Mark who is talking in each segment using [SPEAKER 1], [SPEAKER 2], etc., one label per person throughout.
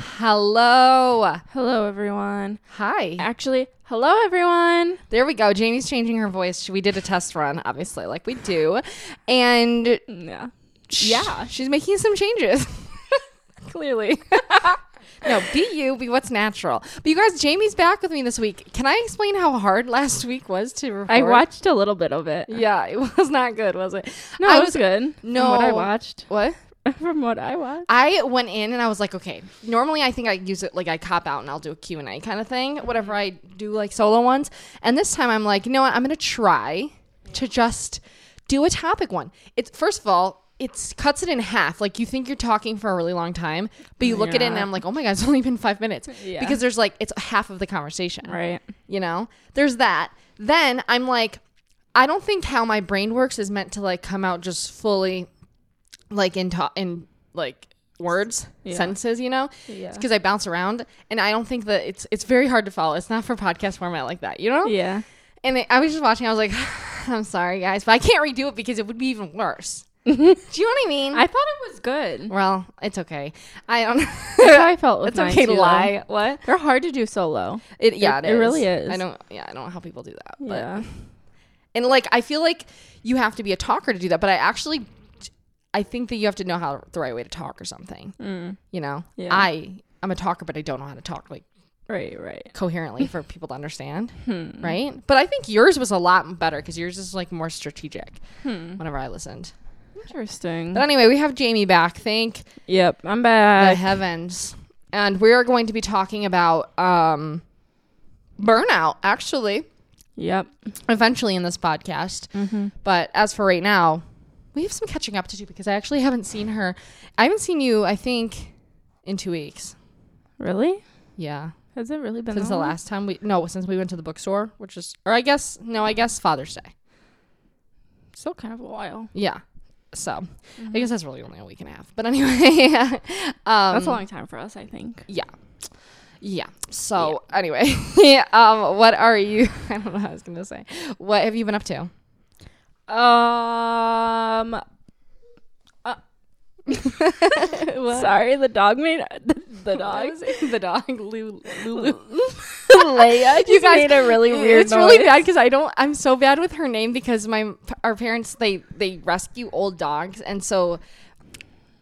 [SPEAKER 1] Hello.
[SPEAKER 2] Hello, everyone.
[SPEAKER 1] Hi.
[SPEAKER 2] Actually, hello, everyone.
[SPEAKER 1] There we go. Jamie's changing her voice. We did a test run, obviously, like we do. And
[SPEAKER 2] Yeah,
[SPEAKER 1] yeah, she's making some changes.
[SPEAKER 2] clearly.
[SPEAKER 1] no, be you, be what's natural. But you guys, Jamie's back with me this week. Can I explain how hard last week was to record?
[SPEAKER 2] I watched a little bit of it.
[SPEAKER 1] Yeah, it was not good, was it?
[SPEAKER 2] No,
[SPEAKER 1] I
[SPEAKER 2] it was good.
[SPEAKER 1] No.
[SPEAKER 2] From what I watched.
[SPEAKER 1] What?
[SPEAKER 2] From what I watched.
[SPEAKER 1] I went in and I was like, okay, normally I think I use it like I cop out and I'll do a Q&A kind of thing, whatever
[SPEAKER 2] Mm-hmm.
[SPEAKER 1] I do like solo ones. And this time I'm like, you know what? I'm going to try to just do a topic one. It's first of all, it cuts it in half. Like you think you're talking for a really long time, but you look at it and
[SPEAKER 2] Yeah.
[SPEAKER 1] I'm like, oh my God, it's only been five minutes.
[SPEAKER 2] Yeah.
[SPEAKER 1] Because there's like, it's half of the conversation
[SPEAKER 2] Right.
[SPEAKER 1] you know there's that then i'm like i don't think how my brain works is meant to like come out just fully like in to- in like words
[SPEAKER 2] Yeah.
[SPEAKER 1] sentences you know
[SPEAKER 2] Yeah.
[SPEAKER 1] because i bounce around and i don't think that it's it's very hard to follow it's not for podcast format like that you know
[SPEAKER 2] Yeah.
[SPEAKER 1] and it, i was just watching i was like i'm sorry guys but i can't redo it because it would be even worse do you know what i mean
[SPEAKER 2] I thought it was good.
[SPEAKER 1] well it's okay i don't
[SPEAKER 2] That's how I felt with
[SPEAKER 1] it's
[SPEAKER 2] mine,
[SPEAKER 1] okay to
[SPEAKER 2] too.
[SPEAKER 1] lie what
[SPEAKER 2] They're hard to do solo.
[SPEAKER 1] it yeah
[SPEAKER 2] It- it really is.
[SPEAKER 1] i don't yeah i don't know how people do that but
[SPEAKER 2] yeah.
[SPEAKER 1] And like I feel like you have to be a talker to do that, but I actually I think that you have to know how the right way to talk or something.
[SPEAKER 2] mm,
[SPEAKER 1] You know?
[SPEAKER 2] Yeah.
[SPEAKER 1] I I'm a talker but I don't know how to talk like
[SPEAKER 2] Right, right.
[SPEAKER 1] coherently for people to understand, right? But I think yours was a lot better cuz yours is like more strategic whenever I listened.
[SPEAKER 2] Interesting.
[SPEAKER 1] But anyway, we have Jamie back. Thank
[SPEAKER 2] Yep, I'm
[SPEAKER 1] the
[SPEAKER 2] back.
[SPEAKER 1] heavens. And we're going to be talking about um burnout actually
[SPEAKER 2] Yep. Mm-hmm.
[SPEAKER 1] eventually in this podcast. But as for right now, we have some catching up to do because I actually haven't seen her. I haven't seen you, I think, in two weeks.
[SPEAKER 2] Really?
[SPEAKER 1] Yeah.
[SPEAKER 2] Has it really been
[SPEAKER 1] Since
[SPEAKER 2] that
[SPEAKER 1] the
[SPEAKER 2] long?
[SPEAKER 1] last time we, no, since we went to the bookstore, which is, or I guess, no, I guess Father's Day.
[SPEAKER 2] Still kind of a while.
[SPEAKER 1] Yeah. So I guess that's really only a week and a half. But anyway, um,
[SPEAKER 2] That's a long time for us, I think.
[SPEAKER 1] Yeah. Yeah. So anyway, um, what are you? I don't know what I was going to say. What have you been up to?
[SPEAKER 2] Um. uh, Sorry, the dog made the, the dog.
[SPEAKER 1] the dog, Lulu.
[SPEAKER 2] Leia, just
[SPEAKER 1] guys-
[SPEAKER 2] made a really weird.
[SPEAKER 1] Mm, It's really
[SPEAKER 2] noise.
[SPEAKER 1] bad because I don't. I'm so bad with her name because my our parents they they rescue old dogs, and so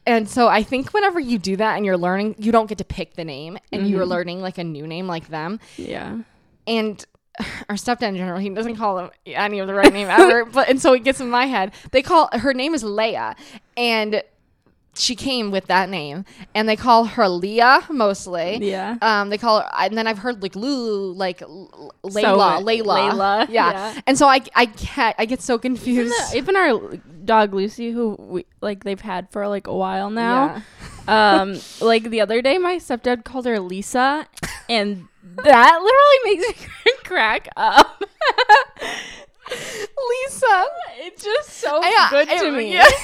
[SPEAKER 1] and so I think whenever you do that and you're learning, you don't get to pick the name, and you're
[SPEAKER 2] Mm-hmm.
[SPEAKER 1] learning like a new name like them.
[SPEAKER 2] Yeah.
[SPEAKER 1] And our stepdad in general, he doesn't call them any of the right name ever, but and so it gets in my head. They call her name is Leia, and she came with that name, and they call her Leah mostly.
[SPEAKER 2] Yeah.
[SPEAKER 1] Um, they call her, and then I've heard like Lulu, like L- L-
[SPEAKER 2] So,
[SPEAKER 1] Layla,
[SPEAKER 2] uh,
[SPEAKER 1] Layla,
[SPEAKER 2] Layla,
[SPEAKER 1] Yeah.
[SPEAKER 2] yeah.
[SPEAKER 1] And so I, I get, I get so confused.
[SPEAKER 2] Even our dog Lucy, who we like, they've had for like a while now. Um, like the other day, my stepdad called her Lisa, and that literally makes me crack up.
[SPEAKER 1] Lisa,
[SPEAKER 2] It's just so
[SPEAKER 1] I- I-
[SPEAKER 2] good
[SPEAKER 1] I-
[SPEAKER 2] to me.
[SPEAKER 1] yeah.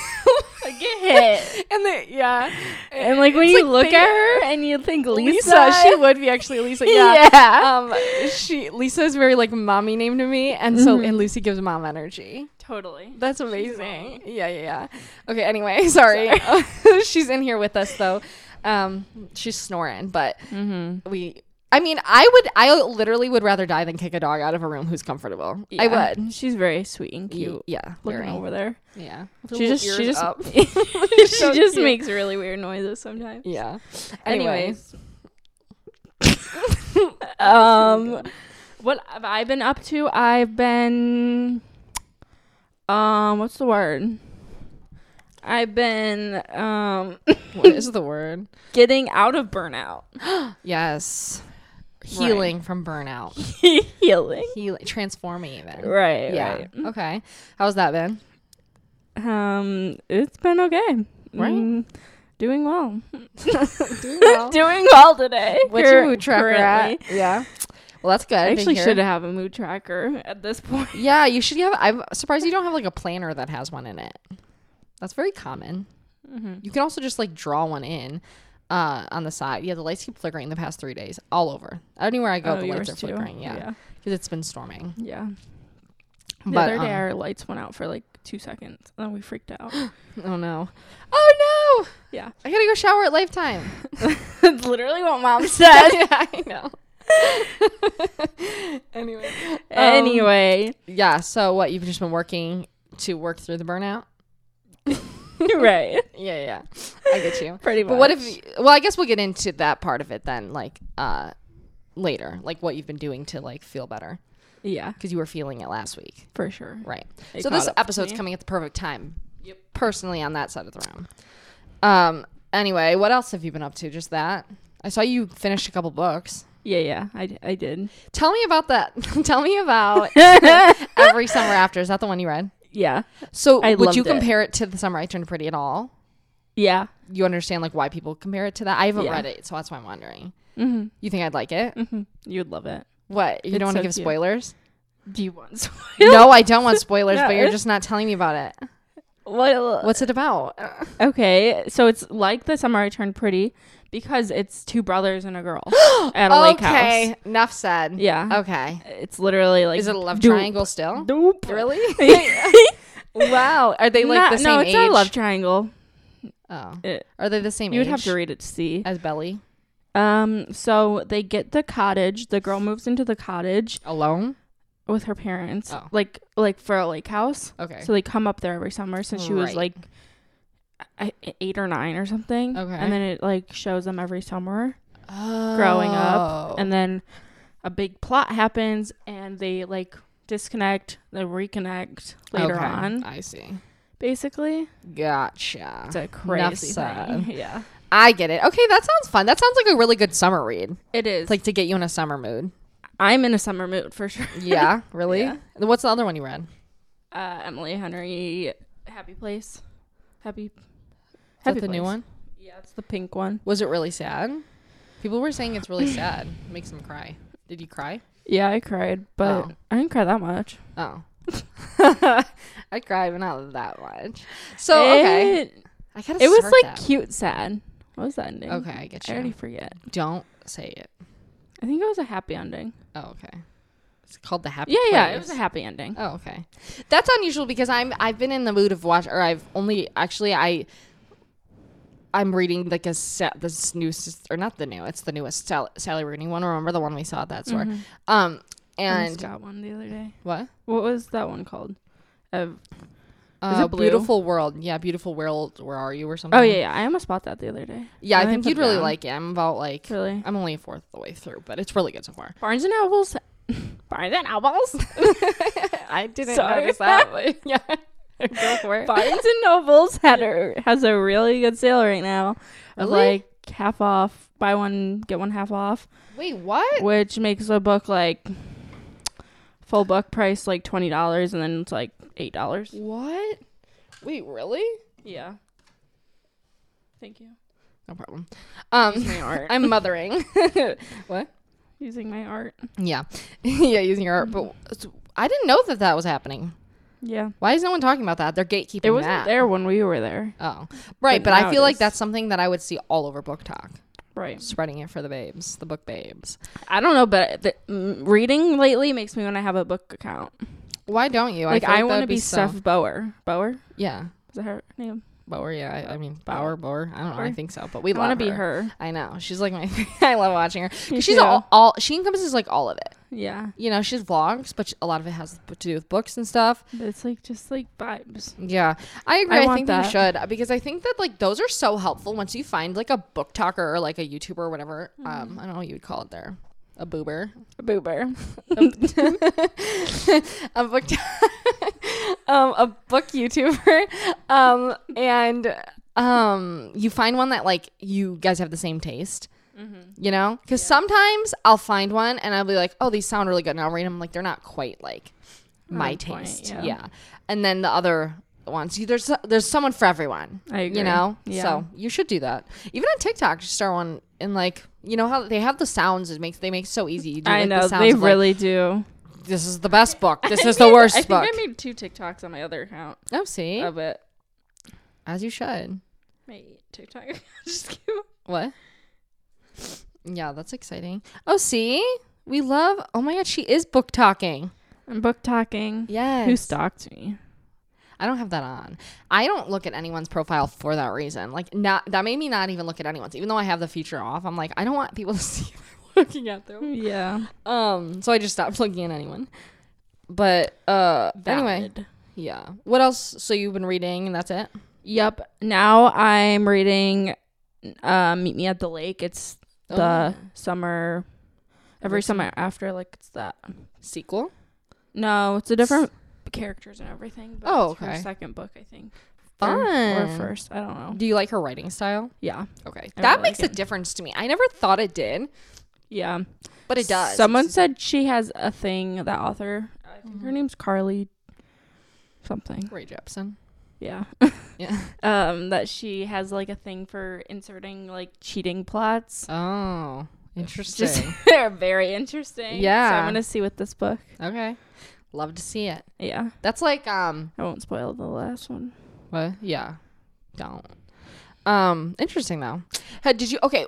[SPEAKER 2] I get hit.
[SPEAKER 1] and the, yeah,
[SPEAKER 2] And like when
[SPEAKER 1] It's
[SPEAKER 2] you
[SPEAKER 1] like
[SPEAKER 2] look
[SPEAKER 1] they-
[SPEAKER 2] at her and you think Lisa,
[SPEAKER 1] Lisa, she would be actually Lisa. Yeah.
[SPEAKER 2] yeah,
[SPEAKER 1] Um, she Lisa is very like mommy name to me, and so
[SPEAKER 2] Mm-hmm.
[SPEAKER 1] and Lucy gives mom energy.
[SPEAKER 2] totally.
[SPEAKER 1] That's amazing. Yeah, yeah, yeah. Okay. Anyway, sorry. she's in here with us though. Um, she's snoring, but
[SPEAKER 2] Mm-hmm. Mm.
[SPEAKER 1] we. I mean, I would. I literally would rather die than kick a dog out of a room who's comfortable. I would.
[SPEAKER 2] She's very sweet and
[SPEAKER 1] Y-
[SPEAKER 2] cute.
[SPEAKER 1] Yeah.
[SPEAKER 2] Looking
[SPEAKER 1] very.
[SPEAKER 2] over there,
[SPEAKER 1] Yeah.
[SPEAKER 2] she just she just she
[SPEAKER 1] so
[SPEAKER 2] just
[SPEAKER 1] cute.
[SPEAKER 2] makes really weird noises sometimes.
[SPEAKER 1] Yeah. Anyway.
[SPEAKER 2] Anyways, um, what have I been up to? I've been, um, what's the word? I've been um
[SPEAKER 1] what is the word?
[SPEAKER 2] getting out of burnout,
[SPEAKER 1] Yes. Healing from burnout.
[SPEAKER 2] healing.
[SPEAKER 1] Healing. Transforming even.
[SPEAKER 2] Right.
[SPEAKER 1] Yeah. Okay. How's that been?
[SPEAKER 2] Right. Um, it's been okay.
[SPEAKER 1] Right.
[SPEAKER 2] Mm, doing well.
[SPEAKER 1] Doing well.
[SPEAKER 2] doing well today.
[SPEAKER 1] What's your
[SPEAKER 2] Cur-
[SPEAKER 1] mood tracker
[SPEAKER 2] currently.
[SPEAKER 1] at? Yeah. Well, that's good.
[SPEAKER 2] I actually
[SPEAKER 1] should
[SPEAKER 2] should have a mood tracker at this point.
[SPEAKER 1] Yeah, you should have. I'm surprised you don't have like a planner that has one in it. That's very common.
[SPEAKER 2] Mm-hmm.
[SPEAKER 1] You can also just like draw one in uh, on the side. Yeah, the lights keep flickering the past three days all over. Anywhere I go,
[SPEAKER 2] Oh,
[SPEAKER 1] the lights
[SPEAKER 2] yours
[SPEAKER 1] are
[SPEAKER 2] too?
[SPEAKER 1] flickering. Yeah,
[SPEAKER 2] Yeah.
[SPEAKER 1] because it's been storming.
[SPEAKER 2] Yeah. The
[SPEAKER 1] But,
[SPEAKER 2] other day,
[SPEAKER 1] um,
[SPEAKER 2] our lights went out for like two seconds, and then we freaked out.
[SPEAKER 1] Oh no. Oh no!
[SPEAKER 2] yeah,
[SPEAKER 1] I gotta go shower at Lifetime.
[SPEAKER 2] that's literally what mom said.
[SPEAKER 1] yeah, I know. anyway.
[SPEAKER 2] anyway,
[SPEAKER 1] Yeah, so what, you've just been working to work through the burnout?
[SPEAKER 2] Um, right?
[SPEAKER 1] Yeah, yeah. I get you.
[SPEAKER 2] Pretty much.
[SPEAKER 1] But what if well, I guess we'll get into that part of it then, like uh later. Like what you've been doing to like feel better.
[SPEAKER 2] Yeah,
[SPEAKER 1] Because you were feeling it last week.
[SPEAKER 2] for sure.
[SPEAKER 1] Right.
[SPEAKER 2] It
[SPEAKER 1] so
[SPEAKER 2] caught
[SPEAKER 1] this
[SPEAKER 2] up with
[SPEAKER 1] episode's
[SPEAKER 2] me.
[SPEAKER 1] coming at the perfect time. Yep. Personally on that side of the room. Um anyway, what else have you been up to? Just that? I saw you finished a couple books.
[SPEAKER 2] Yeah, yeah. I, d- I did.
[SPEAKER 1] Tell me about that. Tell me about Every Summer After. Is that the one you read?
[SPEAKER 2] Yeah,
[SPEAKER 1] So
[SPEAKER 2] I
[SPEAKER 1] would you
[SPEAKER 2] loved it.
[SPEAKER 1] compare it to The Summer I Turned Pretty at all?
[SPEAKER 2] yeah.
[SPEAKER 1] You understand like why people compare it to that? I haven't
[SPEAKER 2] Yeah.
[SPEAKER 1] read it, so that's why I'm wondering.
[SPEAKER 2] Mm-hmm.
[SPEAKER 1] You think I'd like it?
[SPEAKER 2] Mm-hmm. You would love it.
[SPEAKER 1] What? You
[SPEAKER 2] It's
[SPEAKER 1] don't want to
[SPEAKER 2] so
[SPEAKER 1] give
[SPEAKER 2] cute.
[SPEAKER 1] spoilers?
[SPEAKER 2] Do you want? Some-
[SPEAKER 1] no, I don't want spoilers,
[SPEAKER 2] No.
[SPEAKER 1] but you're just not telling me about it.
[SPEAKER 2] what?
[SPEAKER 1] What's it about?
[SPEAKER 2] Okay, so it's like the summer I turned pretty because it's two brothers and a girl at a lake
[SPEAKER 1] okay,
[SPEAKER 2] house.
[SPEAKER 1] enough said.
[SPEAKER 2] Yeah,
[SPEAKER 1] Okay.
[SPEAKER 2] it's literally like
[SPEAKER 1] Is it a love
[SPEAKER 2] dupe.
[SPEAKER 1] triangle still?
[SPEAKER 2] Nope.
[SPEAKER 1] Really?
[SPEAKER 2] like
[SPEAKER 1] wow. Are they like the same
[SPEAKER 2] no, it's
[SPEAKER 1] age?
[SPEAKER 2] not a love triangle.
[SPEAKER 1] oh.
[SPEAKER 2] It-
[SPEAKER 1] Are they the same
[SPEAKER 2] you
[SPEAKER 1] age
[SPEAKER 2] would have to read it to see.
[SPEAKER 1] as Belly?
[SPEAKER 2] Um, so they get the cottage. The girl moves into the cottage
[SPEAKER 1] Alone?
[SPEAKER 2] with her parents,
[SPEAKER 1] Oh.
[SPEAKER 2] like like for a lake house.
[SPEAKER 1] Okay.
[SPEAKER 2] So they come up there every summer. So she was
[SPEAKER 1] Right.
[SPEAKER 2] like I- eight or nine or something.
[SPEAKER 1] Okay.
[SPEAKER 2] and then it like shows them every summer growing up,
[SPEAKER 1] Oh.
[SPEAKER 2] and then a big plot happens, and they like disconnect, then reconnect later
[SPEAKER 1] Oh. Okay,
[SPEAKER 2] on.
[SPEAKER 1] I see.
[SPEAKER 2] Basically,
[SPEAKER 1] Gotcha.
[SPEAKER 2] it's a crazy
[SPEAKER 1] said.
[SPEAKER 2] thing. Yeah,
[SPEAKER 1] I get it. Okay, that sounds fun. That sounds like a really good summer read.
[SPEAKER 2] it is.
[SPEAKER 1] It's like to get you in a summer mood.
[SPEAKER 2] I'm in a summer mood for sure.
[SPEAKER 1] Yeah, really?
[SPEAKER 2] Yeah.
[SPEAKER 1] What's the other one you read?
[SPEAKER 2] Uh, Emily Henry, Happy Place, Happy.
[SPEAKER 1] Is that
[SPEAKER 2] Happy
[SPEAKER 1] the new
[SPEAKER 2] Place.
[SPEAKER 1] one?
[SPEAKER 2] Yeah, it's the pink one.
[SPEAKER 1] Was it really sad? People were saying it's really sad. It makes them cry. Did you cry?
[SPEAKER 2] Yeah, I cried, but
[SPEAKER 1] Oh.
[SPEAKER 2] I didn't cry that much.
[SPEAKER 1] Oh. I cried, but not that much. So, okay.
[SPEAKER 2] It,
[SPEAKER 1] I gotta
[SPEAKER 2] it was
[SPEAKER 1] start
[SPEAKER 2] like
[SPEAKER 1] that.
[SPEAKER 2] cute sad. What was that ending?
[SPEAKER 1] Okay, I get
[SPEAKER 2] I
[SPEAKER 1] you.
[SPEAKER 2] already forget.
[SPEAKER 1] Don't say it.
[SPEAKER 2] I think it was a happy ending.
[SPEAKER 1] Oh, okay. It's called The Happy
[SPEAKER 2] yeah, yeah, it
[SPEAKER 1] Place.
[SPEAKER 2] was a happy ending.
[SPEAKER 1] Oh, okay. That's unusual because I'm I've been in the mood of watch or I've only actually I I'm reading like a sa- this new s- or not the new it's the newest Sal- Sally Rooney one. Remember the one we saw at that store?
[SPEAKER 2] Mm-hmm.
[SPEAKER 1] Um
[SPEAKER 2] I
[SPEAKER 1] and
[SPEAKER 2] just got one the other day.
[SPEAKER 1] what?
[SPEAKER 2] What was that one called? Uh,
[SPEAKER 1] Uh,
[SPEAKER 2] it blue?
[SPEAKER 1] beautiful world. Yeah, beautiful world. Where are you or something?
[SPEAKER 2] oh yeah, yeah, I almost bought that the other day.
[SPEAKER 1] Yeah, I
[SPEAKER 2] And
[SPEAKER 1] think
[SPEAKER 2] put
[SPEAKER 1] you'd
[SPEAKER 2] it
[SPEAKER 1] really
[SPEAKER 2] down.
[SPEAKER 1] like it. I'm about like
[SPEAKER 2] Really,
[SPEAKER 1] I'm only a fourth of the way through, but it's really good so far.
[SPEAKER 2] Barnes and Nobles. Barnes and Nobles.
[SPEAKER 1] I didn't
[SPEAKER 2] Sorry.
[SPEAKER 1] notice that. But yeah, go for it.
[SPEAKER 2] Barnes and Nobles had a, has a really good sale right now of
[SPEAKER 1] Really?
[SPEAKER 2] like half off, buy one get one half off,
[SPEAKER 1] Wait, what?
[SPEAKER 2] which makes a book like full book price like twenty dollars, and then it's like eight dollars.
[SPEAKER 1] What? Wait, really?
[SPEAKER 2] Yeah. Thank you.
[SPEAKER 1] No problem. Um,
[SPEAKER 2] My art.
[SPEAKER 1] I'm mothering.
[SPEAKER 2] using my art.
[SPEAKER 1] yeah, yeah, using your art.
[SPEAKER 2] Mm.
[SPEAKER 1] But so- I didn't know that that was happening.
[SPEAKER 2] Yeah.
[SPEAKER 1] Why is no one talking about that? They're gatekeeping
[SPEAKER 2] It wasn't
[SPEAKER 1] that.
[SPEAKER 2] there when we were there.
[SPEAKER 1] Oh, right. But,
[SPEAKER 2] But
[SPEAKER 1] I feel like
[SPEAKER 2] nowadays-
[SPEAKER 1] that's something that I would see all over Book Talk,
[SPEAKER 2] Right.
[SPEAKER 1] spreading it for the babes, the book babes.
[SPEAKER 2] I don't know, but the, mm, reading lately makes me want to have a book account.
[SPEAKER 1] Why don't you?
[SPEAKER 2] Like
[SPEAKER 1] feel
[SPEAKER 2] I,
[SPEAKER 1] that
[SPEAKER 2] want to
[SPEAKER 1] would
[SPEAKER 2] be,
[SPEAKER 1] so-
[SPEAKER 2] Steph Bower. Bower? Is
[SPEAKER 1] Yeah,
[SPEAKER 2] that her name?
[SPEAKER 1] Bower. Yeah, I, I mean Bauer, Bower. I don't know. I
[SPEAKER 2] Bower.
[SPEAKER 1] think so. But we
[SPEAKER 2] I
[SPEAKER 1] want to
[SPEAKER 2] be her.
[SPEAKER 1] I know. She's like my. I love watching her. 'Cause
[SPEAKER 2] Me
[SPEAKER 1] She's
[SPEAKER 2] too.
[SPEAKER 1] all, all. She encompasses like all of it.
[SPEAKER 2] Yeah.
[SPEAKER 1] You know, she's vlogs, but she- a lot of it has to do with books and stuff.
[SPEAKER 2] But it's like just like vibes.
[SPEAKER 1] Yeah, I agree.
[SPEAKER 2] I
[SPEAKER 1] I,
[SPEAKER 2] want
[SPEAKER 1] think that. you should because I think that like those are so helpful once you find like a book talker or like a YouTuber or whatever. Um, I don't know what you would call it there, a boober,
[SPEAKER 2] A boober.
[SPEAKER 1] a book, um, a book YouTuber, um, and um, you find one that like you guys have the same taste. You know, because sometimes I'll find one and I'll be like, "Oh, these sound really good," and I'll read them like they're not quite like my
[SPEAKER 2] On point,
[SPEAKER 1] taste.
[SPEAKER 2] yeah.
[SPEAKER 1] yeah. and then the other ones, you- there's there's someone for everyone.
[SPEAKER 2] I agree.
[SPEAKER 1] You know,
[SPEAKER 2] Yeah.
[SPEAKER 1] so you should do that. Even on TikTok, just start one and like you know how they have the sounds. It makes they make it so easy. You do,
[SPEAKER 2] I
[SPEAKER 1] like, the
[SPEAKER 2] know
[SPEAKER 1] sounds
[SPEAKER 2] they
[SPEAKER 1] of, like,
[SPEAKER 2] really do.
[SPEAKER 1] this is the best book. This is the worst
[SPEAKER 2] I
[SPEAKER 1] book.
[SPEAKER 2] think I made two TikToks on my other account
[SPEAKER 1] oh, see,
[SPEAKER 2] of it.
[SPEAKER 1] as you should.
[SPEAKER 2] My TikTok. just kidding.
[SPEAKER 1] What? Yeah, that's exciting. Oh, see, we love. Oh my God, she is book talking.
[SPEAKER 2] I'm book talking.
[SPEAKER 1] Yes.
[SPEAKER 2] Who stalked me?
[SPEAKER 1] I don't have that on. I don't look at anyone's profile for that reason. Like not that made me not even look at anyone's. Even though I have the feature off, I'm like, I don't want people to see if I'm looking at them.
[SPEAKER 2] Yeah.
[SPEAKER 1] Um, so I just stopped looking at anyone. But uh anyway.
[SPEAKER 2] Valid.
[SPEAKER 1] Yeah. What else so you've been reading and that's it?
[SPEAKER 2] Yep. Now I'm reading uh, Meet Me at the Lake. It's
[SPEAKER 1] Oh,
[SPEAKER 2] the summer, every summer after, like it's that.
[SPEAKER 1] Sequel?
[SPEAKER 2] No, it's a different characters and everything. But
[SPEAKER 1] Oh,
[SPEAKER 2] it's her
[SPEAKER 1] okay.
[SPEAKER 2] second book, I think. Or- Or,
[SPEAKER 1] Fun.
[SPEAKER 2] first. I don't know.
[SPEAKER 1] Do you like her writing style?
[SPEAKER 2] Yeah.
[SPEAKER 1] Okay.
[SPEAKER 2] I
[SPEAKER 1] that
[SPEAKER 2] really
[SPEAKER 1] makes
[SPEAKER 2] like
[SPEAKER 1] a difference to me. I never thought it did,
[SPEAKER 2] Yeah.
[SPEAKER 1] but it does.
[SPEAKER 2] Someone
[SPEAKER 1] It's-
[SPEAKER 2] said she has a thing, that author. I think
[SPEAKER 1] Mm-hmm.
[SPEAKER 2] her name's Carly something.
[SPEAKER 1] Ray Jepsen.
[SPEAKER 2] Yeah.
[SPEAKER 1] Yeah.
[SPEAKER 2] um, that she has like a thing for inserting like cheating plots.
[SPEAKER 1] Oh. Interesting.
[SPEAKER 2] Just they're very interesting. So
[SPEAKER 1] Yeah.
[SPEAKER 2] I'm gonna see with this book.
[SPEAKER 1] okay. Love to see it.
[SPEAKER 2] Yeah.
[SPEAKER 1] That's like um
[SPEAKER 2] I won't spoil the last one.
[SPEAKER 1] What? Yeah. Don't. Um, interesting though. Had- Did you okay?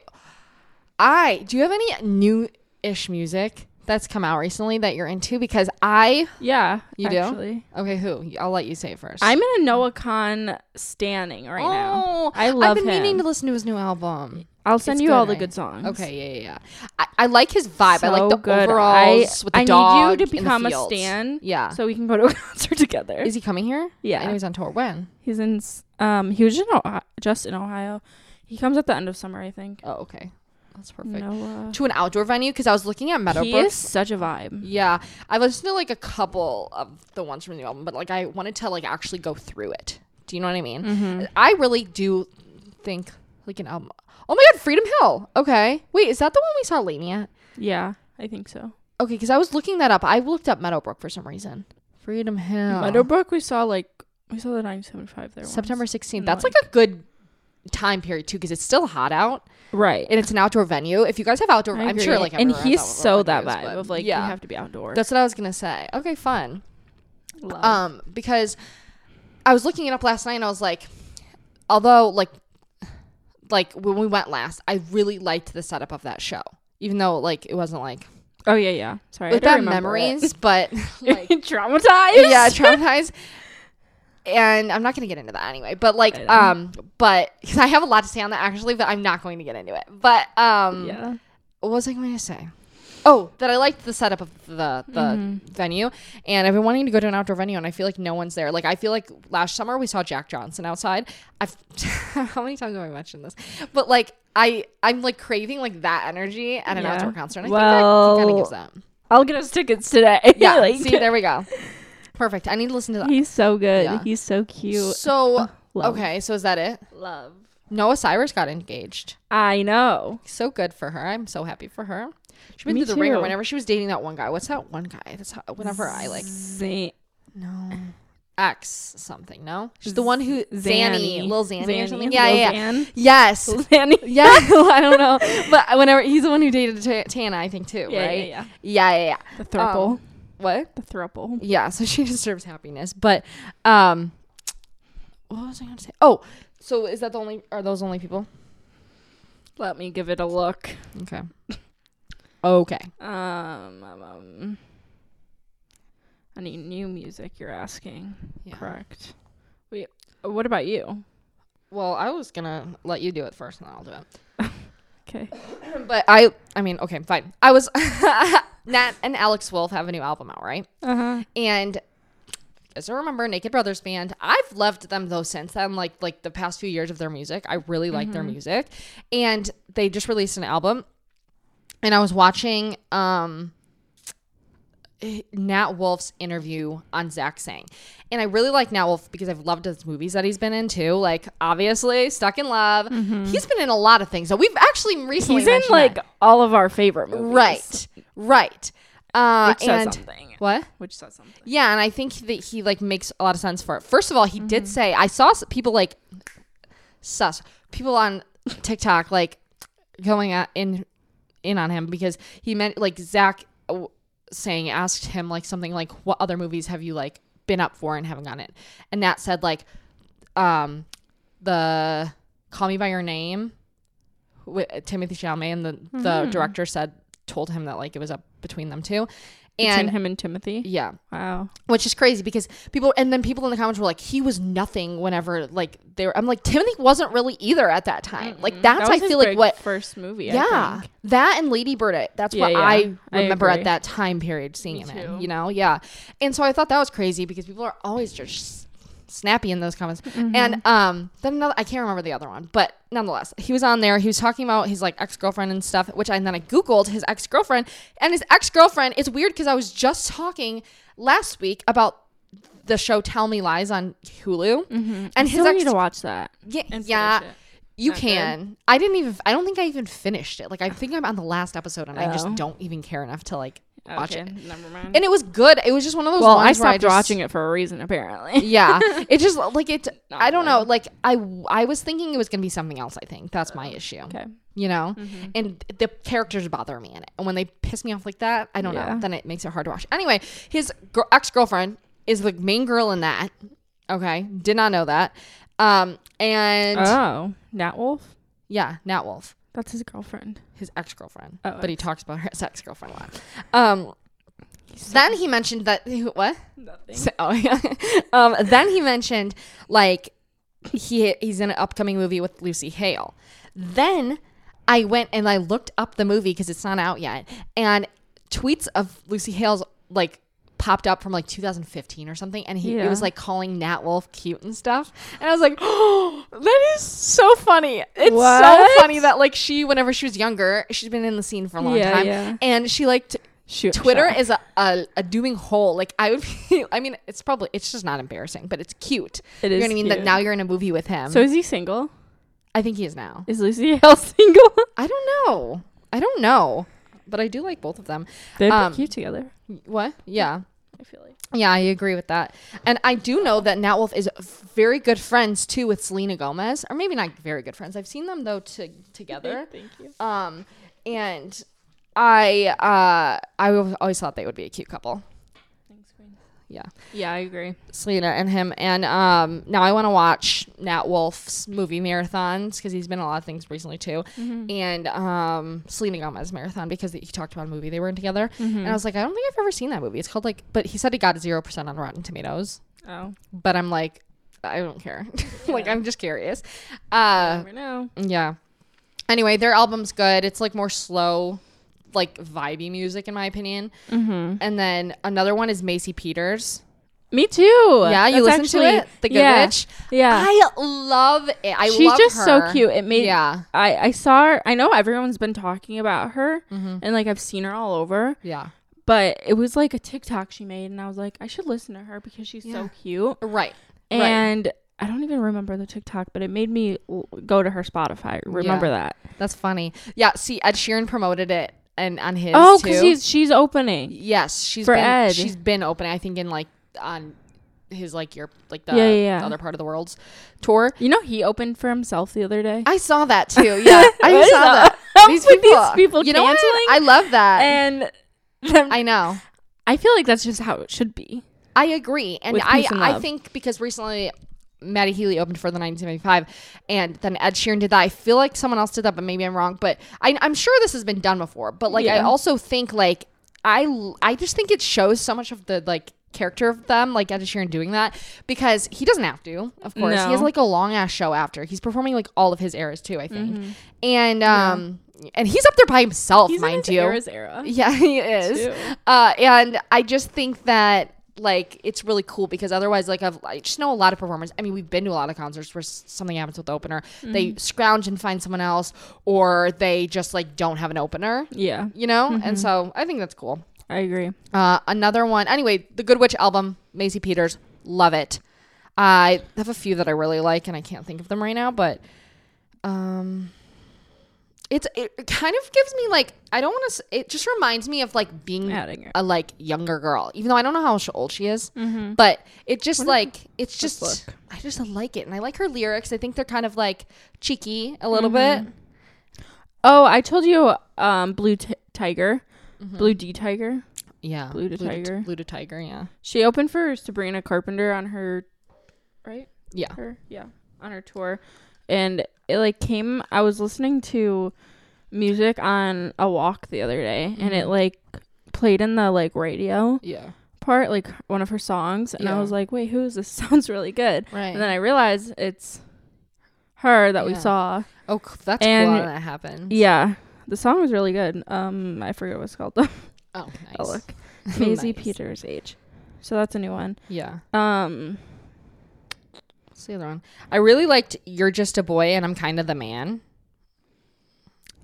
[SPEAKER 1] I do you have any new ish music that's come out recently that you're into? Because I
[SPEAKER 2] Yeah.
[SPEAKER 1] You do?
[SPEAKER 2] actually.
[SPEAKER 1] okay, who? I'll let you say it first.
[SPEAKER 2] I'm in a Noah Khan standing right now.
[SPEAKER 1] Oh,
[SPEAKER 2] I love
[SPEAKER 1] I've been meaning
[SPEAKER 2] him.
[SPEAKER 1] to listen to his new album.
[SPEAKER 2] I'll send
[SPEAKER 1] It's
[SPEAKER 2] you
[SPEAKER 1] good,
[SPEAKER 2] all the
[SPEAKER 1] right?
[SPEAKER 2] good songs.
[SPEAKER 1] Okay, yeah, yeah, yeah. I, I like his vibe. I
[SPEAKER 2] So
[SPEAKER 1] like the
[SPEAKER 2] good.
[SPEAKER 1] overalls
[SPEAKER 2] I-
[SPEAKER 1] with the
[SPEAKER 2] I need you
[SPEAKER 1] dog
[SPEAKER 2] to
[SPEAKER 1] in the
[SPEAKER 2] become a
[SPEAKER 1] fields.
[SPEAKER 2] stan.
[SPEAKER 1] Yeah.
[SPEAKER 2] So we can go to a concert together.
[SPEAKER 1] is he coming here?
[SPEAKER 2] Yeah.
[SPEAKER 1] I know he's on tour. When?
[SPEAKER 2] He's in. s- Um, he was just in Ohio, just in Ohio. He comes at the end of summer, I think.
[SPEAKER 1] Oh, okay. That's perfect.
[SPEAKER 2] Noah.
[SPEAKER 1] To an outdoor venue because I was looking at Meadowbrook.
[SPEAKER 2] He is such a vibe.
[SPEAKER 1] Yeah, I listened to like a couple of the ones from the album, but like I wanted to like actually go through it. Do you know what I mean?
[SPEAKER 2] Mm-hmm.
[SPEAKER 1] I really do think like an album. Oh my god, Freedom Hill. Okay, wait, is that the one we saw Lainey at?
[SPEAKER 2] Yeah, I think so.
[SPEAKER 1] Okay, because I was looking that up. I looked up Meadowbrook for some reason. Freedom
[SPEAKER 2] Oh.
[SPEAKER 1] Hill.
[SPEAKER 2] Meadowbrook, we saw like we saw the 975 there. once.
[SPEAKER 1] September sixteenth.
[SPEAKER 2] and,
[SPEAKER 1] That's like a good time period too, because it's still hot out
[SPEAKER 2] right.
[SPEAKER 1] and it's an outdoor venue. If you guys have outdoor,
[SPEAKER 2] I
[SPEAKER 1] I'm
[SPEAKER 2] agree.
[SPEAKER 1] sure like
[SPEAKER 2] and
[SPEAKER 1] everywhere has
[SPEAKER 2] he's
[SPEAKER 1] outdoor
[SPEAKER 2] so that
[SPEAKER 1] venues,
[SPEAKER 2] vibe
[SPEAKER 1] but
[SPEAKER 2] of like
[SPEAKER 1] yeah.
[SPEAKER 2] you have to be outdoors.
[SPEAKER 1] That's what I was gonna say. Okay, fun.
[SPEAKER 2] Love.
[SPEAKER 1] um because i was looking it up last night and i was like although like like when we went last i really liked the setup of that show even though like it wasn't like
[SPEAKER 2] oh yeah, yeah. Sorry, I
[SPEAKER 1] with
[SPEAKER 2] don't
[SPEAKER 1] bad
[SPEAKER 2] remember
[SPEAKER 1] memories
[SPEAKER 2] It.
[SPEAKER 1] but like
[SPEAKER 2] traumatized.
[SPEAKER 1] yeah traumatized and i'm not gonna get into that anyway but like
[SPEAKER 2] I know.
[SPEAKER 1] um but because i have a lot to say on that actually but i'm not going to get into it but um
[SPEAKER 2] yeah.
[SPEAKER 1] what was I going to say? Oh, that I liked the setup of the the
[SPEAKER 2] Mm-hmm.
[SPEAKER 1] venue, and I've been wanting to go to an outdoor venue, and I feel like no one's there. Like I feel like last summer we saw Jack Johnson outside. I've how many times have I mentioned this? But like I I'm like craving like that energy at an
[SPEAKER 2] Yeah.
[SPEAKER 1] outdoor concert. And I
[SPEAKER 2] Well-
[SPEAKER 1] think that kind of gives them.
[SPEAKER 2] I'll get us tickets today.
[SPEAKER 1] Yeah,
[SPEAKER 2] Like,
[SPEAKER 1] see, there we go. Perfect. I need to listen to that.
[SPEAKER 2] he's so good.
[SPEAKER 1] Yeah.
[SPEAKER 2] He's so cute.
[SPEAKER 1] So
[SPEAKER 2] love.
[SPEAKER 1] okay, so is that it?
[SPEAKER 2] Love.
[SPEAKER 1] Noah Cyrus got engaged.
[SPEAKER 2] I know.
[SPEAKER 1] So good for her. I'm so happy for her. She went
[SPEAKER 2] Me
[SPEAKER 1] through the ringer
[SPEAKER 2] too.
[SPEAKER 1] whenever she was dating that one guy. What's that one guy? That's how, whenever I like
[SPEAKER 2] Zane.
[SPEAKER 1] no X something. No, she's the one who Zanny,
[SPEAKER 2] Zanny.
[SPEAKER 1] Lil Zanny, or something.
[SPEAKER 2] Zanny.
[SPEAKER 1] Yeah,
[SPEAKER 2] Lil
[SPEAKER 1] yeah, yeah.
[SPEAKER 2] Zan.
[SPEAKER 1] Yes,
[SPEAKER 2] Zanny.
[SPEAKER 1] yeah. I don't know, but whenever he's the one who dated Ta- Tana, I think too.
[SPEAKER 2] Yeah, yeah,
[SPEAKER 1] right?
[SPEAKER 2] yeah.
[SPEAKER 1] yeah, yeah, yeah.
[SPEAKER 2] The thruple.
[SPEAKER 1] Um, What?
[SPEAKER 2] the thruple.
[SPEAKER 1] Yeah. So she deserves happiness, but um, what was I going to say? Oh, so is that the only? Are those only people?
[SPEAKER 2] Let me give it a look.
[SPEAKER 1] Okay. Okay.
[SPEAKER 2] Um, um, um, any new music you're asking?
[SPEAKER 1] Yeah.
[SPEAKER 2] Correct. Wait, what about you?
[SPEAKER 1] Well, I was gonna let you do it first, and then I'll do it.
[SPEAKER 2] Okay.
[SPEAKER 1] But I, I mean, okay, fine. I was Nat and Alex Wolf have a new album out, right?
[SPEAKER 2] Uh huh.
[SPEAKER 1] And as I remember, Naked Brothers Band. I've loved them though since then. Like like the past few years of their music, I really like
[SPEAKER 2] Mm-hmm.
[SPEAKER 1] their music. And they just released an album, and I was watching um Nat Wolf's interview on Zach Sang. And I really like Nat Wolf because I've loved his movies that he's been in too. Like obviously Stuck in Love. He's been in a lot of things. So we've actually recently
[SPEAKER 2] Mm-hmm. He's in
[SPEAKER 1] mentioned
[SPEAKER 2] like
[SPEAKER 1] that.
[SPEAKER 2] all of our favorite movies.
[SPEAKER 1] right. Right. Uh
[SPEAKER 2] Which says
[SPEAKER 1] and
[SPEAKER 2] something.
[SPEAKER 1] what?
[SPEAKER 2] Which says something.
[SPEAKER 1] Yeah, and I think that he like makes a lot of sense for it. First of all, he did say I saw s- people like sus people on TikTok like going at, in in on him because he meant like Zach w- saying asked him like something like what other movies have you like been up for and haven't gotten it, and Nat said like um the Call Me by Your Name Mm-hmm. with Timothy Chalamet and the the director said told him that like it was up between them two,
[SPEAKER 2] Between
[SPEAKER 1] and
[SPEAKER 2] him and Timothy.
[SPEAKER 1] yeah,
[SPEAKER 2] Wow.
[SPEAKER 1] which is crazy because people and then people in the comments were like he was nothing whenever like they were i'm like timothy wasn't really either at that time like that's
[SPEAKER 2] That was
[SPEAKER 1] i
[SPEAKER 2] his
[SPEAKER 1] feel like
[SPEAKER 2] big
[SPEAKER 1] what
[SPEAKER 2] first movie. I
[SPEAKER 1] yeah
[SPEAKER 2] think.
[SPEAKER 1] that and lady bird I- that's
[SPEAKER 2] Yeah,
[SPEAKER 1] what
[SPEAKER 2] yeah.
[SPEAKER 1] i
[SPEAKER 2] I
[SPEAKER 1] remember
[SPEAKER 2] agree.
[SPEAKER 1] at that time period seeing
[SPEAKER 2] Me
[SPEAKER 1] him
[SPEAKER 2] too.
[SPEAKER 1] in you know yeah and so i thought that was crazy because people are always just snappy in those comments
[SPEAKER 2] Mm-hmm.
[SPEAKER 1] and um then another i can't remember the other one but nonetheless he was on there he was talking about his like ex-girlfriend and stuff which I, and then i googled his ex-girlfriend and his ex-girlfriend it's weird because i was just talking last week about the show tell me lies on hulu and
[SPEAKER 2] I
[SPEAKER 1] his
[SPEAKER 2] Mm-hmm. still
[SPEAKER 1] ex
[SPEAKER 2] need to watch that.
[SPEAKER 1] yeah,
[SPEAKER 2] and finish
[SPEAKER 1] yeah.
[SPEAKER 2] it.
[SPEAKER 1] You
[SPEAKER 2] Not good.
[SPEAKER 1] can. I didn't even. I don't think I even finished it. Like I think I'm on the last episode, and I just
[SPEAKER 2] Oh.
[SPEAKER 1] don't even care enough to like watch it.
[SPEAKER 2] Never mind.
[SPEAKER 1] And it was good. It was just one of those.
[SPEAKER 2] well,
[SPEAKER 1] ones
[SPEAKER 2] I stopped
[SPEAKER 1] where I just,
[SPEAKER 2] watching it for a reason, apparently.
[SPEAKER 1] yeah, it just like it.
[SPEAKER 2] Not
[SPEAKER 1] I don't know. Like I, I was thinking it was gonna be something else. I think that's my issue.
[SPEAKER 2] Uh, okay. Mm-hmm.
[SPEAKER 1] You know, and the characters bother me in it, and when they piss me off like that, I don't
[SPEAKER 2] Yeah.
[SPEAKER 1] know. Then it makes it hard to watch. Anyway, his gr- ex girlfriend is the main girl in that. Okay, did not know that. Um, and
[SPEAKER 2] Oh, Nat Wolf.
[SPEAKER 1] yeah, Nat Wolf.
[SPEAKER 2] That's his girlfriend.
[SPEAKER 1] his ex girlfriend,
[SPEAKER 2] Oh,
[SPEAKER 1] but he talks about her ex girlfriend a lot. Um, then he mentioned that what?
[SPEAKER 2] Nothing.
[SPEAKER 1] So- oh yeah. um, then he mentioned like he he's in an upcoming movie with Lucy Hale. Then I went and I looked up the movie because it's not out yet, and tweets of Lucy Hale's like popped up from like 2015 or something and he it
[SPEAKER 2] Yeah.
[SPEAKER 1] was like calling Nat Wolf cute and stuff and I was like oh that is so funny it's
[SPEAKER 2] What?
[SPEAKER 1] so funny that like she whenever she was younger she's been in the scene for a long
[SPEAKER 2] Yeah,
[SPEAKER 1] time
[SPEAKER 2] yeah.
[SPEAKER 1] and she like t-
[SPEAKER 2] Shoot.
[SPEAKER 1] Twitter
[SPEAKER 2] shot.
[SPEAKER 1] is a, a, a dooming hole. Like I would be, I mean, it's probably it's just not embarrassing, but it's cute.
[SPEAKER 2] It
[SPEAKER 1] you
[SPEAKER 2] is
[SPEAKER 1] know what I mean? That
[SPEAKER 2] cute.
[SPEAKER 1] now you're in a movie with him. So
[SPEAKER 2] So is he single?
[SPEAKER 1] I think he is now.
[SPEAKER 2] Is Lucy Hale single?
[SPEAKER 1] I don't know. I don't know. But I do like both of them.
[SPEAKER 2] They'd
[SPEAKER 1] Um,
[SPEAKER 2] be cute together.
[SPEAKER 1] What? Yeah.
[SPEAKER 2] I feel like.
[SPEAKER 1] Yeah, I agree with that. And I do know that Nat Wolf is very good friends too with Selena Gomez, or maybe not very good friends. I've seen them though to, together.
[SPEAKER 2] Thank you.
[SPEAKER 1] Um, and I uh, I always thought they would be a cute couple.
[SPEAKER 2] Thanks,
[SPEAKER 1] Yeah.
[SPEAKER 2] Yeah, I agree.
[SPEAKER 1] Selena and him. And um, now I want to watch Nat Wolf's movie marathons because he's been in a lot of things recently too.
[SPEAKER 2] Mm-hmm.
[SPEAKER 1] And um, Selena Gomez marathon because he talked about a movie they were in together.
[SPEAKER 2] Mm-hmm.
[SPEAKER 1] And I was like, I don't think I've ever seen that movie. It's called like, but he said it got zero percent on Rotten Tomatoes.
[SPEAKER 2] Oh,
[SPEAKER 1] But I'm like, I don't care. like I'm just curious. Uh,
[SPEAKER 2] never know.
[SPEAKER 1] yeah. Anyway, their album's good. It's like more slow, like vibey music in my opinion.
[SPEAKER 2] Mm-hmm.
[SPEAKER 1] And then another one is Macy Peters.
[SPEAKER 2] Me too.
[SPEAKER 1] Yeah, you
[SPEAKER 2] That's
[SPEAKER 1] listen to
[SPEAKER 2] actually-
[SPEAKER 1] it, The Good
[SPEAKER 2] yeah.
[SPEAKER 1] Witch.
[SPEAKER 2] Yeah.
[SPEAKER 1] I love it. I
[SPEAKER 2] She's
[SPEAKER 1] love
[SPEAKER 2] just so
[SPEAKER 1] her.
[SPEAKER 2] cute. It made
[SPEAKER 1] Yeah.
[SPEAKER 2] I I saw her. I know everyone's been talking about her,
[SPEAKER 1] Mm-hmm.
[SPEAKER 2] and like I've seen her all over.
[SPEAKER 1] Yeah.
[SPEAKER 2] But it was like a TikTok she made, and I was like, I should listen to her because she's
[SPEAKER 1] Yeah.
[SPEAKER 2] so cute.
[SPEAKER 1] Right. right.
[SPEAKER 2] And I don't even remember the TikTok, but it made me l- go to her Spotify. Remember
[SPEAKER 1] Yeah.
[SPEAKER 2] that?
[SPEAKER 1] That's funny. Yeah. See, Ed Sheeran promoted it and on his.
[SPEAKER 2] Oh,
[SPEAKER 1] too.
[SPEAKER 2] because she's she's opening.
[SPEAKER 1] yes, she's
[SPEAKER 2] for
[SPEAKER 1] been
[SPEAKER 2] Ed.
[SPEAKER 1] she's been opening. I think in like on his like your like the,
[SPEAKER 2] Yeah, yeah, yeah.
[SPEAKER 1] the other part of the world's tour.
[SPEAKER 2] You know, he opened for himself the other day.
[SPEAKER 1] I saw that too. Yeah, I
[SPEAKER 2] What is
[SPEAKER 1] saw that.
[SPEAKER 2] up with these people
[SPEAKER 1] you know what?
[SPEAKER 2] canceling?
[SPEAKER 1] I love that.
[SPEAKER 2] and then-
[SPEAKER 1] I know.
[SPEAKER 2] I feel like that's just how it should be.
[SPEAKER 1] I agree, and
[SPEAKER 2] With
[SPEAKER 1] I
[SPEAKER 2] peace and
[SPEAKER 1] I
[SPEAKER 2] love.
[SPEAKER 1] think because recently Maddie Healy opened for the 1975, and then Ed Sheeran did that. I feel like someone else did that, but maybe I'm wrong. But I, I'm sure this has been done before. But like I
[SPEAKER 2] Yeah.
[SPEAKER 1] also think like I l- I just think it shows so much of the like character of them like Ed Sheeran doing that because he doesn't have to of course he
[SPEAKER 2] No.
[SPEAKER 1] has like a long ass show after he's performing like all of his eras too I think and um and he's up there by himself
[SPEAKER 2] Mm-hmm. He's in
[SPEAKER 1] mind
[SPEAKER 2] his
[SPEAKER 1] you
[SPEAKER 2] era's era.
[SPEAKER 1] yeah, he is.
[SPEAKER 2] too.
[SPEAKER 1] Uh, and I just think that like it's really cool because otherwise, like I've I just know a lot of performers. I mean, we've been to a lot of concerts where s- something happens with the opener. They scrounge and find someone else, or they just like don't have an opener.
[SPEAKER 2] Yeah,
[SPEAKER 1] You know, and so I think that's cool.
[SPEAKER 2] I agree.
[SPEAKER 1] Uh, another one. Anyway, the Good Witch album, Macy Peters, love it. I have a few that I really like, and I can't think of them right now, but um, it's it kind of gives me like I don't want to. It just reminds me of like being
[SPEAKER 2] Adding it.
[SPEAKER 1] a like younger girl, even though I don't know how sh- old she is.
[SPEAKER 2] Mm-hmm.
[SPEAKER 1] But it just like it's just
[SPEAKER 2] look.
[SPEAKER 1] I just like it, and I like her lyrics. I think they're kind of like cheeky a little
[SPEAKER 2] Mm-hmm.
[SPEAKER 1] bit.
[SPEAKER 2] Oh, I told you, um, Blue Ti- Tiger, Blue D Tiger.
[SPEAKER 1] Yeah,
[SPEAKER 2] Blue to Tiger.
[SPEAKER 1] Blue to Tiger. Yeah,
[SPEAKER 2] She opened for Sabrina Carpenter on her, right?
[SPEAKER 1] yeah.
[SPEAKER 2] Her, yeah, on her tour, and it like came. I Mm-hmm. was listening to music on a walk the other day, and it like played in the like radio
[SPEAKER 1] Yeah.
[SPEAKER 2] part, like one of her songs, and
[SPEAKER 1] Yeah.
[SPEAKER 2] I was like, "Wait, who is this? Sounds really good."
[SPEAKER 1] Right.
[SPEAKER 2] And then I realized it's her that we
[SPEAKER 1] Yeah.
[SPEAKER 2] saw.
[SPEAKER 1] oh, c- that's
[SPEAKER 2] and-
[SPEAKER 1] cool how that happened.
[SPEAKER 2] Yeah, the song was really good. Um, I forget what it's called though.
[SPEAKER 1] Oh,
[SPEAKER 2] I'll
[SPEAKER 1] nice.
[SPEAKER 2] look. Maisie
[SPEAKER 1] Nice.
[SPEAKER 2] Peters' age. So that's a new one.
[SPEAKER 1] Yeah.
[SPEAKER 2] Um,
[SPEAKER 1] What's the other one? I really liked "You're Just a Boy and I'm Kind of the Man."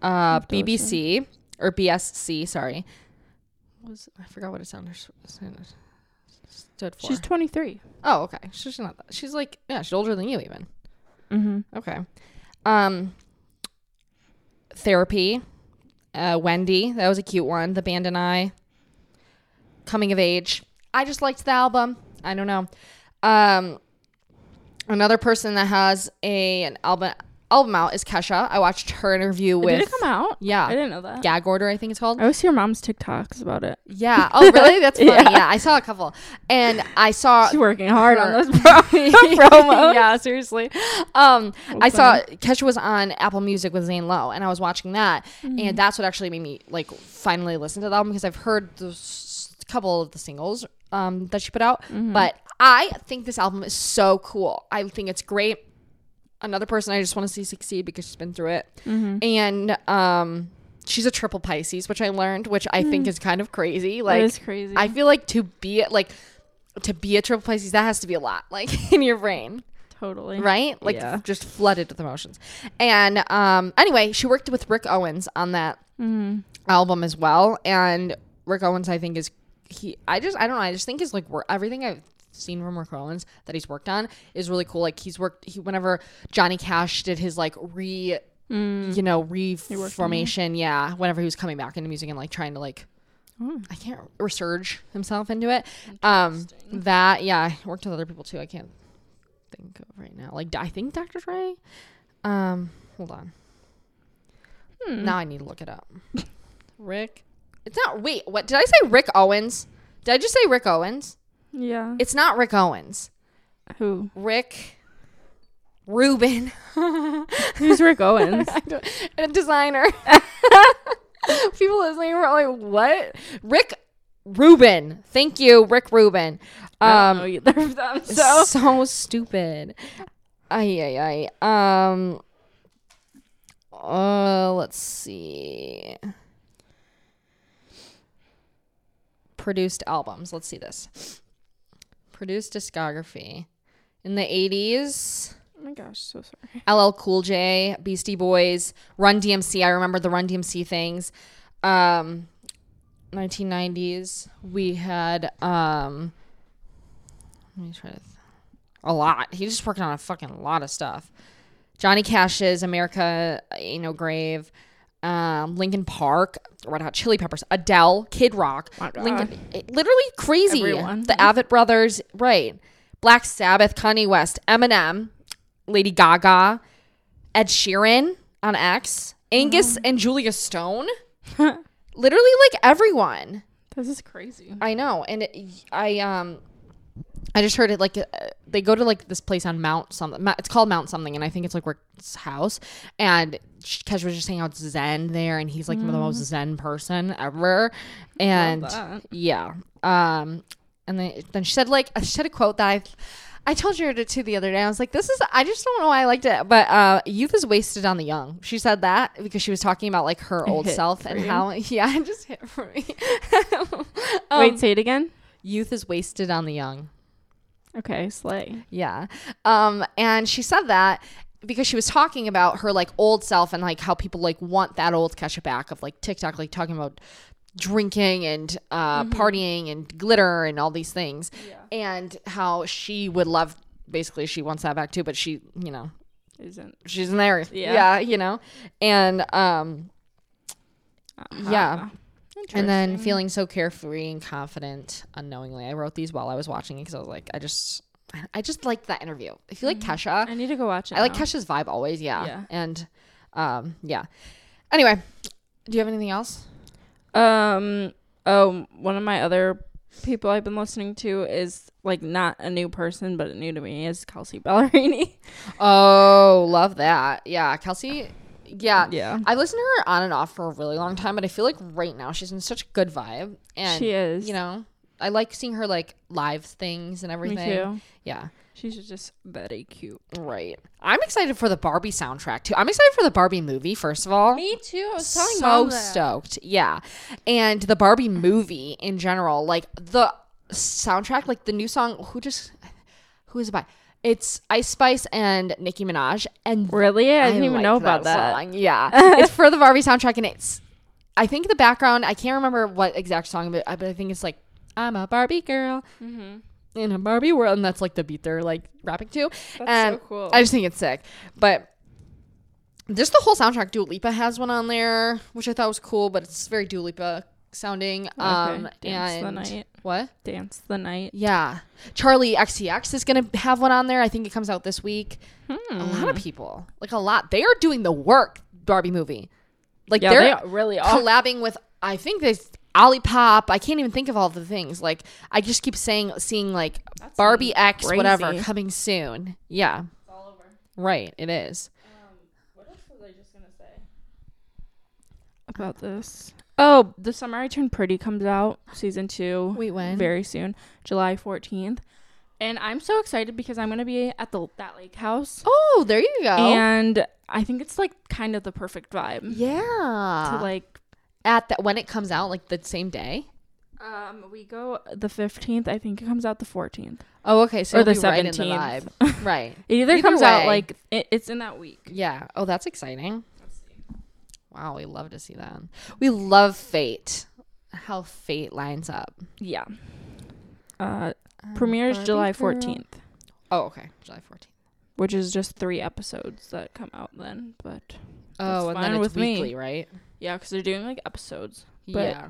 [SPEAKER 1] Uh,
[SPEAKER 2] to listen.
[SPEAKER 1] BBC or BSC, sorry. What was I forgot what it sounded sounded- stood for.
[SPEAKER 2] she's 23.
[SPEAKER 1] oh, okay. She's not. That. She's like yeah, she's older than you even.
[SPEAKER 2] Mm-hmm.
[SPEAKER 1] Okay. Um Therapy. Uh Wendy, that was a cute one. The Band and I. Coming of Age. I just liked the album. I don't know. Um another person that has a an album album out is Kesha. I watched her interview with
[SPEAKER 2] Did it come out? Oh.
[SPEAKER 1] Yeah.
[SPEAKER 2] I didn't know that.
[SPEAKER 1] Gag Order, I think it's called.
[SPEAKER 2] I always hear mom's TikToks about it.
[SPEAKER 1] Yeah. Oh, really? That's funny.
[SPEAKER 2] Yeah.
[SPEAKER 1] yeah. I saw a couple. And I saw
[SPEAKER 2] She's working hard on
[SPEAKER 1] her.
[SPEAKER 2] those pro- promos.
[SPEAKER 1] yeah, seriously. Um, I saw
[SPEAKER 2] funny.
[SPEAKER 1] Kesha was on Apple Music with Zane Lowe, and I was watching that,
[SPEAKER 2] Mm-hmm.
[SPEAKER 1] and that's what actually made me like finally listen to the album because I've heard the s- couple of the singles um, that she put out,
[SPEAKER 2] Mm-hmm.
[SPEAKER 1] but I think this album is so cool. I think it's great. Another person I just want to see succeed because she's been through it,
[SPEAKER 2] Mm-hmm.
[SPEAKER 1] and um, she's a triple Pisces, which I learned, which I think is kind of crazy. Like
[SPEAKER 2] Mm. is crazy.
[SPEAKER 1] I feel like to be like to be a triple Pisces, that has to be a lot, like in your brain,
[SPEAKER 2] Totally.
[SPEAKER 1] right? Like
[SPEAKER 2] Yeah.
[SPEAKER 1] f- just flooded with emotions. And um, anyway, she worked with Rick Owens on that
[SPEAKER 2] Mm-hmm.
[SPEAKER 1] album as well. And Rick Owens, I think, is he. I just I don't know. I just think is like wor- everything I've seen from Rick Owens that he's worked on is really cool. Like he's worked. He whenever Johnny Cash did his like re. You know, reformation. Yeah, whenever he was coming back into music and like trying to like I can't resurge himself into it. Um, that yeah, I worked with other people too. I can't think of right now. Like I think Dr. Dre. Um, hold on. Now I need to look it up. Rick. It's not. Wait, what did I say? Rick Owens. Did I just say Rick Owens?
[SPEAKER 2] Yeah.
[SPEAKER 1] It's not Rick Owens.
[SPEAKER 2] Who?
[SPEAKER 1] Rick. Ruben.
[SPEAKER 2] Who's Rick Owens?
[SPEAKER 1] I don't- a designer. People listening were like, "What?" Rick Rubin. Thank you, Rick Rubin.
[SPEAKER 2] I don't know
[SPEAKER 1] Um,
[SPEAKER 2] either of them.
[SPEAKER 1] so
[SPEAKER 2] So
[SPEAKER 1] stupid. Ay ay ay. Um. Uh, let's see. Produced albums. Let's see this. Produced discography. In the 80s,
[SPEAKER 2] Oh my gosh, so sorry.
[SPEAKER 1] LL Cool J, Beastie Boys, Run DMC. I remember the Run DMC things. Um, 1990s. We had um, let me try to th- a lot. He just worked on a fucking lot of stuff. Johnny Cash's America Ain't No Grave, um, Lincoln Park, Red Hot Chili Peppers, Adele, Kid Rock,
[SPEAKER 2] My God.
[SPEAKER 1] Lincoln, literally crazy.
[SPEAKER 2] Everyone.
[SPEAKER 1] The Avett Brothers, right? Black Sabbath, Kanye West, Eminem, Lady Gaga, Ed Sheeran on X, Angus
[SPEAKER 2] Mm-hmm.
[SPEAKER 1] and Julia Stone. Literally, like everyone.
[SPEAKER 2] This is crazy.
[SPEAKER 1] I know, and it, I um, I just heard it like uh, they go to like this place on Mount something. Mou- It's called Mount something, and I think it's like Rick's house. And Sh- Kesha was just saying how it's zen there, and he's like the most zen person ever. And
[SPEAKER 2] Mm-hmm. that.
[SPEAKER 1] yeah, um, and then then she said like she said a quote that I. I told you to, to the other day. I was like, "This is." I just don't know why I liked it, but uh, youth is wasted on the young. She said that because she was talking about like her old
[SPEAKER 2] hit
[SPEAKER 1] self
[SPEAKER 2] for
[SPEAKER 1] and
[SPEAKER 2] you.
[SPEAKER 1] how yeah, it just hit for me. Um,
[SPEAKER 2] Wait, say it again.
[SPEAKER 1] youth is wasted on the young.
[SPEAKER 2] Okay, slay.
[SPEAKER 1] Yeah. Um, and she said that because she was talking about her like old self and like how people like want that old Kesha back of like TikTok, like talking about drinking and uh, partying and glitter and all these things, and how she would love. Basically, she wants that back too, but she, you know,
[SPEAKER 2] Isn't
[SPEAKER 1] she's in there.
[SPEAKER 2] Yeah.
[SPEAKER 1] yeah you know, and um,
[SPEAKER 2] Uh-huh.
[SPEAKER 1] yeah. And then feeling so carefree and confident unknowingly. I wrote these while I was watching it because I was like, I just, I just liked that interview. If you like Kesha,
[SPEAKER 2] Mm-hmm. I need to go watch it.
[SPEAKER 1] I like
[SPEAKER 2] now.
[SPEAKER 1] Kesha's vibe always. Yeah.
[SPEAKER 2] Yeah.
[SPEAKER 1] And, um, yeah. Anyway, do you have anything else?
[SPEAKER 2] Um. Oh, one of my other people I've been listening to is like not a new person, but Uh, new to me is Kelsey Ballerini.
[SPEAKER 1] Oh, love that. Yeah, Kelsey. Yeah.
[SPEAKER 2] Yeah.
[SPEAKER 1] I've listened to her on and off for a really long time, but I feel like right now she's in such a good vibe. And
[SPEAKER 2] She is.
[SPEAKER 1] You know, I like seeing her like live things and everything.
[SPEAKER 2] too.
[SPEAKER 1] Yeah.
[SPEAKER 2] She's just very cute.
[SPEAKER 1] Right. I'm excited for the Barbie soundtrack too. I'm excited for the Barbie movie, first of all.
[SPEAKER 2] Me too. I was telling
[SPEAKER 1] so
[SPEAKER 2] mom that.
[SPEAKER 1] stoked. Yeah. And the Barbie movie in general, like the soundtrack, like the new song, who just who is it by? It's Ice Spice and Nicki Minaj. And
[SPEAKER 2] Really? I didn't even
[SPEAKER 1] like
[SPEAKER 2] know about that.
[SPEAKER 1] song. Yeah, it's for the Barbie soundtrack, and it's I think the background. I can't remember what exact song, but I, but I think it's like I'm a Barbie girl
[SPEAKER 2] Mm-hmm.
[SPEAKER 1] in a Barbie world, and that's like the beat they're like rapping to.
[SPEAKER 2] That's
[SPEAKER 1] and
[SPEAKER 2] so cool.
[SPEAKER 1] I just think it's sick, but. Just the whole soundtrack. Dua Lipa has one on there, which I thought was cool, but it's very Dua Lipa sounding. Um,
[SPEAKER 2] Dance the
[SPEAKER 1] and
[SPEAKER 2] Night.
[SPEAKER 1] what?
[SPEAKER 2] Dance the night.
[SPEAKER 1] Yeah, Charlie XCX is gonna have one on there. I think it comes out this week
[SPEAKER 2] Hmm.
[SPEAKER 1] a lot
[SPEAKER 2] Mm.
[SPEAKER 1] of people like a lot they are doing the work barbie movie like
[SPEAKER 2] Yeah,
[SPEAKER 1] they're
[SPEAKER 2] they really are.
[SPEAKER 1] collabing with i think there's olipop i can't even think of all the things like i just keep saying seeing like barbie x whatever
[SPEAKER 2] crazy.
[SPEAKER 1] coming soon yeah right it is
[SPEAKER 2] about this. Oh, the summer I turned pretty comes out season two.
[SPEAKER 1] Wait, when?
[SPEAKER 2] Very soon, July fourteenth, and I'm so excited because I'm gonna be at the that lake house,
[SPEAKER 1] oh there you go
[SPEAKER 2] and I think it's like kind of the perfect vibe
[SPEAKER 1] yeah
[SPEAKER 2] to like.
[SPEAKER 1] at that when it comes out like the same day
[SPEAKER 2] Um, we go the fifteenth. I think it comes out the fourteenth.
[SPEAKER 1] oh okay so
[SPEAKER 2] Or
[SPEAKER 1] it'll
[SPEAKER 2] the
[SPEAKER 1] be right in the
[SPEAKER 2] 17th.
[SPEAKER 1] vibe. right
[SPEAKER 2] It either,
[SPEAKER 1] Either
[SPEAKER 2] comes out
[SPEAKER 1] way.
[SPEAKER 2] like it, it's in that week.
[SPEAKER 1] Yeah. Oh, that's exciting. Wow, we love to see that. We love fate. How fate lines up.
[SPEAKER 2] Yeah. Uh, premieres
[SPEAKER 1] Barbie
[SPEAKER 2] July
[SPEAKER 1] girl.
[SPEAKER 2] fourteenth,
[SPEAKER 1] Oh, okay. July 14th.
[SPEAKER 2] which is just three episodes that come out then. But
[SPEAKER 1] Oh, and
[SPEAKER 2] fine
[SPEAKER 1] then it's
[SPEAKER 2] with me.
[SPEAKER 1] weekly, right?
[SPEAKER 2] yeah, because they're doing like episodes. But-
[SPEAKER 1] yeah.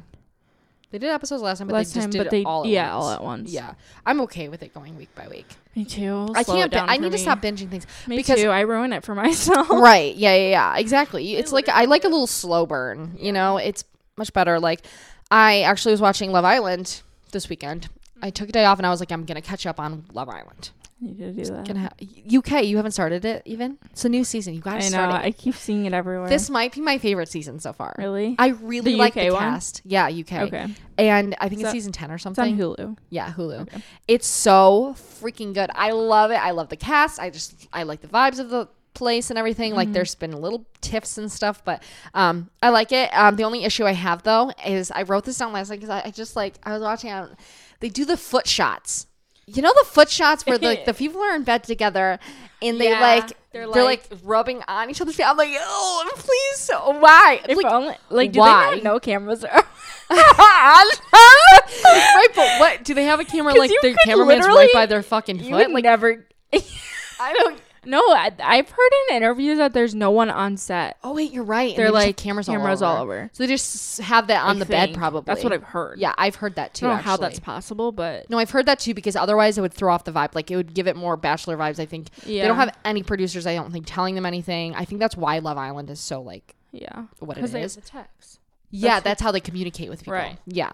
[SPEAKER 1] They did episodes last time, but
[SPEAKER 2] last
[SPEAKER 1] they just
[SPEAKER 2] time,
[SPEAKER 1] did
[SPEAKER 2] but they
[SPEAKER 1] all at
[SPEAKER 2] yeah
[SPEAKER 1] once.
[SPEAKER 2] all at once.
[SPEAKER 1] Yeah. I'm okay with it going week by week.
[SPEAKER 2] me too.
[SPEAKER 1] I
[SPEAKER 2] Slow it
[SPEAKER 1] can't bi-
[SPEAKER 2] down
[SPEAKER 1] I
[SPEAKER 2] for
[SPEAKER 1] need to
[SPEAKER 2] me.
[SPEAKER 1] stop binging things
[SPEAKER 2] Me
[SPEAKER 1] because
[SPEAKER 2] too. I ruin it for myself.
[SPEAKER 1] right yeah yeah yeah exactly it's like i like a little slow burn you know it's much better like i actually was watching love island this weekend i took a day off and i was like i'm gonna catch up on love island
[SPEAKER 2] I need to do that.
[SPEAKER 1] gonna ha- uk you haven't started it even it's a new season you gotta
[SPEAKER 2] I know.
[SPEAKER 1] start it
[SPEAKER 2] I keep seeing it everywhere.
[SPEAKER 1] this might be my favorite season so far
[SPEAKER 2] really?
[SPEAKER 1] i really
[SPEAKER 2] The
[SPEAKER 1] like
[SPEAKER 2] UK
[SPEAKER 1] the
[SPEAKER 2] one?
[SPEAKER 1] cast yeah uk
[SPEAKER 2] okay.
[SPEAKER 1] and i think
[SPEAKER 2] It's
[SPEAKER 1] it's
[SPEAKER 2] on-
[SPEAKER 1] season 10 or
[SPEAKER 2] It's on
[SPEAKER 1] something
[SPEAKER 2] Hulu.
[SPEAKER 1] yeah, Hulu. It's so freaking good. I love it. I love the cast. I just I like the vibes of the place and everything. Like there's been little tiffs and stuff, but um, I like it. Um, the only issue I have though is I wrote this down last night because I, I just like I was watching. I don't- they do the foot shots. You know the foot shots where the, the people are in bed together and they
[SPEAKER 2] Yeah,
[SPEAKER 1] like
[SPEAKER 2] they're
[SPEAKER 1] they're, like, rubbing on each other's face. I'm like, oh please, why?
[SPEAKER 2] If
[SPEAKER 1] Like,
[SPEAKER 2] only, like, do
[SPEAKER 1] why?
[SPEAKER 2] they not know cameras are?
[SPEAKER 1] right, but what do they have a camera
[SPEAKER 2] 'Cause
[SPEAKER 1] like
[SPEAKER 2] you
[SPEAKER 1] their
[SPEAKER 2] could
[SPEAKER 1] cameraman's right
[SPEAKER 2] literally-
[SPEAKER 1] by their fucking
[SPEAKER 2] you
[SPEAKER 1] foot?
[SPEAKER 2] would
[SPEAKER 1] Like
[SPEAKER 2] never.
[SPEAKER 1] I don't.
[SPEAKER 2] No, I, I've heard in interviews that there's no one on set.
[SPEAKER 1] Oh wait, you're right. And
[SPEAKER 2] They're
[SPEAKER 1] they just
[SPEAKER 2] like
[SPEAKER 1] have cameras,
[SPEAKER 2] cameras
[SPEAKER 1] all,
[SPEAKER 2] all
[SPEAKER 1] over.
[SPEAKER 2] over.
[SPEAKER 1] So they just s- have that on
[SPEAKER 2] I
[SPEAKER 1] the bed
[SPEAKER 2] think.
[SPEAKER 1] probably.
[SPEAKER 2] That's what I've heard.
[SPEAKER 1] Yeah, I've heard that
[SPEAKER 2] I
[SPEAKER 1] too.
[SPEAKER 2] don't know how
[SPEAKER 1] actually.
[SPEAKER 2] that's possible, but
[SPEAKER 1] No, I've heard that too because otherwise it would throw off the vibe. Like it would give it more bachelor vibes. I think they
[SPEAKER 2] Yeah.
[SPEAKER 1] don't have any producers. I don't think telling them anything. I think that's why Love Island is so like
[SPEAKER 2] yeah,
[SPEAKER 1] What it
[SPEAKER 2] they have
[SPEAKER 1] is.
[SPEAKER 2] the text.
[SPEAKER 1] yeah that's how they communicate with people
[SPEAKER 2] Right.
[SPEAKER 1] yeah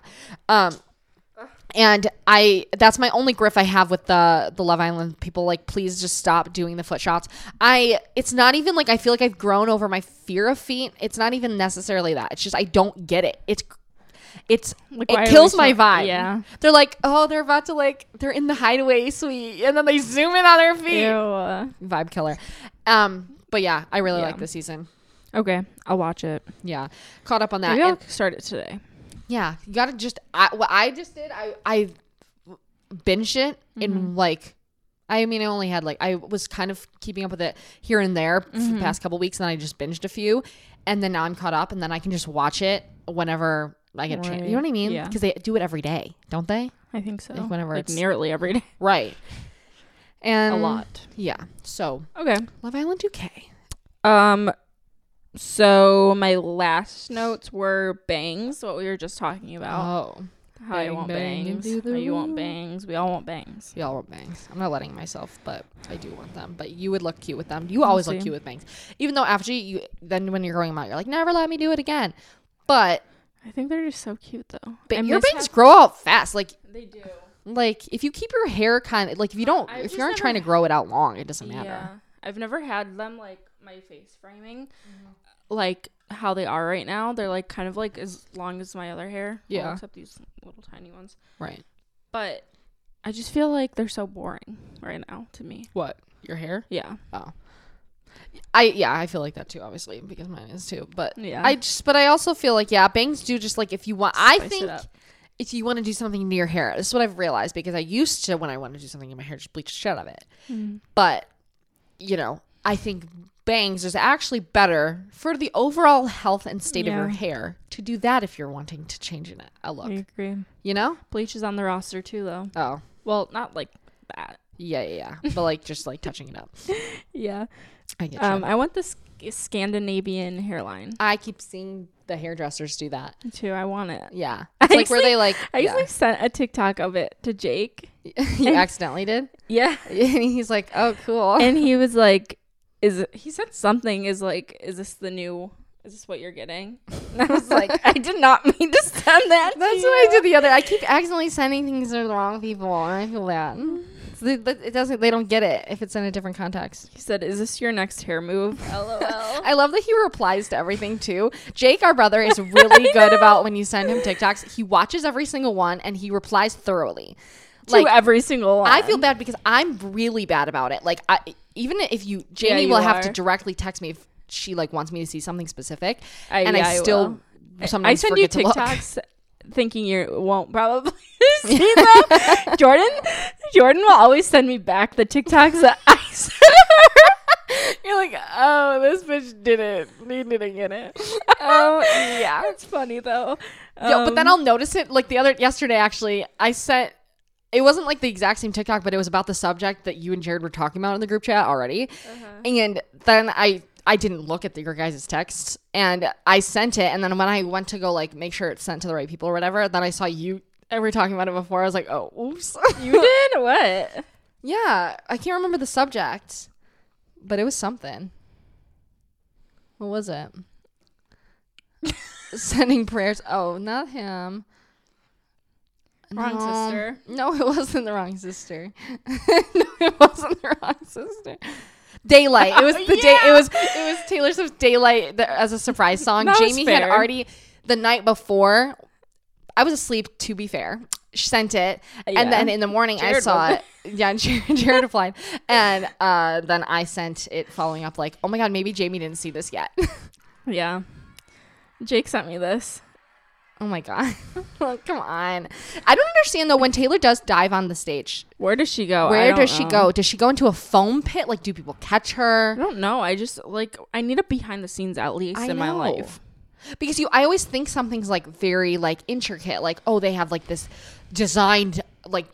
[SPEAKER 1] um and i that's my only griff i have with the the love island people like please just stop doing the foot shots i it's not even like i feel like i've grown over my fear of feet it's not even necessarily that it's just i don't get it it's it's
[SPEAKER 2] Like, why are
[SPEAKER 1] it kills
[SPEAKER 2] we
[SPEAKER 1] my
[SPEAKER 2] so-
[SPEAKER 1] vibe
[SPEAKER 2] yeah.
[SPEAKER 1] they're like oh they're about to like they're in the hideaway suite and then they zoom in on their feet
[SPEAKER 2] Ew.
[SPEAKER 1] vibe killer um but yeah i really
[SPEAKER 2] Yeah.
[SPEAKER 1] like this season
[SPEAKER 2] Okay, I'll watch it.
[SPEAKER 1] yeah caught up on that
[SPEAKER 2] Maybe I'll
[SPEAKER 1] And-
[SPEAKER 2] start it today.
[SPEAKER 1] yeah, you gotta just. I, what I just did, I I binged it
[SPEAKER 2] Mm-hmm.
[SPEAKER 1] in like. I mean, I only had like I was kind of keeping up with it here and there for
[SPEAKER 2] Mm-hmm.
[SPEAKER 1] the past couple weeks, and then I just binged a few, and then now I'm caught up, and then I can just watch it whenever I get a chance. You know
[SPEAKER 2] Right.
[SPEAKER 1] what I mean?
[SPEAKER 2] Yeah.
[SPEAKER 1] Because they do it every day, don't they?
[SPEAKER 2] I think so.
[SPEAKER 1] Like, whenever
[SPEAKER 2] like
[SPEAKER 1] it's-
[SPEAKER 2] nearly every day.
[SPEAKER 1] Right. And
[SPEAKER 2] A lot.
[SPEAKER 1] yeah. So
[SPEAKER 2] Okay.
[SPEAKER 1] Love Island UK.
[SPEAKER 2] Um so my last notes were bangs, what we were just talking about.
[SPEAKER 1] Oh,
[SPEAKER 2] how I
[SPEAKER 1] bang,
[SPEAKER 2] want
[SPEAKER 1] bang
[SPEAKER 2] bangs.
[SPEAKER 1] into the
[SPEAKER 2] How you want
[SPEAKER 1] room.
[SPEAKER 2] bangs. We all want bangs.
[SPEAKER 1] y'all want bangs. I'm not letting myself, but I do want them. But you would look cute with them. You always look
[SPEAKER 2] see.
[SPEAKER 1] cute with bangs, even though after you, then when you're growing them out, you're like, never let me do it again. But
[SPEAKER 2] I think they're just so cute though.
[SPEAKER 1] but
[SPEAKER 2] And
[SPEAKER 1] your
[SPEAKER 2] this
[SPEAKER 1] bangs
[SPEAKER 2] has-
[SPEAKER 1] grow out fast. Like
[SPEAKER 2] they do.
[SPEAKER 1] like if you keep your hair kind of like if you don't
[SPEAKER 2] I've
[SPEAKER 1] if
[SPEAKER 2] just
[SPEAKER 1] you aren't
[SPEAKER 2] never
[SPEAKER 1] trying to grow it out long, it doesn't matter.
[SPEAKER 2] Yeah. I've never had them like my face framing, like how they are right now. They're like kind of like as long as my other hair. Well,
[SPEAKER 1] Yeah.
[SPEAKER 2] except these little tiny ones.
[SPEAKER 1] Right.
[SPEAKER 2] But I just feel like they're so boring right now to me.
[SPEAKER 1] What? Your hair?
[SPEAKER 2] Yeah.
[SPEAKER 1] I yeah, I feel like that too, obviously, because mine is too. But
[SPEAKER 2] Yeah.
[SPEAKER 1] I just but I also feel like yeah, bangs do just like if you want I
[SPEAKER 2] Spice it
[SPEAKER 1] think
[SPEAKER 2] up.
[SPEAKER 1] if you want to do something to your hair, this is what I've realized because I used to when I wanted to do something in my hair just bleach the shit out of it.
[SPEAKER 2] Mm,
[SPEAKER 1] But you know, I think bangs is actually better for the overall health and state of
[SPEAKER 2] Yeah.
[SPEAKER 1] your hair to do that if you're wanting to change in a- a look.
[SPEAKER 2] agree.
[SPEAKER 1] You know?
[SPEAKER 2] Bleach is on the roster too, though.
[SPEAKER 1] Oh.
[SPEAKER 2] Well, not like that.
[SPEAKER 1] Yeah, yeah, yeah. But like just like touching it up.
[SPEAKER 2] Yeah.
[SPEAKER 1] I get you.
[SPEAKER 2] Um, I want this Scandinavian hairline
[SPEAKER 1] I keep seeing the hairdressers do that.
[SPEAKER 2] too. I want it.
[SPEAKER 1] Yeah. It's like where
[SPEAKER 2] actually-
[SPEAKER 1] they like
[SPEAKER 2] I
[SPEAKER 1] yeah.
[SPEAKER 2] actually sent a TikTok of it to Jake.
[SPEAKER 1] you accidentally did?
[SPEAKER 2] Yeah.
[SPEAKER 1] And he's like, oh, cool.
[SPEAKER 2] and he was like, "Is it, he said something? Is like, is this the new? Is this what you're getting?" And I was like, "I did not mean to send that." to
[SPEAKER 1] That's
[SPEAKER 2] you."
[SPEAKER 1] what I did the other. I keep accidentally sending things to the wrong people, and I feel that.
[SPEAKER 2] Mm.
[SPEAKER 1] It's the- but It doesn't. They don't get it if it's in a different context.
[SPEAKER 2] He said, "Is this your next hair move?" LOL.
[SPEAKER 1] I love that he replies to everything too. Jake, our brother, is really good about when you send him TikToks. He watches every single one and he replies thoroughly.
[SPEAKER 2] Like every single one.
[SPEAKER 1] I feel bad because I'm really bad about it. Like, I even if you Jamie
[SPEAKER 2] you
[SPEAKER 1] will have to
[SPEAKER 2] are.
[SPEAKER 1] directly text me if she like wants me to see something specific,
[SPEAKER 2] I-
[SPEAKER 1] and
[SPEAKER 2] yeah,
[SPEAKER 1] I
[SPEAKER 2] I
[SPEAKER 1] still
[SPEAKER 2] I- I
[SPEAKER 1] sometimes
[SPEAKER 2] send you
[SPEAKER 1] forget to look.
[SPEAKER 2] TikToks thinking you won't probably see them. Jordan, Jordan will always send me back the TikToks that I sent her. You're like, oh, this bitch didn't. He didn't get it. Oh, yeah. It's funny though.
[SPEAKER 1] Yeah, but then
[SPEAKER 2] Um,
[SPEAKER 1] I'll notice it. Like the other yesterday, actually, I sent. It wasn't like the exact same TikTok, but it was about the subject that you and Jared were talking about in the group chat already.
[SPEAKER 2] Uh-huh.
[SPEAKER 1] And then I I didn't look at the, your guys' texts, and I sent it. And then when I went to go like make sure it's sent to the right people or whatever, then I saw you. And we were talking about it before. I was like, oh, oops.
[SPEAKER 2] you did what?
[SPEAKER 1] yeah, I can't remember the subject, but it was something. What was it? Sending prayers. Oh, not him.
[SPEAKER 2] Wrong
[SPEAKER 1] No.
[SPEAKER 2] sister.
[SPEAKER 1] No, it wasn't the wrong sister. no, it wasn't the wrong sister. Daylight. It was the day. It was it was Taylor Swift's Daylight th- as a surprise song.
[SPEAKER 2] That was
[SPEAKER 1] Jamie had
[SPEAKER 2] fair.
[SPEAKER 1] already the night before. I was asleep. To be fair, she sent it,
[SPEAKER 2] Yeah.
[SPEAKER 1] and then in the morning I
[SPEAKER 2] Jared
[SPEAKER 1] saw it.
[SPEAKER 2] was.
[SPEAKER 1] Yeah, and Jared, Jared replied, and uh, then I sent it following up like, oh my god, maybe Jamie didn't see this yet.
[SPEAKER 2] Yeah. Jake sent me this.
[SPEAKER 1] oh my god, come on. I don't understand though when Taylor does dive on the stage.
[SPEAKER 2] Where does she go? Oh, I
[SPEAKER 1] Where
[SPEAKER 2] don't
[SPEAKER 1] does she
[SPEAKER 2] know.
[SPEAKER 1] go? Does she go into a foam pit? Like, do people catch
[SPEAKER 2] I
[SPEAKER 1] her?
[SPEAKER 2] don't know. I just like I need a behind the scenes at least
[SPEAKER 1] I
[SPEAKER 2] in my
[SPEAKER 1] know.
[SPEAKER 2] life.
[SPEAKER 1] Because you, I always think something's like very like intricate. Like, oh, they have like this designed like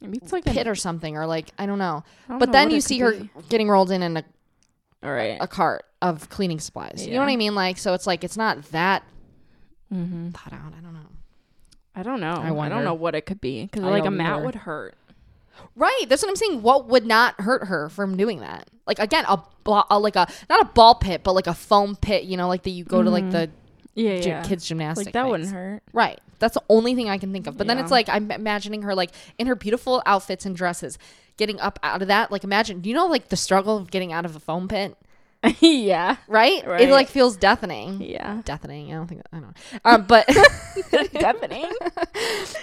[SPEAKER 2] Maybe it's like
[SPEAKER 1] pit or something, or like I don't know.
[SPEAKER 2] don't
[SPEAKER 1] but
[SPEAKER 2] know
[SPEAKER 1] then
[SPEAKER 2] what
[SPEAKER 1] you
[SPEAKER 2] it
[SPEAKER 1] see
[SPEAKER 2] could
[SPEAKER 1] her
[SPEAKER 2] be.
[SPEAKER 1] getting rolled in in a,
[SPEAKER 2] a, all right.
[SPEAKER 1] a cart of cleaning supplies. You know what
[SPEAKER 2] Yeah.
[SPEAKER 1] I mean? Like, so it's like it's not that
[SPEAKER 2] Mm-hmm.
[SPEAKER 1] thought out. I don't know.
[SPEAKER 2] I don't know. I,
[SPEAKER 1] wonder.
[SPEAKER 2] don't know what it could be because
[SPEAKER 1] I
[SPEAKER 2] like a
[SPEAKER 1] don't
[SPEAKER 2] mat
[SPEAKER 1] either.
[SPEAKER 2] would hurt.
[SPEAKER 1] Right. That's what I'm saying. What would not hurt her from doing that? Like again, a, ball, a like a not a ball pit, but like a foam pit. You know, like that you go to like the
[SPEAKER 2] Mm-hmm. Yeah,
[SPEAKER 1] gy- kids gymnastics.
[SPEAKER 2] like that wouldn't hurt.
[SPEAKER 1] Right. That's the only thing I can think of. But then
[SPEAKER 2] Yeah.
[SPEAKER 1] it's like I'm imagining her like in her beautiful outfits and dresses getting up out of that. Like imagine, do you know like the struggle of getting out of a foam pit?
[SPEAKER 2] yeah,
[SPEAKER 1] Right?
[SPEAKER 2] Right.
[SPEAKER 1] It like feels deathing.
[SPEAKER 2] yeah,
[SPEAKER 1] Deathing. I don't think I don't know. Um, but
[SPEAKER 2] deafening.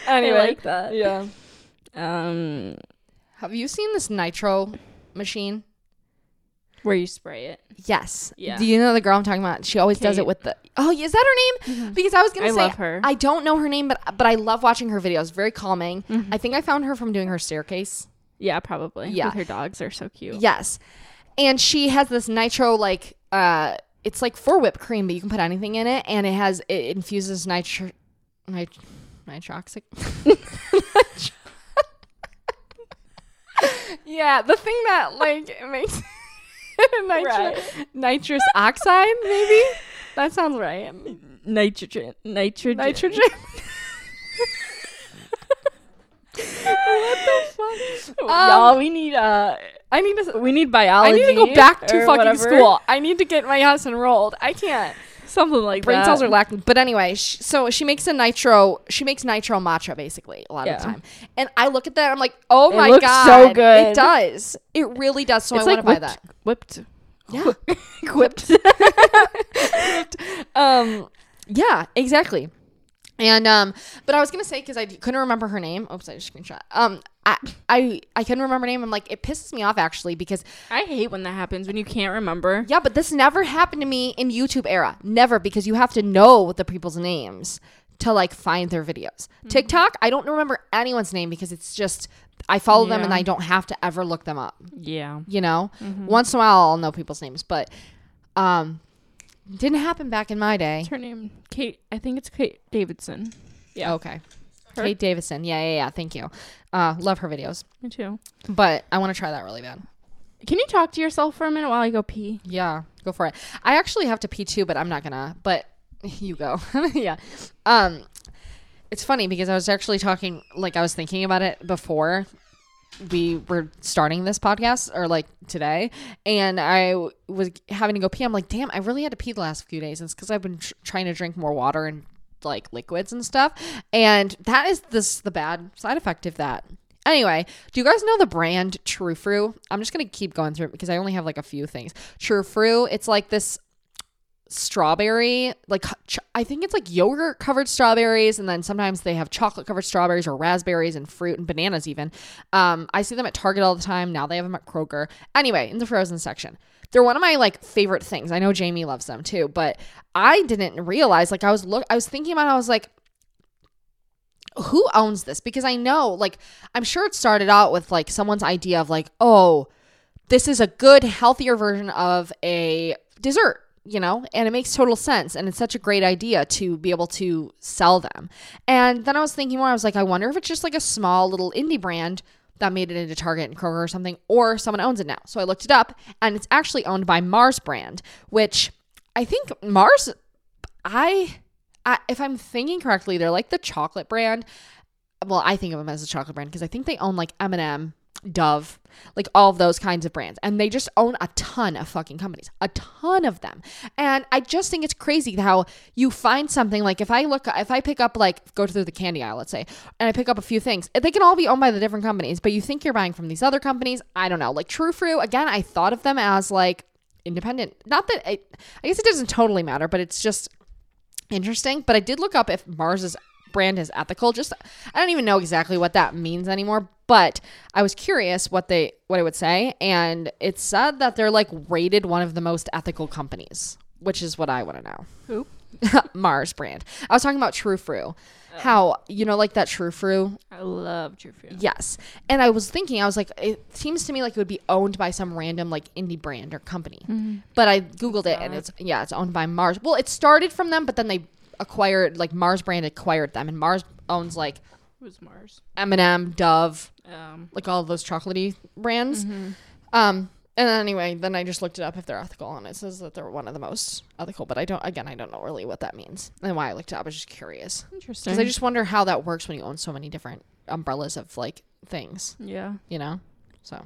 [SPEAKER 1] anyway,
[SPEAKER 2] I like that.
[SPEAKER 1] yeah.
[SPEAKER 2] Um,
[SPEAKER 1] Have you seen this nitro machine?
[SPEAKER 2] where you spray it?
[SPEAKER 1] Yes.
[SPEAKER 2] Yeah.
[SPEAKER 1] Do you know the girl I'm talking about? She always does it
[SPEAKER 2] Kate.
[SPEAKER 1] with the. Oh, is that her name? Because I was gonna
[SPEAKER 2] I
[SPEAKER 1] say
[SPEAKER 2] love her.
[SPEAKER 1] I don't know her name, but but I love watching her videos. Very calming. I think I found her from doing her staircase.
[SPEAKER 2] Yeah, probably.
[SPEAKER 1] Yeah.
[SPEAKER 2] with her dogs are so cute.
[SPEAKER 1] Yes. And she has this nitro like uh it's like for whipped cream, but you can put anything in it and it has it infuses nitro nit- nitroxic Yeah, the thing that like it makes nitro-
[SPEAKER 2] Right.
[SPEAKER 1] nitrous oxide, maybe? That sounds right.
[SPEAKER 2] Nitrogen, nitrogen,
[SPEAKER 1] Nitrogen. what the fuck? Um,
[SPEAKER 2] Y'all, we need uh,
[SPEAKER 1] I need to
[SPEAKER 2] we need biology.
[SPEAKER 1] I need to go back to
[SPEAKER 2] or
[SPEAKER 1] fucking
[SPEAKER 2] whatever.
[SPEAKER 1] school. I need to get my ass enrolled. I can't.
[SPEAKER 2] something like
[SPEAKER 1] brain
[SPEAKER 2] that.
[SPEAKER 1] cells are lacking. But anyway, sh so she makes a nitro. She makes nitro matcha basically a lot of
[SPEAKER 2] Yeah.
[SPEAKER 1] the time. And I look at that, I'm like, oh
[SPEAKER 2] It
[SPEAKER 1] my
[SPEAKER 2] looks
[SPEAKER 1] god,
[SPEAKER 2] so good.
[SPEAKER 1] It does. It really does. So
[SPEAKER 2] It's
[SPEAKER 1] I
[SPEAKER 2] like
[SPEAKER 1] want to buy
[SPEAKER 2] whipped-
[SPEAKER 1] that.
[SPEAKER 2] whipped.
[SPEAKER 1] Yeah.
[SPEAKER 2] Whipped.
[SPEAKER 1] um. Yeah. Exactly. And um. But I was gonna say because I d- couldn't remember her name. Oops, I just screenshot. Um. I I I couldn't remember her name. I'm like, it pisses me off actually because
[SPEAKER 2] I hate when that happens when you can't remember.
[SPEAKER 1] Yeah, but this never happened to me in YouTube era. Never because you have to know the people's names to like find their videos.
[SPEAKER 2] Mm-hmm.
[SPEAKER 1] TikTok, I don't remember anyone's name because it's just I follow them
[SPEAKER 2] Yeah. Mm-hmm.
[SPEAKER 1] and I don't have to ever look them up.
[SPEAKER 2] Yeah.
[SPEAKER 1] You know, once in a while I'll know people's names, but um, didn't happen back in my day.
[SPEAKER 2] What's her name? Kate. I think it's Kate Davidson. Yeah.
[SPEAKER 1] Okay,
[SPEAKER 2] Her.
[SPEAKER 1] Kate Davison. Yeah, yeah, yeah. Thank you. Uh, love her videos,
[SPEAKER 2] Me too.
[SPEAKER 1] but I want to try that really bad.
[SPEAKER 2] Can you talk to yourself for a minute while I go pee?
[SPEAKER 1] Yeah, go for it. I actually have to pee too, but I'm not gonna. But you go. yeah. Um, it's funny because I was actually talking, like I was thinking about it before we were starting this podcast or like today, and I w- was having to go pee. I'm like, damn, I really had to pee the last few days. It's because I've been tr- trying to drink more water and like liquids and stuff, and that is this the bad side effect of that. Anyway, do you guys know the brand True Fru? I'm just gonna keep going through it because I only have like a few things. True Fru, it's like this strawberry like ch- i think it's like yogurt covered strawberries and then sometimes they have chocolate covered strawberries or raspberries and fruit and bananas even um i see them at target all the time now they have them at kroger anyway in the frozen section they're one of my like favorite things i know jamie loves them too but i didn't realize like i was look i was thinking about it, i was like who owns this because i know like i'm sure it started out with like someone's idea of like oh this is a good healthier version of a dessert you know and it makes total sense and it's such a great idea to be able to sell them and then i was thinking more i was like i wonder if it's just like a small little indie brand that made it into target and kroger or something or someone owns it now so i looked it up and it's actually owned by mars brand which i think mars I, I if I'm thinking correctly, they're like the chocolate brand. Well, I think of them as a chocolate brand because I think they own like M&M, Dove, like all of those kinds of brands, and they just own a ton of fucking companies, a ton of them. And I just think it's crazy how you find something like if I look, if I pick up like go through the candy aisle, let's say, and I pick up a few things, they can all be owned by the different companies, but you think you're buying from these other companies. I don't know, like True Fruit. Again, I thought of them as like independent. Not that it, I guess it doesn't totally matter, but it's just interesting. But I did look up if Mars's brand is ethical. Just I don't even know exactly what that means anymore. But I was curious what they what it would say, and it said that they're like rated one of the most ethical companies, which is what I want to know.
[SPEAKER 2] Who?
[SPEAKER 1] Mars brand. I was talking about True Fru. How you know like that True Fru
[SPEAKER 2] I love True Fruit.
[SPEAKER 1] Yes. And I was thinking, I was like, it seems to me like it would be owned by some random like indie brand or company. But I Googled it and it's, yeah, it's owned by Mars. Well, it started from them, but then they acquired, like Mars brand acquired them. And Mars owns like
[SPEAKER 2] Who's Mars?
[SPEAKER 1] M&M, Dove,
[SPEAKER 2] Um,
[SPEAKER 1] like all those chocolatey brands. Um, and then anyway, then I just looked it up if they're ethical, and it says that they're one of the most ethical. But I don't, again, I don't know really what that means and why I looked it up. I was just curious
[SPEAKER 2] interesting.
[SPEAKER 1] because I just wonder how that works when you own so many different umbrellas of like things
[SPEAKER 2] yeah,
[SPEAKER 1] you know so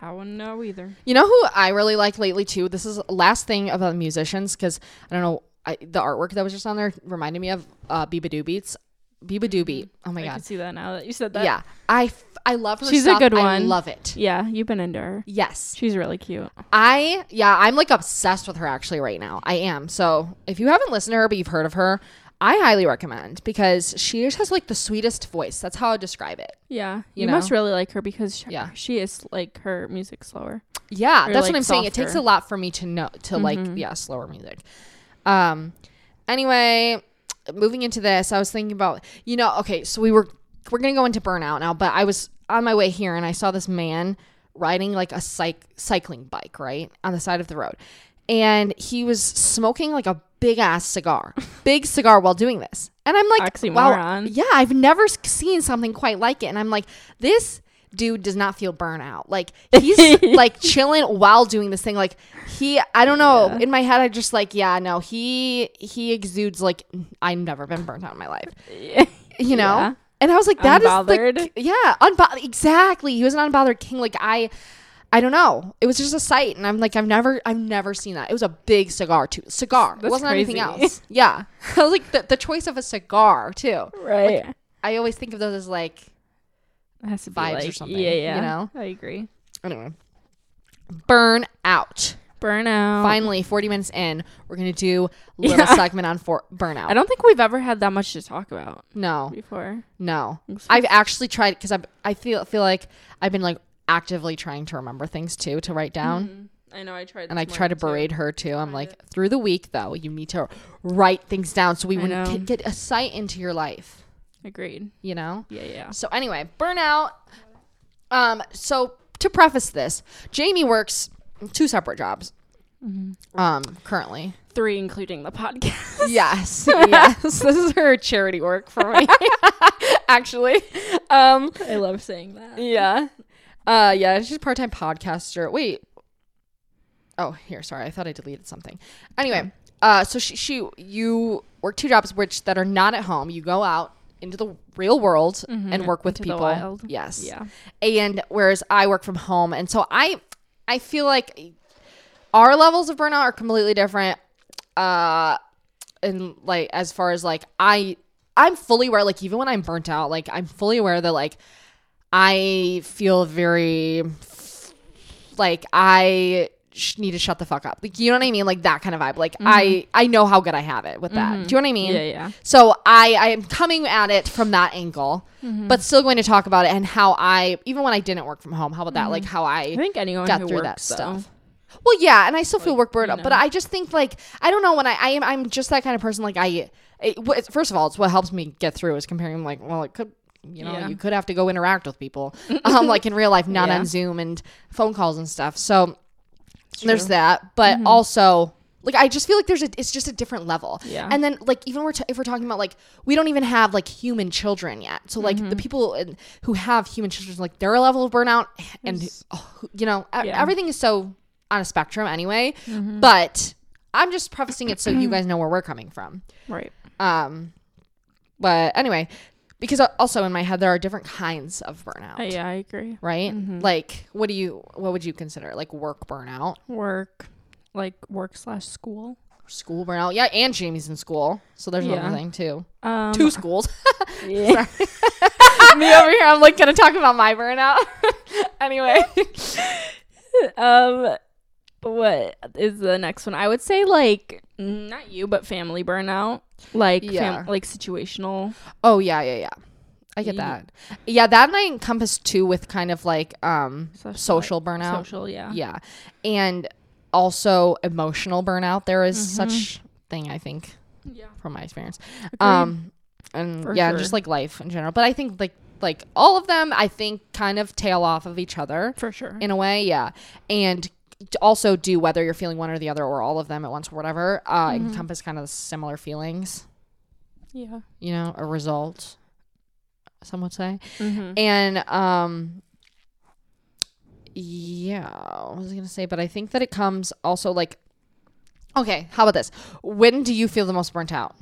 [SPEAKER 2] I wouldn't know either.
[SPEAKER 1] you know who i really like lately too this is last thing about musicians because i don't know I, the artwork that was just on there reminded me of uh biba doo beats biba doo beat oh my
[SPEAKER 2] I
[SPEAKER 1] god
[SPEAKER 2] can see that now that you said that.
[SPEAKER 1] yeah i f- i love her
[SPEAKER 2] She's a
[SPEAKER 1] stuff.
[SPEAKER 2] good
[SPEAKER 1] i
[SPEAKER 2] one.
[SPEAKER 1] love it
[SPEAKER 2] Yeah, you've been into her.
[SPEAKER 1] yes
[SPEAKER 2] She's really cute.
[SPEAKER 1] i yeah i'm like obsessed with her actually right now i am so if you haven't listened to her but you've heard of her i highly recommend because she just has like the sweetest voice that's how i describe it
[SPEAKER 2] Yeah, you,
[SPEAKER 1] You
[SPEAKER 2] must
[SPEAKER 1] know?
[SPEAKER 2] really like her because she,
[SPEAKER 1] Yeah.
[SPEAKER 2] she is like her music slower.
[SPEAKER 1] Yeah,
[SPEAKER 2] Or,
[SPEAKER 1] that's
[SPEAKER 2] like,
[SPEAKER 1] what I'm saying. It takes
[SPEAKER 2] softer. Mm-hmm.
[SPEAKER 1] a lot for me to know to like yeah, slower music. Um anyway, moving into this, I was thinking about you know, okay, so we were we're going to go into burnout now, but I was on my way here and I saw this man riding like a cyc- cycling bike, right? On the side of the road. And he was smoking like a big ass cigar. big cigar while doing this. And I'm like, wow,
[SPEAKER 2] Oxymoron.
[SPEAKER 1] yeah, I've never s- seen something quite like it. And I'm like, this dude does not feel burnout. Like he's like chilling while doing this thing. Like he, I don't know. In my head, I just like, yeah, no, he he exudes like I've never been burnt out in my life. You know.
[SPEAKER 2] Yeah.
[SPEAKER 1] And I was like, that is
[SPEAKER 2] Unbothered.
[SPEAKER 1] the yeah, unbothered. Exactly. He was an unbothered king. Like I, I don't know. It was just a sight, and I'm like, I've never, I've never seen that. It was a big cigar too. Cigar. it
[SPEAKER 2] That's
[SPEAKER 1] wasn't anything
[SPEAKER 2] crazy.
[SPEAKER 1] else. Yeah. I was like the, the choice of a cigar too.
[SPEAKER 2] Right.
[SPEAKER 1] I always think of those as like
[SPEAKER 2] it has to be
[SPEAKER 1] vibes or
[SPEAKER 2] like,
[SPEAKER 1] something,
[SPEAKER 2] Yeah,
[SPEAKER 1] you
[SPEAKER 2] yeah.
[SPEAKER 1] know?
[SPEAKER 2] I agree.
[SPEAKER 1] anyway. Burn out.
[SPEAKER 2] Burnout.
[SPEAKER 1] Finally, 40 minutes in, we're gonna do a little
[SPEAKER 2] Oh. Yeah.
[SPEAKER 1] segment on for burnout.
[SPEAKER 2] I don't think we've ever had that much to talk about
[SPEAKER 1] no,
[SPEAKER 2] before.
[SPEAKER 1] no. I've actually tried because I I feel feel like I've been like actively trying to remember things too to write
[SPEAKER 2] Mm-hmm.
[SPEAKER 1] down.
[SPEAKER 2] I know I tried.
[SPEAKER 1] and I try to berate her too. I'm like, through the week though, you need to write things down so we
[SPEAKER 2] I
[SPEAKER 1] would
[SPEAKER 2] know.
[SPEAKER 1] can get a sight into your life,
[SPEAKER 2] Agreed.
[SPEAKER 1] you know?
[SPEAKER 2] Yeah, yeah.
[SPEAKER 1] So anyway, burnout. Um, so to preface this, Jamie works two separate jobs. Um, currently.
[SPEAKER 2] Three, including the podcast.
[SPEAKER 1] Yes. yes. This is her charity work for me. Actually. Um
[SPEAKER 2] I love saying that.
[SPEAKER 1] Yeah. Uh yeah, she's a part-time podcaster. Wait. Oh, here, sorry. I thought I deleted something. Anyway, uh so she, she you work two jobs which that are not at home. You go out into the real world and work with
[SPEAKER 2] Mm-hmm. into the
[SPEAKER 1] people.
[SPEAKER 2] wild.
[SPEAKER 1] Yes.
[SPEAKER 2] Yeah.
[SPEAKER 1] And whereas I work from home and so I I feel like our levels of burnout are completely different. Uh and like as far as like I I'm fully aware like even when I'm burnt out, like I'm fully aware that like I feel very like I sh- need to shut the fuck up. Like you know what I mean? Like that kind of vibe. Like I I know how good I have it with that. Do you know what I mean?
[SPEAKER 2] Mm-hmm. Yeah, yeah.
[SPEAKER 1] So I I am coming at it from that angle,
[SPEAKER 2] Mm-hmm.
[SPEAKER 1] but still going to talk about it and how I even when I didn't work from home, how about
[SPEAKER 2] Mm-hmm.
[SPEAKER 1] that? Like how
[SPEAKER 2] I think anyone
[SPEAKER 1] got
[SPEAKER 2] who
[SPEAKER 1] through
[SPEAKER 2] works
[SPEAKER 1] that
[SPEAKER 2] though.
[SPEAKER 1] stuff. Well, yeah, and I still feel work burnout, but I just think like I don't know when I, I am I'm just that kind of person. Like I, it, wh- it's- first of all, it's what helps me get through is comparing. Like, well, it could you know
[SPEAKER 2] Yeah.
[SPEAKER 1] you could have to go interact with people, um, like in real life, not
[SPEAKER 2] Yeah.
[SPEAKER 1] on Zoom and phone calls and stuff. So there's that, but also. Like I just feel like there's a it's just a different level.
[SPEAKER 2] Yeah.
[SPEAKER 1] And then like even we're t- if we're talking about like we don't even have like human children yet. So like
[SPEAKER 2] Mm-hmm.
[SPEAKER 1] the people in, who have human children like their level of burnout and oh, you know e-
[SPEAKER 2] Yeah. Mm-hmm.
[SPEAKER 1] everything is so on a spectrum anyway. But I'm just prefacing it so you guys know where we're coming from.
[SPEAKER 2] Right.
[SPEAKER 1] Um, but anyway, because al- also in my head there are different kinds of burnout,
[SPEAKER 2] Uh, yeah, Mm-hmm. I agree.
[SPEAKER 1] right? Like, what do you what would you consider like work burnout,
[SPEAKER 2] Work, like work slash school.
[SPEAKER 1] school burnout? Yeah, and Jamie's in school, so there's
[SPEAKER 2] Yeah.
[SPEAKER 1] another thing too.
[SPEAKER 2] Um,
[SPEAKER 1] Two schools.
[SPEAKER 2] yeah.
[SPEAKER 1] Me over here, I'm like gonna talk about my burnout. anyway,
[SPEAKER 2] um what is the next one i would say like not you but family burnout like
[SPEAKER 1] Yeah.
[SPEAKER 2] fam- like situational
[SPEAKER 1] oh yeah, yeah, yeah. I get
[SPEAKER 2] Ye-
[SPEAKER 1] that. Yeah, that and I encompass too with kind of like um
[SPEAKER 2] Social-
[SPEAKER 1] social burnout.
[SPEAKER 2] social yeah
[SPEAKER 1] yeah and also emotional burnout there is such thing i think
[SPEAKER 2] yeah
[SPEAKER 1] from my experience um and
[SPEAKER 2] For
[SPEAKER 1] yeah and
[SPEAKER 2] sure.
[SPEAKER 1] just like life in general but i think like like all of them i think kind of tail off of each other
[SPEAKER 2] for sure
[SPEAKER 1] in a way yeah and d- also do whether you're feeling one or the other or all of them at once or whatever uh
[SPEAKER 2] Mm-hmm.
[SPEAKER 1] encompass kind of similar feelings
[SPEAKER 2] yeah
[SPEAKER 1] you know a result some would say
[SPEAKER 2] mm-hmm.
[SPEAKER 1] and um yeah, what was I gonna say? But I think that it comes also like Okay, how about this? When do you feel the most burnt out?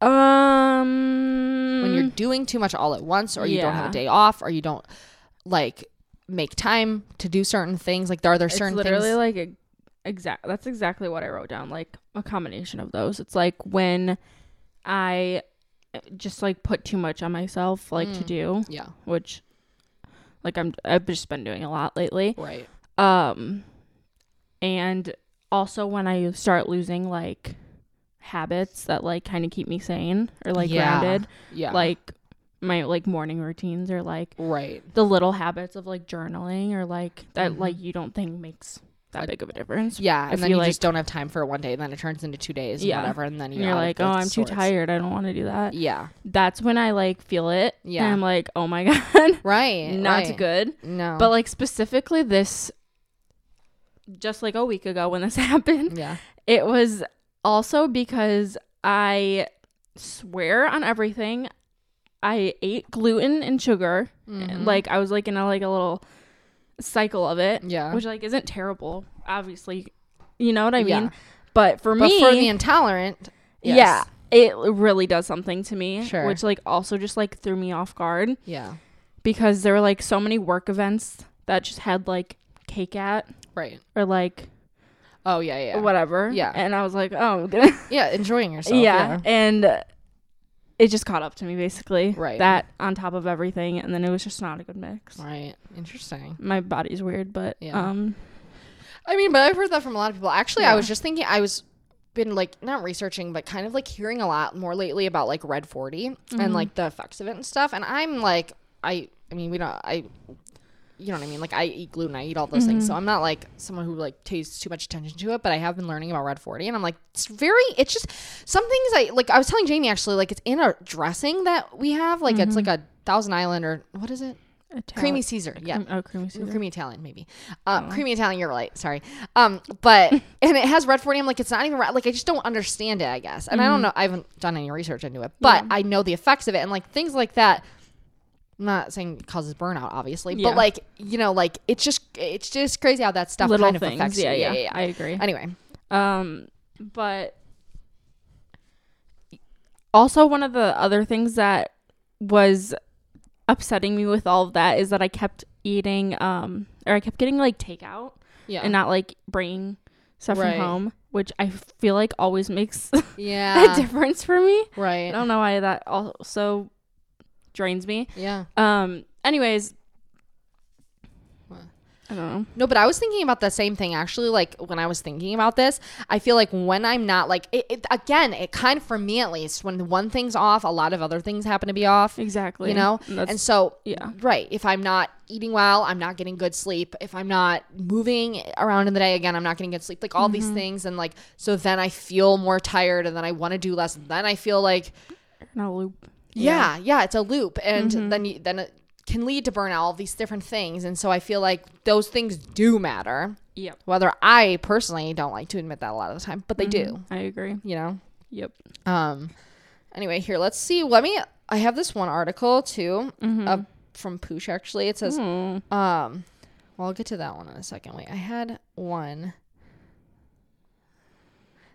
[SPEAKER 2] um
[SPEAKER 1] When you're doing too much all at once or you don't have a
[SPEAKER 2] Yeah.
[SPEAKER 1] day off or you don't like make time to do certain things. Like there are there
[SPEAKER 2] it's
[SPEAKER 1] certain
[SPEAKER 2] literally
[SPEAKER 1] things
[SPEAKER 2] like a, exact that's exactly what i wrote down like a combination of those it's like when i eh, just like put too much on myself like
[SPEAKER 1] Mm.
[SPEAKER 2] to do
[SPEAKER 1] Yeah.
[SPEAKER 2] which like i'm i've just been doing a lot lately
[SPEAKER 1] Right.
[SPEAKER 2] um and also when i start losing like habits that like kind of keep me sane or like
[SPEAKER 1] Yeah.
[SPEAKER 2] grounded
[SPEAKER 1] Yeah.
[SPEAKER 2] like my like morning routines or like
[SPEAKER 1] Right.
[SPEAKER 2] the little habits of like journaling or like that
[SPEAKER 1] Mm-hmm.
[SPEAKER 2] like you don't think makes that big of a difference
[SPEAKER 1] Yeah.
[SPEAKER 2] if
[SPEAKER 1] And then you
[SPEAKER 2] you,
[SPEAKER 1] just don't have time for it one day and then it turns into two days and
[SPEAKER 2] Yeah.
[SPEAKER 1] whatever and then
[SPEAKER 2] and
[SPEAKER 1] you're,
[SPEAKER 2] you're
[SPEAKER 1] out of
[SPEAKER 2] like
[SPEAKER 1] the
[SPEAKER 2] oh i'm too
[SPEAKER 1] sorts.
[SPEAKER 2] tired i don't want to do that
[SPEAKER 1] Yeah.
[SPEAKER 2] that's when i like feel it
[SPEAKER 1] Yeah.
[SPEAKER 2] and i'm like oh my god
[SPEAKER 1] Right.
[SPEAKER 2] not
[SPEAKER 1] right.
[SPEAKER 2] good
[SPEAKER 1] No.
[SPEAKER 2] but like specifically this just like a week ago when this happened
[SPEAKER 1] Yeah.
[SPEAKER 2] It was also because I swear on everything. I ate gluten and sugar.
[SPEAKER 1] Mhm.
[SPEAKER 2] Like I was like in a like a little cycle of it,
[SPEAKER 1] Yeah.
[SPEAKER 2] which like isn't terrible, obviously. You know what I mean?
[SPEAKER 1] Yeah.
[SPEAKER 2] But for
[SPEAKER 1] But
[SPEAKER 2] me,
[SPEAKER 1] for the intolerant, yes.
[SPEAKER 2] yeah, it really does something to me,
[SPEAKER 1] Sure.
[SPEAKER 2] which like also just like threw me off guard
[SPEAKER 1] Yeah.
[SPEAKER 2] because there were like so many work events that just had like cake at
[SPEAKER 1] Right.
[SPEAKER 2] or like
[SPEAKER 1] Oh yeah, yeah.
[SPEAKER 2] whatever.
[SPEAKER 1] Yeah.
[SPEAKER 2] And I was like, oh, I'm gonna-
[SPEAKER 1] Yeah, enjoying yourself.
[SPEAKER 2] yeah. And uh, it just caught up to me basically.
[SPEAKER 1] Right.
[SPEAKER 2] That on top of everything, and then it was just not a good mix.
[SPEAKER 1] Right. Interesting.
[SPEAKER 2] My body's weird, but
[SPEAKER 1] Yeah.
[SPEAKER 2] um,
[SPEAKER 1] I mean, but I've heard that from a lot of people. Actually, I
[SPEAKER 2] Yeah.
[SPEAKER 1] was just thinking I was been like not researching, but kind of like hearing a lot more lately about like Red 40 and like the effects of it and stuff. And I'm like, I I mean, we don't I you know what I mean? Like I eat gluten, I eat all those things. So I'm not like someone who like pays too much attention to it, but I have been learning about red 40 and I'm like, it's very, it's just some things I like, I was telling Jamie actually, like it's in a dressing that we have, like it's like a thousand island or what is it?
[SPEAKER 2] Italian-
[SPEAKER 1] Creamy Caesar. Yeah.
[SPEAKER 2] Oh, creamy Caesar.
[SPEAKER 1] Creamy Italian, maybe. Um, Creamy Italian, you're right. Sorry. Um, but and it has red forty. I'm like, it's not even red. Like, I just don't understand it. I guess, and I
[SPEAKER 2] Mm-hmm.
[SPEAKER 1] don't know. I haven't done any research into it, but I know the effects of it, and like things like that. I'm not saying it causes burnout, obviously,
[SPEAKER 2] Yeah.
[SPEAKER 1] but like you know, like it's just it's just crazy how that stuff
[SPEAKER 2] Little
[SPEAKER 1] kind of
[SPEAKER 2] things.
[SPEAKER 1] affects
[SPEAKER 2] Yeah,
[SPEAKER 1] you.
[SPEAKER 2] yeah, I agree.
[SPEAKER 1] Anyway,
[SPEAKER 2] Um, but also one of the other things that was upsetting me with all of that is that I kept eating, um, or I kept getting like takeout
[SPEAKER 1] yeah,
[SPEAKER 2] and not like bringing stuff
[SPEAKER 1] Right.
[SPEAKER 2] from home, which I feel like always makes a
[SPEAKER 1] yeah,
[SPEAKER 2] difference for me. I
[SPEAKER 1] right,
[SPEAKER 2] don't know why that also drains me.
[SPEAKER 1] yeah.
[SPEAKER 2] Um, anyways,
[SPEAKER 1] What?
[SPEAKER 2] I don't know.
[SPEAKER 1] No, but I was thinking about the same thing actually. Like when I was thinking about this, I feel like when I'm not like it, it again, it kind of for me at least, when one thing's off, a lot of other things happen to be off.
[SPEAKER 2] Exactly.
[SPEAKER 1] You know,
[SPEAKER 2] And that's,
[SPEAKER 1] and so
[SPEAKER 2] yeah.
[SPEAKER 1] right. If I'm not eating well, I'm not getting good sleep. If I'm not moving around in the day, again, I'm not getting good sleep. Like all these
[SPEAKER 2] Mm-hmm.
[SPEAKER 1] things, and like so, then I feel more tired, and then I want to do less. And then I feel like
[SPEAKER 2] in a loop.
[SPEAKER 1] yeah yeah it's a loop and
[SPEAKER 2] Mm-hmm.
[SPEAKER 1] then you, then it can lead to burnout all these different things and so i feel like those things do matter
[SPEAKER 2] Yep.
[SPEAKER 1] whether i personally don't like to admit that a lot of the time but they do
[SPEAKER 2] I agree.
[SPEAKER 1] you know
[SPEAKER 2] Yep.
[SPEAKER 1] um anyway here let's see let me i have this one article too uh, from poosh actually it says
[SPEAKER 2] Mm.
[SPEAKER 1] um well i'll get to that one in a second wait i had one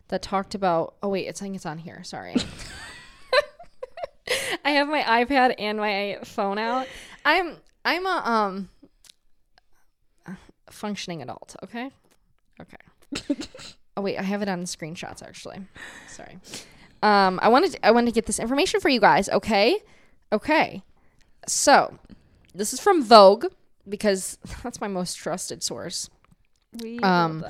[SPEAKER 1] that talked about oh wait it's saying it's on here sorry i have my ipad and my phone out i'm i'm a um functioning adult okay okay oh wait i have it on screenshots actually sorry um i wanted i wanted to get this information for you guys okay okay so this is from vogue because that's my most trusted source
[SPEAKER 2] We
[SPEAKER 1] Um,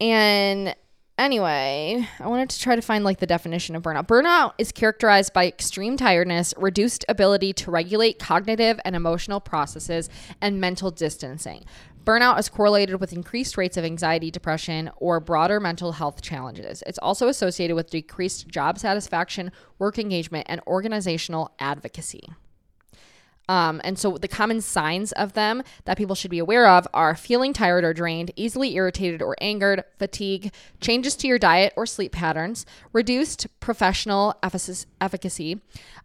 [SPEAKER 1] and anyway, I wanted to try to find like the definition of burnout. Burnout is characterized by extreme tiredness, reduced ability to regulate cognitive and emotional processes, and mental distancing. Burnout is correlated with increased rates of anxiety, depression, or broader mental health challenges. It's also associated with decreased job satisfaction, work engagement, and organizational advocacy. Um, and so the common signs of them that people should be aware of are feeling tired or drained, easily irritated or angered, fatigue, changes to your diet or sleep patterns, reduced professional effic- efficacy,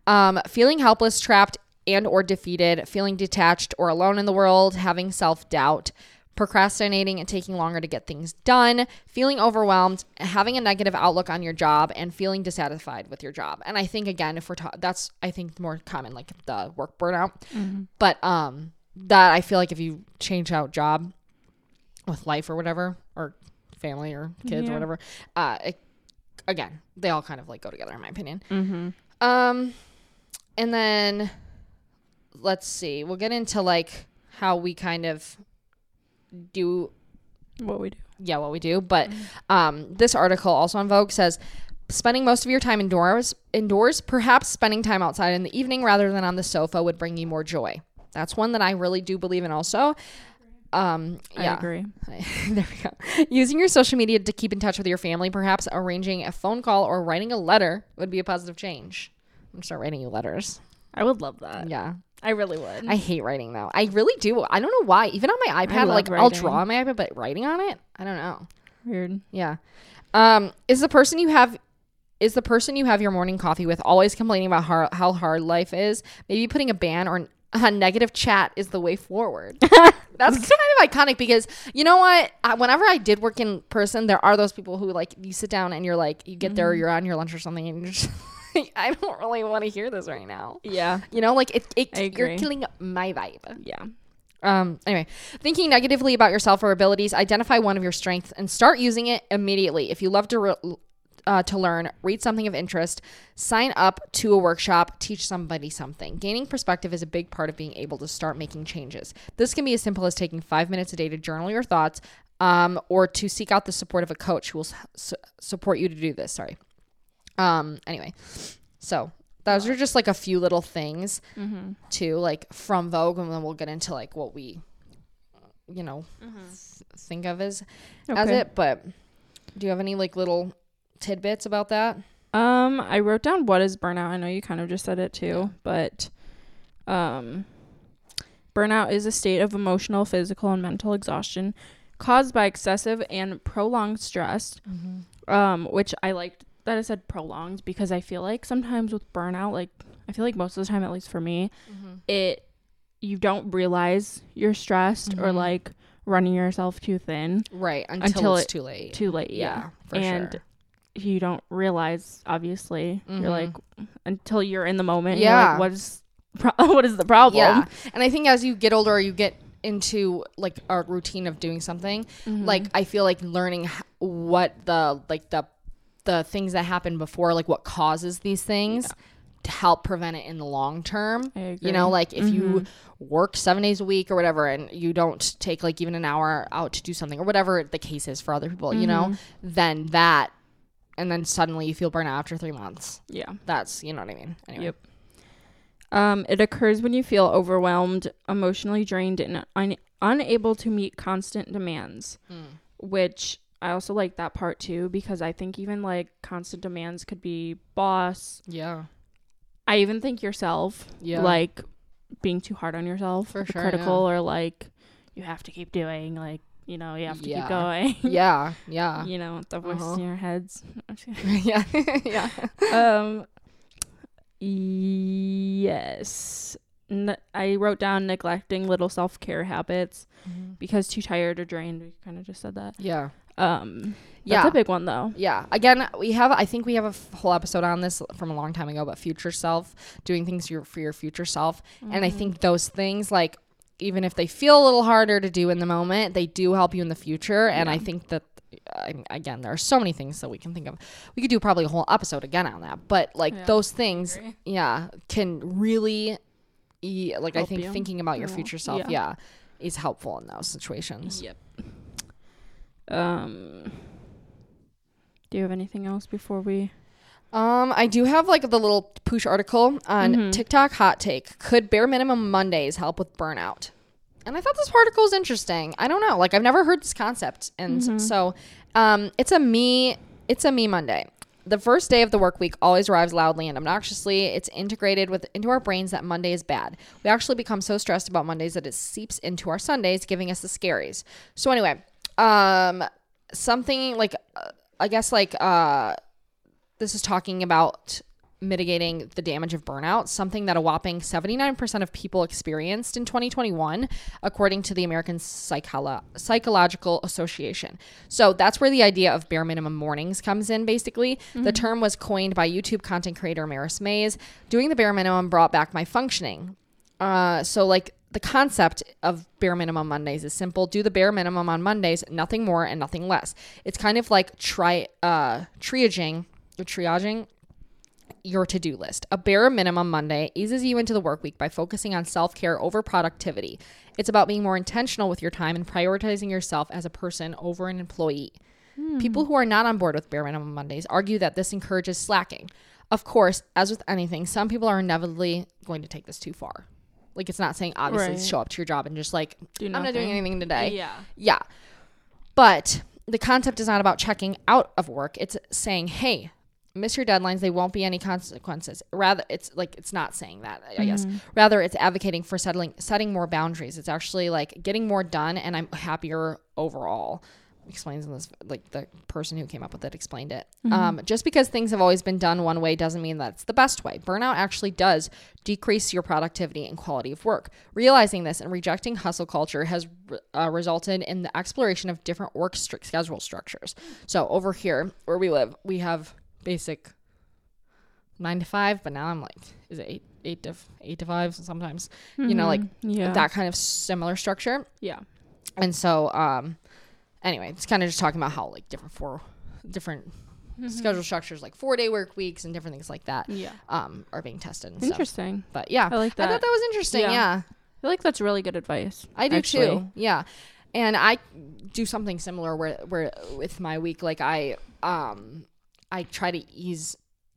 [SPEAKER 1] um, feeling helpless, trapped, and or defeated, feeling detached or alone in the world, having self-doubt, procrastinating and taking longer to get things done, feeling overwhelmed, having a negative outlook on your job, and feeling dissatisfied with your job. And I think again, if we're ta- that's I think more common like the work burnout, but um, that I feel like if you change out job with life or whatever or family or kids or
[SPEAKER 2] Yeah.
[SPEAKER 1] whatever, uh, it, again, they all kind of like go together in my opinion.
[SPEAKER 2] Mm-hmm.
[SPEAKER 1] Um, and then let's see, we'll get into like how we kind of do
[SPEAKER 2] what we do.
[SPEAKER 1] yeah what we do but um, this article also on vogue says spending most of your time indoors indoors perhaps spending time outside in the evening rather than on the sofa would bring you more joy that's one that i really do believe in also um, yeah
[SPEAKER 2] I agree.
[SPEAKER 1] there we go. Using your social media to keep in touch with your family, perhaps arranging a phone call or writing a letter would be a positive change. I'm gonna start writing you letters.
[SPEAKER 2] I would love that.
[SPEAKER 1] Yeah,
[SPEAKER 2] I really would.
[SPEAKER 1] I hate writing though. I really do. I don't know why. Even on my iPad,
[SPEAKER 2] Mm. love
[SPEAKER 1] like I'll
[SPEAKER 2] writing.
[SPEAKER 1] draw on my iPad, but writing on it, I don't know.
[SPEAKER 2] Weird.
[SPEAKER 1] Yeah. Um, is the person you have is the person you have your morning coffee with always complaining about har- how hard life is? Maybe putting a ban or on negative chat is the way forward. That's kind of iconic because you know what? I, whenever I did work in person, there are those people who like you sit down and you're like you get
[SPEAKER 2] Mm-hmm.
[SPEAKER 1] there, you're on your lunch or something, and you're just like, I don't really want to hear this right now.
[SPEAKER 2] Yeah.
[SPEAKER 1] You know, like it, it
[SPEAKER 2] I
[SPEAKER 1] you're
[SPEAKER 2] agree.
[SPEAKER 1] killing my vibe.
[SPEAKER 2] Yeah.
[SPEAKER 1] Um, anyway, thinking negatively about yourself or abilities, identify one of your strengths and start using it immediately. If you love to re- uh, to learn, read something of interest, sign up to a workshop, teach somebody something. Gaining perspective is a big part of being able to start making changes. This can be as simple as taking five minutes a day to journal your thoughts, um, or to seek out the support of a coach who will su- support you to do this. Sorry. Um. Anyway, so those are just like a few little things
[SPEAKER 2] Mm-hmm.
[SPEAKER 1] too, like from Vogue, and then we'll get into like what we, you know,
[SPEAKER 2] Mm-hmm.
[SPEAKER 1] th- think of as as it. But do you have any like little tidbits about that?
[SPEAKER 2] Um, I wrote down what is burnout. I know you kind of just said it too, but um, burnout is a state of emotional, physical, and mental exhaustion caused by excessive and prolonged stress. Um, which I liked that I said prolonged because I feel like sometimes with burnout, like I feel like most of the time, at least for me,
[SPEAKER 1] Mm-hmm.
[SPEAKER 2] it you don't realize you're stressed or
[SPEAKER 1] Mhm.
[SPEAKER 2] like running yourself too thin
[SPEAKER 1] Right until,
[SPEAKER 2] Until
[SPEAKER 1] it's
[SPEAKER 2] it-
[SPEAKER 1] too late.
[SPEAKER 2] too late. yeah
[SPEAKER 1] for
[SPEAKER 2] and
[SPEAKER 1] sure.
[SPEAKER 2] you don't realize obviously
[SPEAKER 1] Mhm.
[SPEAKER 2] you're like until you're in the moment
[SPEAKER 1] Yeah.
[SPEAKER 2] yeah what is pro- what is the problem
[SPEAKER 1] Yeah, and I think as you get older, you get into like a routine of doing something.
[SPEAKER 2] Mhm.
[SPEAKER 1] Like I feel like learning h- what the like the the things that happen before, like what causes these things, to help prevent it in the long term.
[SPEAKER 2] I agree. Mm-hmm.
[SPEAKER 1] You know, like if you work seven days a week or whatever, and you don't take like even an hour out to do something or whatever the case is for other people, you know,
[SPEAKER 2] Mm-hmm.
[SPEAKER 1] then that, and then suddenly you feel burnout after three months.
[SPEAKER 2] yeah
[SPEAKER 1] That's you know what I mean. Anyway.
[SPEAKER 2] Yep. um it occurs when you feel overwhelmed emotionally drained and un- unable to meet constant demands
[SPEAKER 1] Hmm.
[SPEAKER 2] which i also like that part too because i think even like constant demands could be boss
[SPEAKER 1] Yeah.
[SPEAKER 2] i even think yourself
[SPEAKER 1] Yeah.
[SPEAKER 2] like being too hard on yourself
[SPEAKER 1] For
[SPEAKER 2] or
[SPEAKER 1] sure,
[SPEAKER 2] critical or like you have to keep doing like you know you have to
[SPEAKER 1] Yeah.
[SPEAKER 2] keep going
[SPEAKER 1] yeah. Yeah.
[SPEAKER 2] you know the voice
[SPEAKER 1] Uh-huh.
[SPEAKER 2] in your heads
[SPEAKER 1] yeah. yeah.
[SPEAKER 2] um yes N- i wrote down neglecting little self-care habits
[SPEAKER 1] Mm-hmm.
[SPEAKER 2] because too tired or drained we kind of just said that
[SPEAKER 1] Yeah.
[SPEAKER 2] um that's
[SPEAKER 1] Yeah.
[SPEAKER 2] a big one though
[SPEAKER 1] Yeah. Again, we have I think we have a f- whole episode on this from a long time ago about future self, doing things your, for your future self. And I
[SPEAKER 2] Mm-hmm.
[SPEAKER 1] think those things like even if they feel a little harder to do in the moment, they do help you in the future and I think that I, again, there are so many things that we can think of. We could do probably a whole episode again on that, but like
[SPEAKER 2] Yeah,
[SPEAKER 1] those things,
[SPEAKER 2] agree.
[SPEAKER 1] yeah, can really, e- like I
[SPEAKER 2] Help
[SPEAKER 1] think
[SPEAKER 2] you.
[SPEAKER 1] thinking about your
[SPEAKER 2] Yeah.
[SPEAKER 1] future self,
[SPEAKER 2] Yeah.
[SPEAKER 1] yeah, is helpful in those situations.
[SPEAKER 2] yep um do you have anything else before we
[SPEAKER 1] Um, I do have like the little push article on
[SPEAKER 2] Mhm.
[SPEAKER 1] TikTok hot take. Could bare minimum Mondays help with burnout? And I thought this article was interesting. I don't know, like I've never heard this concept, and so um, it's a me, it's a me Monday. The first day of the work week always arrives loudly and obnoxiously. It's integrated with into our brains that Monday is bad. We actually become so stressed about Mondays that it seeps into our Sundays, giving us the scaries. So anyway, um, something like uh, I guess like uh this is talking about mitigating the damage of burnout, something that a whopping 79% of people experienced in 2021, according to the American Psycholo- Psychological Association. So that's where the idea of bare minimum mornings comes in, basically. The term was coined by YouTube content creator Maris Mays. Doing the bare minimum brought back my functioning. Uh, so like the concept of bare minimum Mondays is simple. Do the bare minimum on Mondays, nothing more and nothing less. It's kind of like try uh triaging or triaging your to-do list. A bare minimum Monday eases you into the work week by focusing on self-care over productivity. It's about being more intentional with your time and prioritizing yourself as a person over an employee. People who are not on board with bare minimum Mondays argue that this encourages slacking. Of course, as with anything, some people are inevitably going to take this too far. Like it's not saying obviously
[SPEAKER 2] Right.
[SPEAKER 1] show up to your job and just like
[SPEAKER 2] do
[SPEAKER 1] I'm not doing anything today.
[SPEAKER 2] yeah
[SPEAKER 1] Yeah. But the concept is not about checking out of work. It's saying, hey, miss your deadlines. They won't be any consequences. Rather, it's like, it's not saying that, I guess. Rather, it's advocating for settling, setting more boundaries. It's actually like getting more done and I'm happier overall. Explains in this, like the person who came up with it explained it. Um, just because things have always been done one way doesn't mean that's the best way. Burnout actually does decrease your productivity and quality of work. Realizing this and rejecting hustle culture has uh, resulted in the exploration of different work stru- schedule structures. So over here where we live, we have basic nine to five, but now I'm like, is it eight? eight to f- eight to five sometimes. You know, like
[SPEAKER 2] Mm-hmm. yeah,
[SPEAKER 1] that kind of similar structure.
[SPEAKER 2] yeah,
[SPEAKER 1] And so, um, anyway, it's kind of just talking about how like different four different
[SPEAKER 2] Mm-hmm.
[SPEAKER 1] schedule structures, like four day work weeks and different things like that,
[SPEAKER 2] yeah.
[SPEAKER 1] um, are being tested and stuff.
[SPEAKER 2] Interesting.
[SPEAKER 1] But yeah,
[SPEAKER 2] I like
[SPEAKER 1] I thought
[SPEAKER 2] that.
[SPEAKER 1] that was interesting.
[SPEAKER 2] Yeah.
[SPEAKER 1] yeah.
[SPEAKER 2] I feel like that's really good advice.
[SPEAKER 1] I do
[SPEAKER 2] actually.
[SPEAKER 1] too. Yeah. And I do something similar where where with my week like I um I try to ease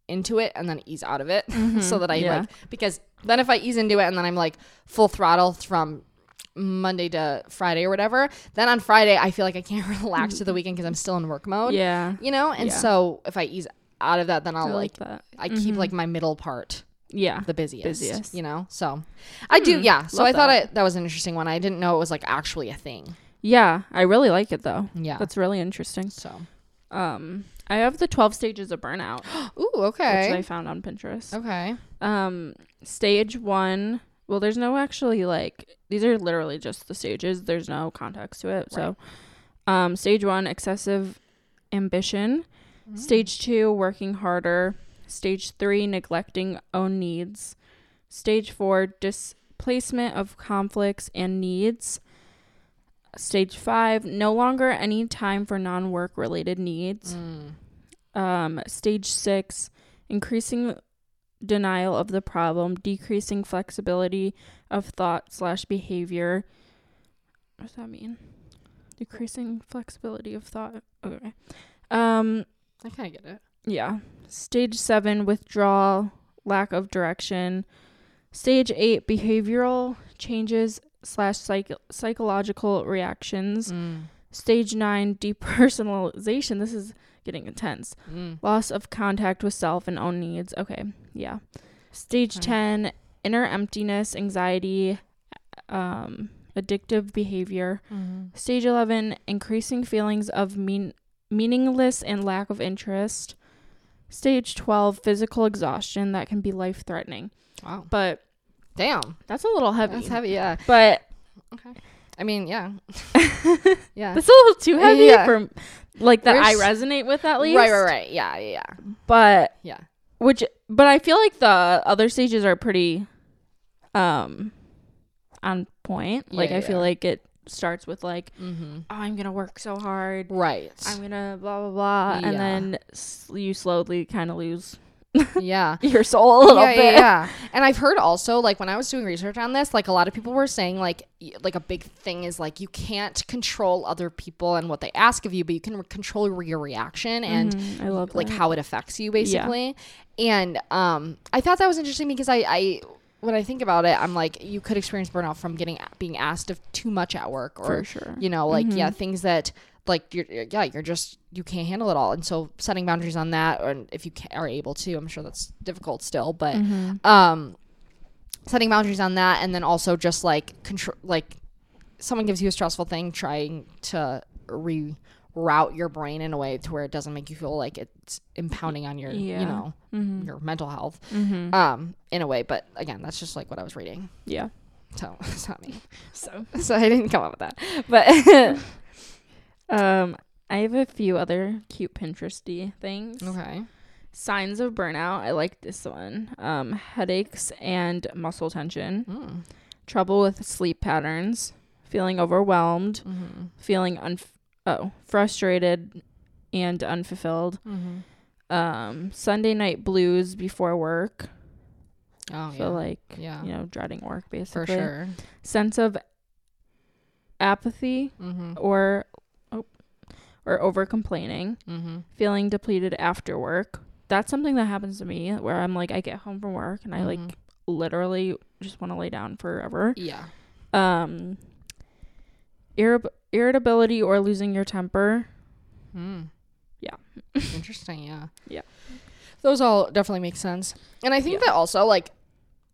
[SPEAKER 1] into it and then ease out of it so that I
[SPEAKER 2] Mm-hmm. yeah.
[SPEAKER 1] like because then if I ease into it and then I'm like full throttle from Monday to Friday or whatever, then on Friday I feel like I can't relax to the weekend because I'm still in work mode.
[SPEAKER 2] Mm-hmm. Yeah,
[SPEAKER 1] You know? And
[SPEAKER 2] Yeah.
[SPEAKER 1] so if I ease out of that then I'll
[SPEAKER 2] I
[SPEAKER 1] like
[SPEAKER 2] like Mm-hmm. that.
[SPEAKER 1] I keep like my middle part
[SPEAKER 2] Yeah,
[SPEAKER 1] the busiest,
[SPEAKER 2] Busiest. Hmm,
[SPEAKER 1] you know so i do yeah so
[SPEAKER 2] love
[SPEAKER 1] i thought
[SPEAKER 2] that.
[SPEAKER 1] it, that was an interesting one i didn't know it was like actually a thing
[SPEAKER 2] yeah. I really like it though.
[SPEAKER 1] yeah
[SPEAKER 2] That's really interesting.
[SPEAKER 1] so
[SPEAKER 2] Um, I have the twelve stages of burnout,
[SPEAKER 1] ooh
[SPEAKER 2] which I
[SPEAKER 1] okay
[SPEAKER 2] found on Pinterest.
[SPEAKER 1] okay
[SPEAKER 2] Um, stage one. Well, there's no actually like these are literally just the stages. There's no context to it. So, um, stage one, excessive ambition. Stage two, working harder. Stage three, neglecting own needs. Stage four, displacement of conflicts and needs. Stage five, no longer any time for non work related needs.
[SPEAKER 1] Hmm.
[SPEAKER 2] Um, stage six, increasing denial of the problem, decreasing flexibility of thought slash behavior. What does that mean? Decreasing flexibility of thought. Okay. Um,
[SPEAKER 1] i kind of get it
[SPEAKER 2] yeah. Stage seven, withdrawal, lack of direction. Stage eight, behavioral changes slash psych- psychological reactions.
[SPEAKER 1] Hmm.
[SPEAKER 2] Stage nine, depersonalization. This is getting intense.
[SPEAKER 1] Hmm.
[SPEAKER 2] Loss of contact with self and own needs. Okay. Yeah. Stage
[SPEAKER 1] Okay.
[SPEAKER 2] 10, inner emptiness, anxiety, um, addictive behavior. Stage 11, increasing feelings of mean- meaningless and lack of interest. Stage 12, physical exhaustion that can be life threatening.
[SPEAKER 1] wow
[SPEAKER 2] But
[SPEAKER 1] damn
[SPEAKER 2] that's a little heavy.
[SPEAKER 1] that's heavy yeah
[SPEAKER 2] But
[SPEAKER 1] i mean yeah yeah
[SPEAKER 2] that's a little too heavy
[SPEAKER 1] Yeah.
[SPEAKER 2] for like that
[SPEAKER 1] We're
[SPEAKER 2] I
[SPEAKER 1] s-
[SPEAKER 2] resonate with at
[SPEAKER 1] right
[SPEAKER 2] least.
[SPEAKER 1] right right yeah yeah yeah
[SPEAKER 2] But
[SPEAKER 1] yeah
[SPEAKER 2] which but I feel like the other stages are pretty um on point. Like
[SPEAKER 1] Yeah,
[SPEAKER 2] I feel
[SPEAKER 1] yeah.
[SPEAKER 2] like it starts with like,
[SPEAKER 1] mm-hmm.
[SPEAKER 2] oh, I'm going to work so hard.
[SPEAKER 1] right
[SPEAKER 2] I'm gonna blah blah blah,
[SPEAKER 1] Yeah.
[SPEAKER 2] and then s- you slowly kind of lose
[SPEAKER 1] yeah
[SPEAKER 2] your soul a little
[SPEAKER 1] yeah,
[SPEAKER 2] bit.
[SPEAKER 1] Yeah, yeah. And I've heard also like when I was doing research on this, like a lot of people were saying like y- like a big thing is like you can't control other people and what they ask of you, but you can re- control your reaction and
[SPEAKER 2] Mhm, I love
[SPEAKER 1] like
[SPEAKER 2] that.
[SPEAKER 1] how it affects you basically. And um I thought that was interesting because I I when I think about it, I'm like you could experience burnout from getting being asked of too much at work or
[SPEAKER 2] for sure.
[SPEAKER 1] you know like yeah things that like you're you're- yeah you're just you can't handle it all and so setting boundaries on that or if you ca- are able to i'm sure that's difficult still but
[SPEAKER 2] Mm-hmm.
[SPEAKER 1] um setting boundaries on that and then also just like control like someone gives you a stressful thing trying to reroute your brain in a way to where it doesn't make you feel like it's impounding on your
[SPEAKER 2] Yeah.
[SPEAKER 1] you know
[SPEAKER 2] Mhm.
[SPEAKER 1] your mental health
[SPEAKER 2] Mhm.
[SPEAKER 1] um in a way but again that's just like what i was reading
[SPEAKER 2] Yeah.
[SPEAKER 1] so it's not me
[SPEAKER 2] So,
[SPEAKER 1] so i didn't come up with that but
[SPEAKER 2] um, I have a few other cute Pinteresty things.
[SPEAKER 1] okay
[SPEAKER 2] Signs of burnout. I like this one. Um, headaches and muscle tension.
[SPEAKER 1] Mm.
[SPEAKER 2] Trouble with sleep patterns. Feeling overwhelmed.
[SPEAKER 1] Mm-hmm.
[SPEAKER 2] Feeling un oh frustrated and unfulfilled.
[SPEAKER 1] Mm-hmm.
[SPEAKER 2] Um, Sunday night blues before work.
[SPEAKER 1] Oh,
[SPEAKER 2] so like
[SPEAKER 1] yeah,
[SPEAKER 2] you know, dreading work
[SPEAKER 1] for
[SPEAKER 2] basically.
[SPEAKER 1] sure.
[SPEAKER 2] Sense of apathy
[SPEAKER 1] Mm-hmm.
[SPEAKER 2] or oh, or over complaining,
[SPEAKER 1] Mm-hmm.
[SPEAKER 2] feeling depleted after work. That's something that happens to me where I'm like I get home from work and I
[SPEAKER 1] Mhm.
[SPEAKER 2] like literally just want to lay down forever.
[SPEAKER 1] Yeah.
[SPEAKER 2] Um irrib- irritability or losing your temper.
[SPEAKER 1] Mm.
[SPEAKER 2] Yeah.
[SPEAKER 1] Interesting. Yeah.
[SPEAKER 2] Yeah.
[SPEAKER 1] Those all definitely make sense, and I think
[SPEAKER 2] Yeah.
[SPEAKER 1] that also like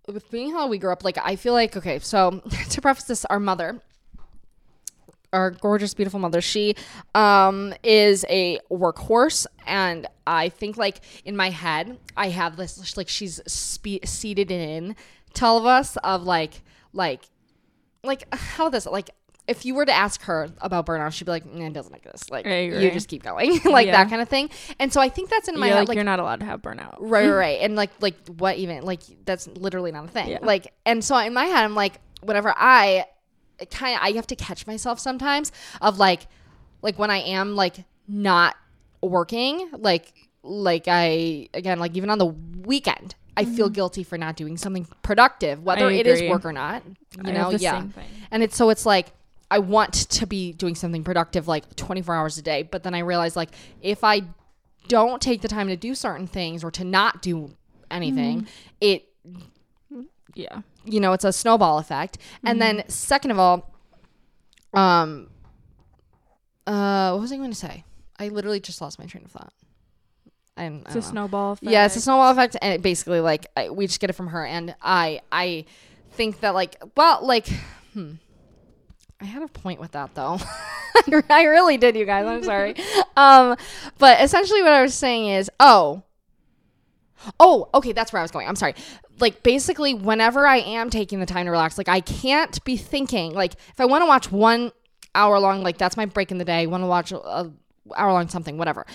[SPEAKER 1] with being how we grew up, like I feel like okay. So to preface this, our mother. Our gorgeous, beautiful mother. She um, is a workhorse, and I think, like in my head, I have this like she's spe- seated in to all of us of like, like like how this like if you were to ask her about burnout, she'd be like, nah, it doesn't exist. Like
[SPEAKER 2] Right,
[SPEAKER 1] you
[SPEAKER 2] right.
[SPEAKER 1] just keep going, like
[SPEAKER 2] Yeah.
[SPEAKER 1] that kind of thing. And so I think that's in my
[SPEAKER 2] Yeah,
[SPEAKER 1] head.
[SPEAKER 2] like,
[SPEAKER 1] Like,
[SPEAKER 2] you're not allowed to have burnout.
[SPEAKER 1] right, right, right. And like, like what even? Like that's literally not a thing.
[SPEAKER 2] Yeah.
[SPEAKER 1] Like, and so in my head, I'm like, whenever I kind of, I have to catch myself sometimes of like, like when I am like not working, like, like I again, like even on the weekend. I feel guilty for not doing something productive, whether it is
[SPEAKER 2] Mm-hmm. agree.
[SPEAKER 1] work or not. You
[SPEAKER 2] I
[SPEAKER 1] know,
[SPEAKER 2] have the
[SPEAKER 1] yeah.
[SPEAKER 2] same thing.
[SPEAKER 1] And it's so it's like I want to be doing something productive like 24 hours a day, but then I realize like if I don't take the time to do certain things or to not do anything, it
[SPEAKER 2] Yeah.
[SPEAKER 1] you know, it's a snowball effect. And then second of all, um uh what was I going to say? I literally just lost my train of thought. I, don't- I
[SPEAKER 2] It's a
[SPEAKER 1] don't know.
[SPEAKER 2] snowball effect.
[SPEAKER 1] Yeah, it's a snowball effect, and it basically like I, we just get it from her, and I I think that like well like hmm, I had a point with that though. I really did, you guys. I'm sorry. um, but essentially, what I was saying is, oh, oh, okay, that's where I was going. I'm sorry. Like basically, whenever I am taking the time to relax, like I can't be thinking. Like if I want to watch one hour long, like that's my break in the day. Want to watch a, a hour long something, whatever.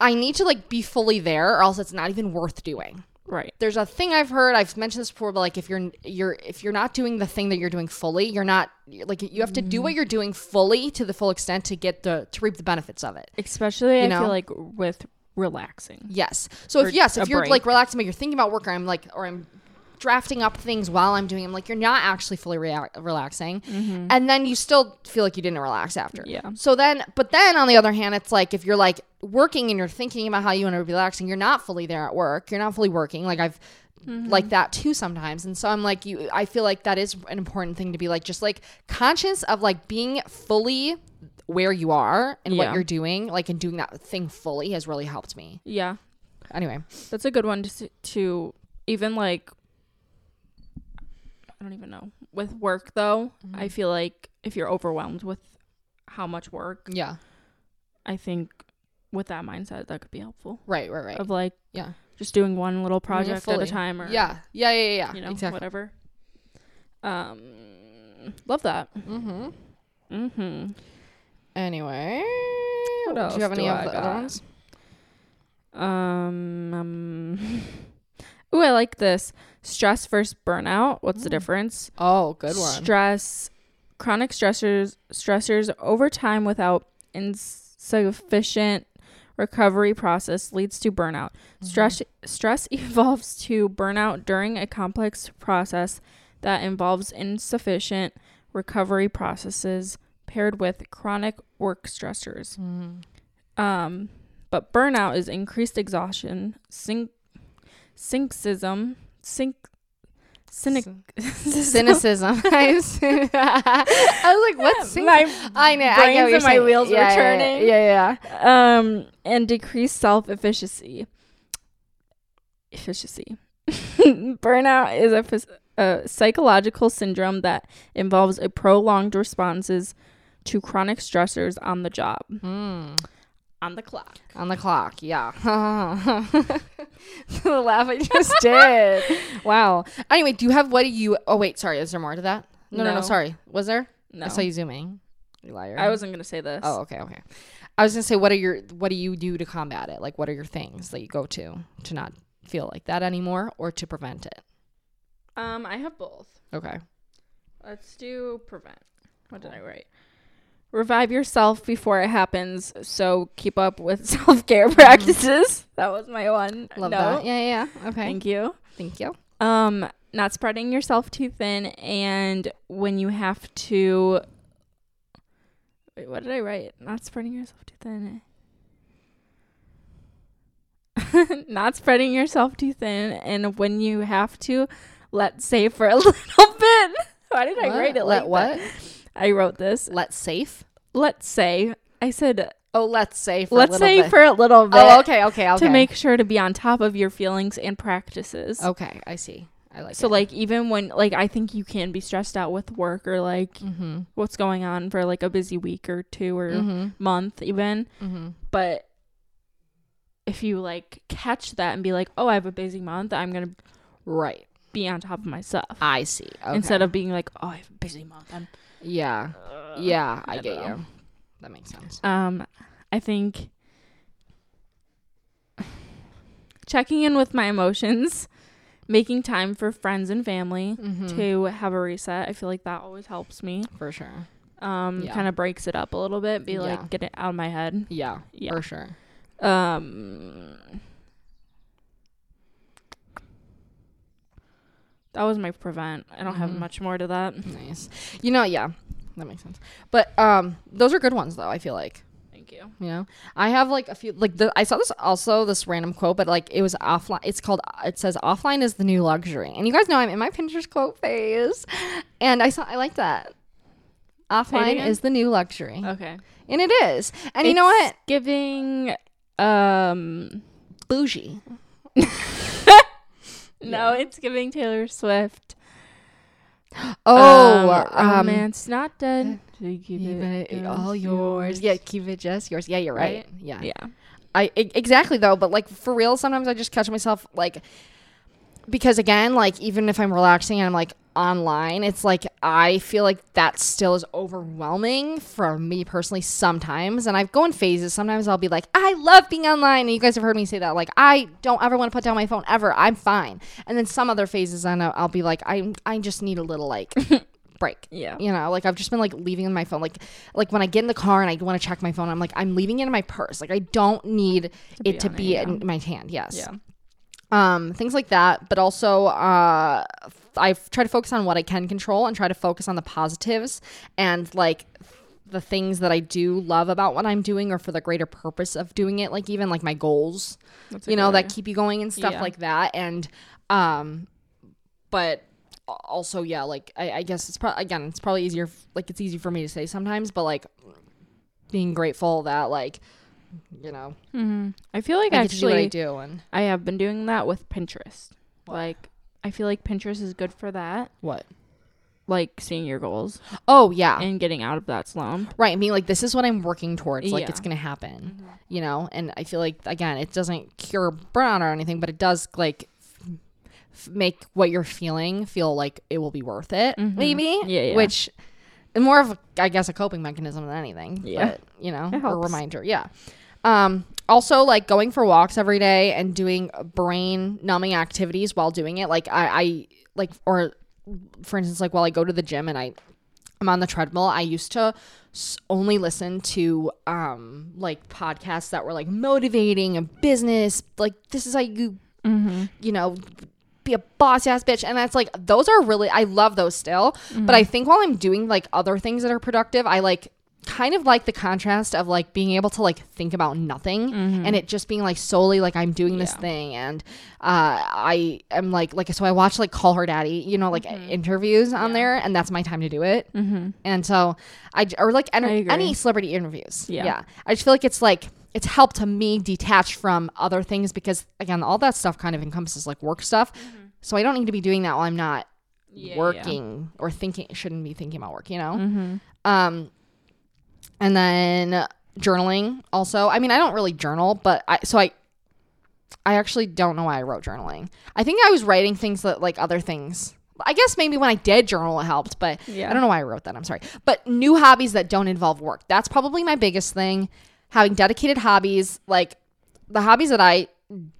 [SPEAKER 1] I need to like be fully there, or else it's not even worth doing.
[SPEAKER 2] Right.
[SPEAKER 1] There's a thing I've heard. I've mentioned this before, but like if you're you're if you're not doing the thing that you're doing fully, you're not you're- like you have to do what you're doing fully to the full extent to get the to reap the benefits of it.
[SPEAKER 2] Especially, I
[SPEAKER 1] know?
[SPEAKER 2] feel like with relaxing.
[SPEAKER 1] Yes. So
[SPEAKER 2] Or
[SPEAKER 1] if yes, if
[SPEAKER 2] a
[SPEAKER 1] you're
[SPEAKER 2] break.
[SPEAKER 1] like relaxing, but you're thinking about work, or I'm like, or I'm drafting up things while I'm doing, I'm like, you're not actually fully rea- relaxing, and then you still feel like you didn't relax after.
[SPEAKER 2] Mm-hmm. Yeah.
[SPEAKER 1] So then, but then on the other hand, it's like if you're like working and you're thinking about how you want to be relaxing, you're not fully there at work. You're not fully working. Like I've.
[SPEAKER 2] Mm-hmm.
[SPEAKER 1] like that too sometimes and so i'm like you i feel like that is an important thing to be like just like conscious of like being fully where you are and what
[SPEAKER 2] Yeah.
[SPEAKER 1] you're doing like and doing that thing fully has really helped me
[SPEAKER 2] Yeah.
[SPEAKER 1] anyway
[SPEAKER 2] That's a good one to, s- to even like I don't even know. With work though,
[SPEAKER 1] Mm-hmm.
[SPEAKER 2] I feel like if you're overwhelmed with how much work,
[SPEAKER 1] Yeah.
[SPEAKER 2] I think with that mindset that could be helpful.
[SPEAKER 1] Right. Right. Right.
[SPEAKER 2] Of like
[SPEAKER 1] Yeah.
[SPEAKER 2] just doing one little project at
[SPEAKER 1] fully.
[SPEAKER 2] a time or
[SPEAKER 1] yeah. Yeah. Yeah. Yeah. yeah.
[SPEAKER 2] you know,
[SPEAKER 1] exactly.
[SPEAKER 2] whatever. Um love that.
[SPEAKER 1] Mm-hmm.
[SPEAKER 2] Mm-hmm.
[SPEAKER 1] Anyway,
[SPEAKER 2] What
[SPEAKER 1] do
[SPEAKER 2] else
[SPEAKER 1] you have any
[SPEAKER 2] do
[SPEAKER 1] of
[SPEAKER 2] I
[SPEAKER 1] the other
[SPEAKER 2] got?
[SPEAKER 1] ones?
[SPEAKER 2] Um, um Ooh, I like this. Stress versus burnout. What's
[SPEAKER 1] Mm.
[SPEAKER 2] the difference?
[SPEAKER 1] Oh, good one.
[SPEAKER 2] Stress, chronic stressors, stressors over time without insufficient recovery process leads to burnout.
[SPEAKER 1] Mm-hmm.
[SPEAKER 2] Stress stress evolves to burnout during a complex process that involves insufficient recovery processes paired with chronic work stressors. Um, but burnout is increased exhaustion, syn- synxism, sync, cynic,
[SPEAKER 1] Cynicism. I was like, what's cynic?
[SPEAKER 2] My
[SPEAKER 1] I know. I know
[SPEAKER 2] brains
[SPEAKER 1] what
[SPEAKER 2] and
[SPEAKER 1] you're
[SPEAKER 2] my
[SPEAKER 1] saying.
[SPEAKER 2] wheels were
[SPEAKER 1] yeah, yeah,
[SPEAKER 2] turning.
[SPEAKER 1] Yeah. Yeah. yeah.
[SPEAKER 2] um, and decreased self efficacy. Efficiency. Burnout is a, phys- a psychological syndrome that involves a prolonged responses to chronic stressors on the job,
[SPEAKER 1] Mm.
[SPEAKER 2] on the clock.
[SPEAKER 1] On the clock. Yeah. the laugh I just did. Wow. Anyway, do you have what do you? Oh wait, sorry. Is there more to that? No. No. No.
[SPEAKER 2] No.
[SPEAKER 1] sorry. Was there?
[SPEAKER 2] No,
[SPEAKER 1] I saw you zooming. You liar.
[SPEAKER 2] I wasn't gonna say this.
[SPEAKER 1] Oh, okay, okay. I was gonna say, what are your what do you do to combat it? Like, what are your things that you go to to not feel like that anymore or to prevent it?
[SPEAKER 2] Um, I have both.
[SPEAKER 1] Okay.
[SPEAKER 2] Uh, Let's do prevent. What did I write? Revive yourself before it happens. So keep up with self care practices. That was my one.
[SPEAKER 1] Love
[SPEAKER 2] note.
[SPEAKER 1] that. Yeah, yeah. yeah. Okay. Thank,
[SPEAKER 2] Thank
[SPEAKER 1] you.
[SPEAKER 2] you. Um, not spreading yourself too thin, and when you have to. Wait, what did I write? Not spreading yourself too thin. not spreading yourself too thin, and when you have to, let's say for a little bit. Why did I write it
[SPEAKER 1] Let
[SPEAKER 2] like
[SPEAKER 1] what?
[SPEAKER 2] that? I wrote this.
[SPEAKER 1] Let safe.
[SPEAKER 2] Let's say I said
[SPEAKER 1] Oh, let's say. For a
[SPEAKER 2] let's
[SPEAKER 1] little
[SPEAKER 2] say
[SPEAKER 1] bit.
[SPEAKER 2] for a little bit
[SPEAKER 1] Oh, okay, okay, okay.
[SPEAKER 2] to make sure to be on top of your feelings and practices.
[SPEAKER 1] Okay, I see. I like.
[SPEAKER 2] So
[SPEAKER 1] it.
[SPEAKER 2] like even when like I think you can be stressed out with work or like
[SPEAKER 1] Mhm.
[SPEAKER 2] what's going on for like a busy week or two or
[SPEAKER 1] Mhm.
[SPEAKER 2] month even,
[SPEAKER 1] Mhm.
[SPEAKER 2] but if you like catch that and be like, "Oh, I have a busy month. I'm going to
[SPEAKER 1] Right.
[SPEAKER 2] be on top of myself."
[SPEAKER 1] I see. Ah, Okay.
[SPEAKER 2] Instead of being like, "Oh, I have a busy month. I'm
[SPEAKER 1] Yeah. Yeah, I, get
[SPEAKER 2] dunno.
[SPEAKER 1] you. That makes sense.
[SPEAKER 2] Um, I think checking in with my emotions, making time for friends and family
[SPEAKER 1] Mm-hmm.
[SPEAKER 2] to have a reset. I feel like that always helps me.
[SPEAKER 1] For sure.
[SPEAKER 2] Um,
[SPEAKER 1] Yeah.
[SPEAKER 2] kind of breaks it up a little bit. Be
[SPEAKER 1] Yeah.
[SPEAKER 2] like, get it out of my head.
[SPEAKER 1] Yeah,
[SPEAKER 2] Yeah.
[SPEAKER 1] for sure.
[SPEAKER 2] Um, that was my prevent. I don't have
[SPEAKER 1] Mhm.
[SPEAKER 2] much more to that.
[SPEAKER 1] Nice. You know, yeah, that makes sense. But um, those are good ones though. I feel like
[SPEAKER 2] Thank you.
[SPEAKER 1] you know, I have like a few like the I saw this also this random quote, but like it was offline. It's called it says offline is the new luxury, and you guys know I'm in my Pinterest quote phase, and I saw I like that. Offline
[SPEAKER 2] again?
[SPEAKER 1] is the new luxury,
[SPEAKER 2] Okay.
[SPEAKER 1] and it is. And you know what?
[SPEAKER 2] It's Giving um
[SPEAKER 1] Bougie.
[SPEAKER 2] no, it's giving Taylor Swift.
[SPEAKER 1] Oh,
[SPEAKER 2] um,
[SPEAKER 1] um,
[SPEAKER 2] romance not dead. To keep
[SPEAKER 1] keep
[SPEAKER 2] it
[SPEAKER 1] it
[SPEAKER 2] just
[SPEAKER 1] all yours. Yeah, keep it just yours. Yeah, you're right.
[SPEAKER 2] Right?
[SPEAKER 1] Yeah.
[SPEAKER 2] Yeah.
[SPEAKER 1] I e- exactly though, but like for real, sometimes I just catch myself like because again, like even if I'm relaxing and I'm like online, it's like I feel like that still is overwhelming for me personally sometimes. And I go in phases. Sometimes I'll be like, I love being online, and you guys have heard me say that. Like I don't ever want to put down my phone ever. I'm fine. And then some other phases, I know I'll be like, I I just need a little like break
[SPEAKER 2] Yeah.
[SPEAKER 1] you know like i've just been like leaving my phone like like when i get in the car and i want to check my phone i'm like i'm leaving it in my purse like i don't need
[SPEAKER 2] be
[SPEAKER 1] it to
[SPEAKER 2] on it,
[SPEAKER 1] be
[SPEAKER 2] yeah.
[SPEAKER 1] in my hand yes
[SPEAKER 2] Yeah.
[SPEAKER 1] um things like that but also uh i try to focus on what i can control and try to focus on the positives and like the things that i do love about what i'm doing or for the greater purpose of doing it like even like my goals
[SPEAKER 2] That's a
[SPEAKER 1] you know
[SPEAKER 2] good
[SPEAKER 1] that
[SPEAKER 2] idea.
[SPEAKER 1] keep you going and stuff
[SPEAKER 2] Yeah.
[SPEAKER 1] like that and um but a- also yeah like i, I guess it's probably again it's probably easier f- like it's easy for me to say sometimes but like being grateful that like you know
[SPEAKER 2] Mm-hmm. I feel like
[SPEAKER 1] i get to do what i
[SPEAKER 2] actually
[SPEAKER 1] do and
[SPEAKER 2] I have been doing that with Pinterest. Like I feel like Pinterest is good for that.
[SPEAKER 1] what
[SPEAKER 2] Like seeing your goals
[SPEAKER 1] oh yeah
[SPEAKER 2] and getting out of that slump.
[SPEAKER 1] right I mean, like this is what i'm working towards like
[SPEAKER 2] Yeah. Mm-hmm.
[SPEAKER 1] it's gonna happen you know and i feel like again it doesn't cure burnout or anything but it does like f- f- make what you're feeling feel like it will be worth it maybe
[SPEAKER 2] Mm-hmm. Yeah, yeah.
[SPEAKER 1] which more of i guess a coping mechanism than anything
[SPEAKER 2] Yeah.
[SPEAKER 1] but you know
[SPEAKER 2] It
[SPEAKER 1] a
[SPEAKER 2] helps.
[SPEAKER 1] reminder yeah um also like going for walks every day and doing brain numbing activities while doing it like i i like or for instance like while i go to the gym and i I'm on the treadmill. I used to s- only listen to um like podcasts that were like motivating and business. Like this is how you you know be a boss ass bitch and that's like those are really I love those still. But
[SPEAKER 2] Mm.
[SPEAKER 1] I think while I'm doing like other things that are productive, I like kind of like the contrast of like being able to like think about nothing and it just being like solely like I'm doing this
[SPEAKER 2] Mm-hmm. Yeah.
[SPEAKER 1] thing and uh I am like like so I watch like Call Her Daddy, you know, like
[SPEAKER 2] Mm-hmm.
[SPEAKER 1] interviews on there and that's my time to do it. Mm-hmm. And so I j- or like enter-
[SPEAKER 2] I agree.
[SPEAKER 1] any celebrity interviews.
[SPEAKER 2] Yeah.
[SPEAKER 1] yeah. I just feel like it's like it's helped to me detach from other things because again, all that stuff kind of encompasses like work stuff. So I don't need to be doing that while I'm not
[SPEAKER 2] Mm-hmm. Yeah, yeah.
[SPEAKER 1] working or thinking shouldn't be thinking about work, you know? Um and then journaling also. I mean, I don't really journal, but I so I I actually don't know why I wrote journaling. I think I was writing things that like other things. I guess maybe when I did journal it helped, but
[SPEAKER 2] Yeah.
[SPEAKER 1] I don't know why I wrote that. I'm sorry. But new hobbies that don't involve work. That's probably my biggest thing. Having dedicated hobbies, like the hobbies that I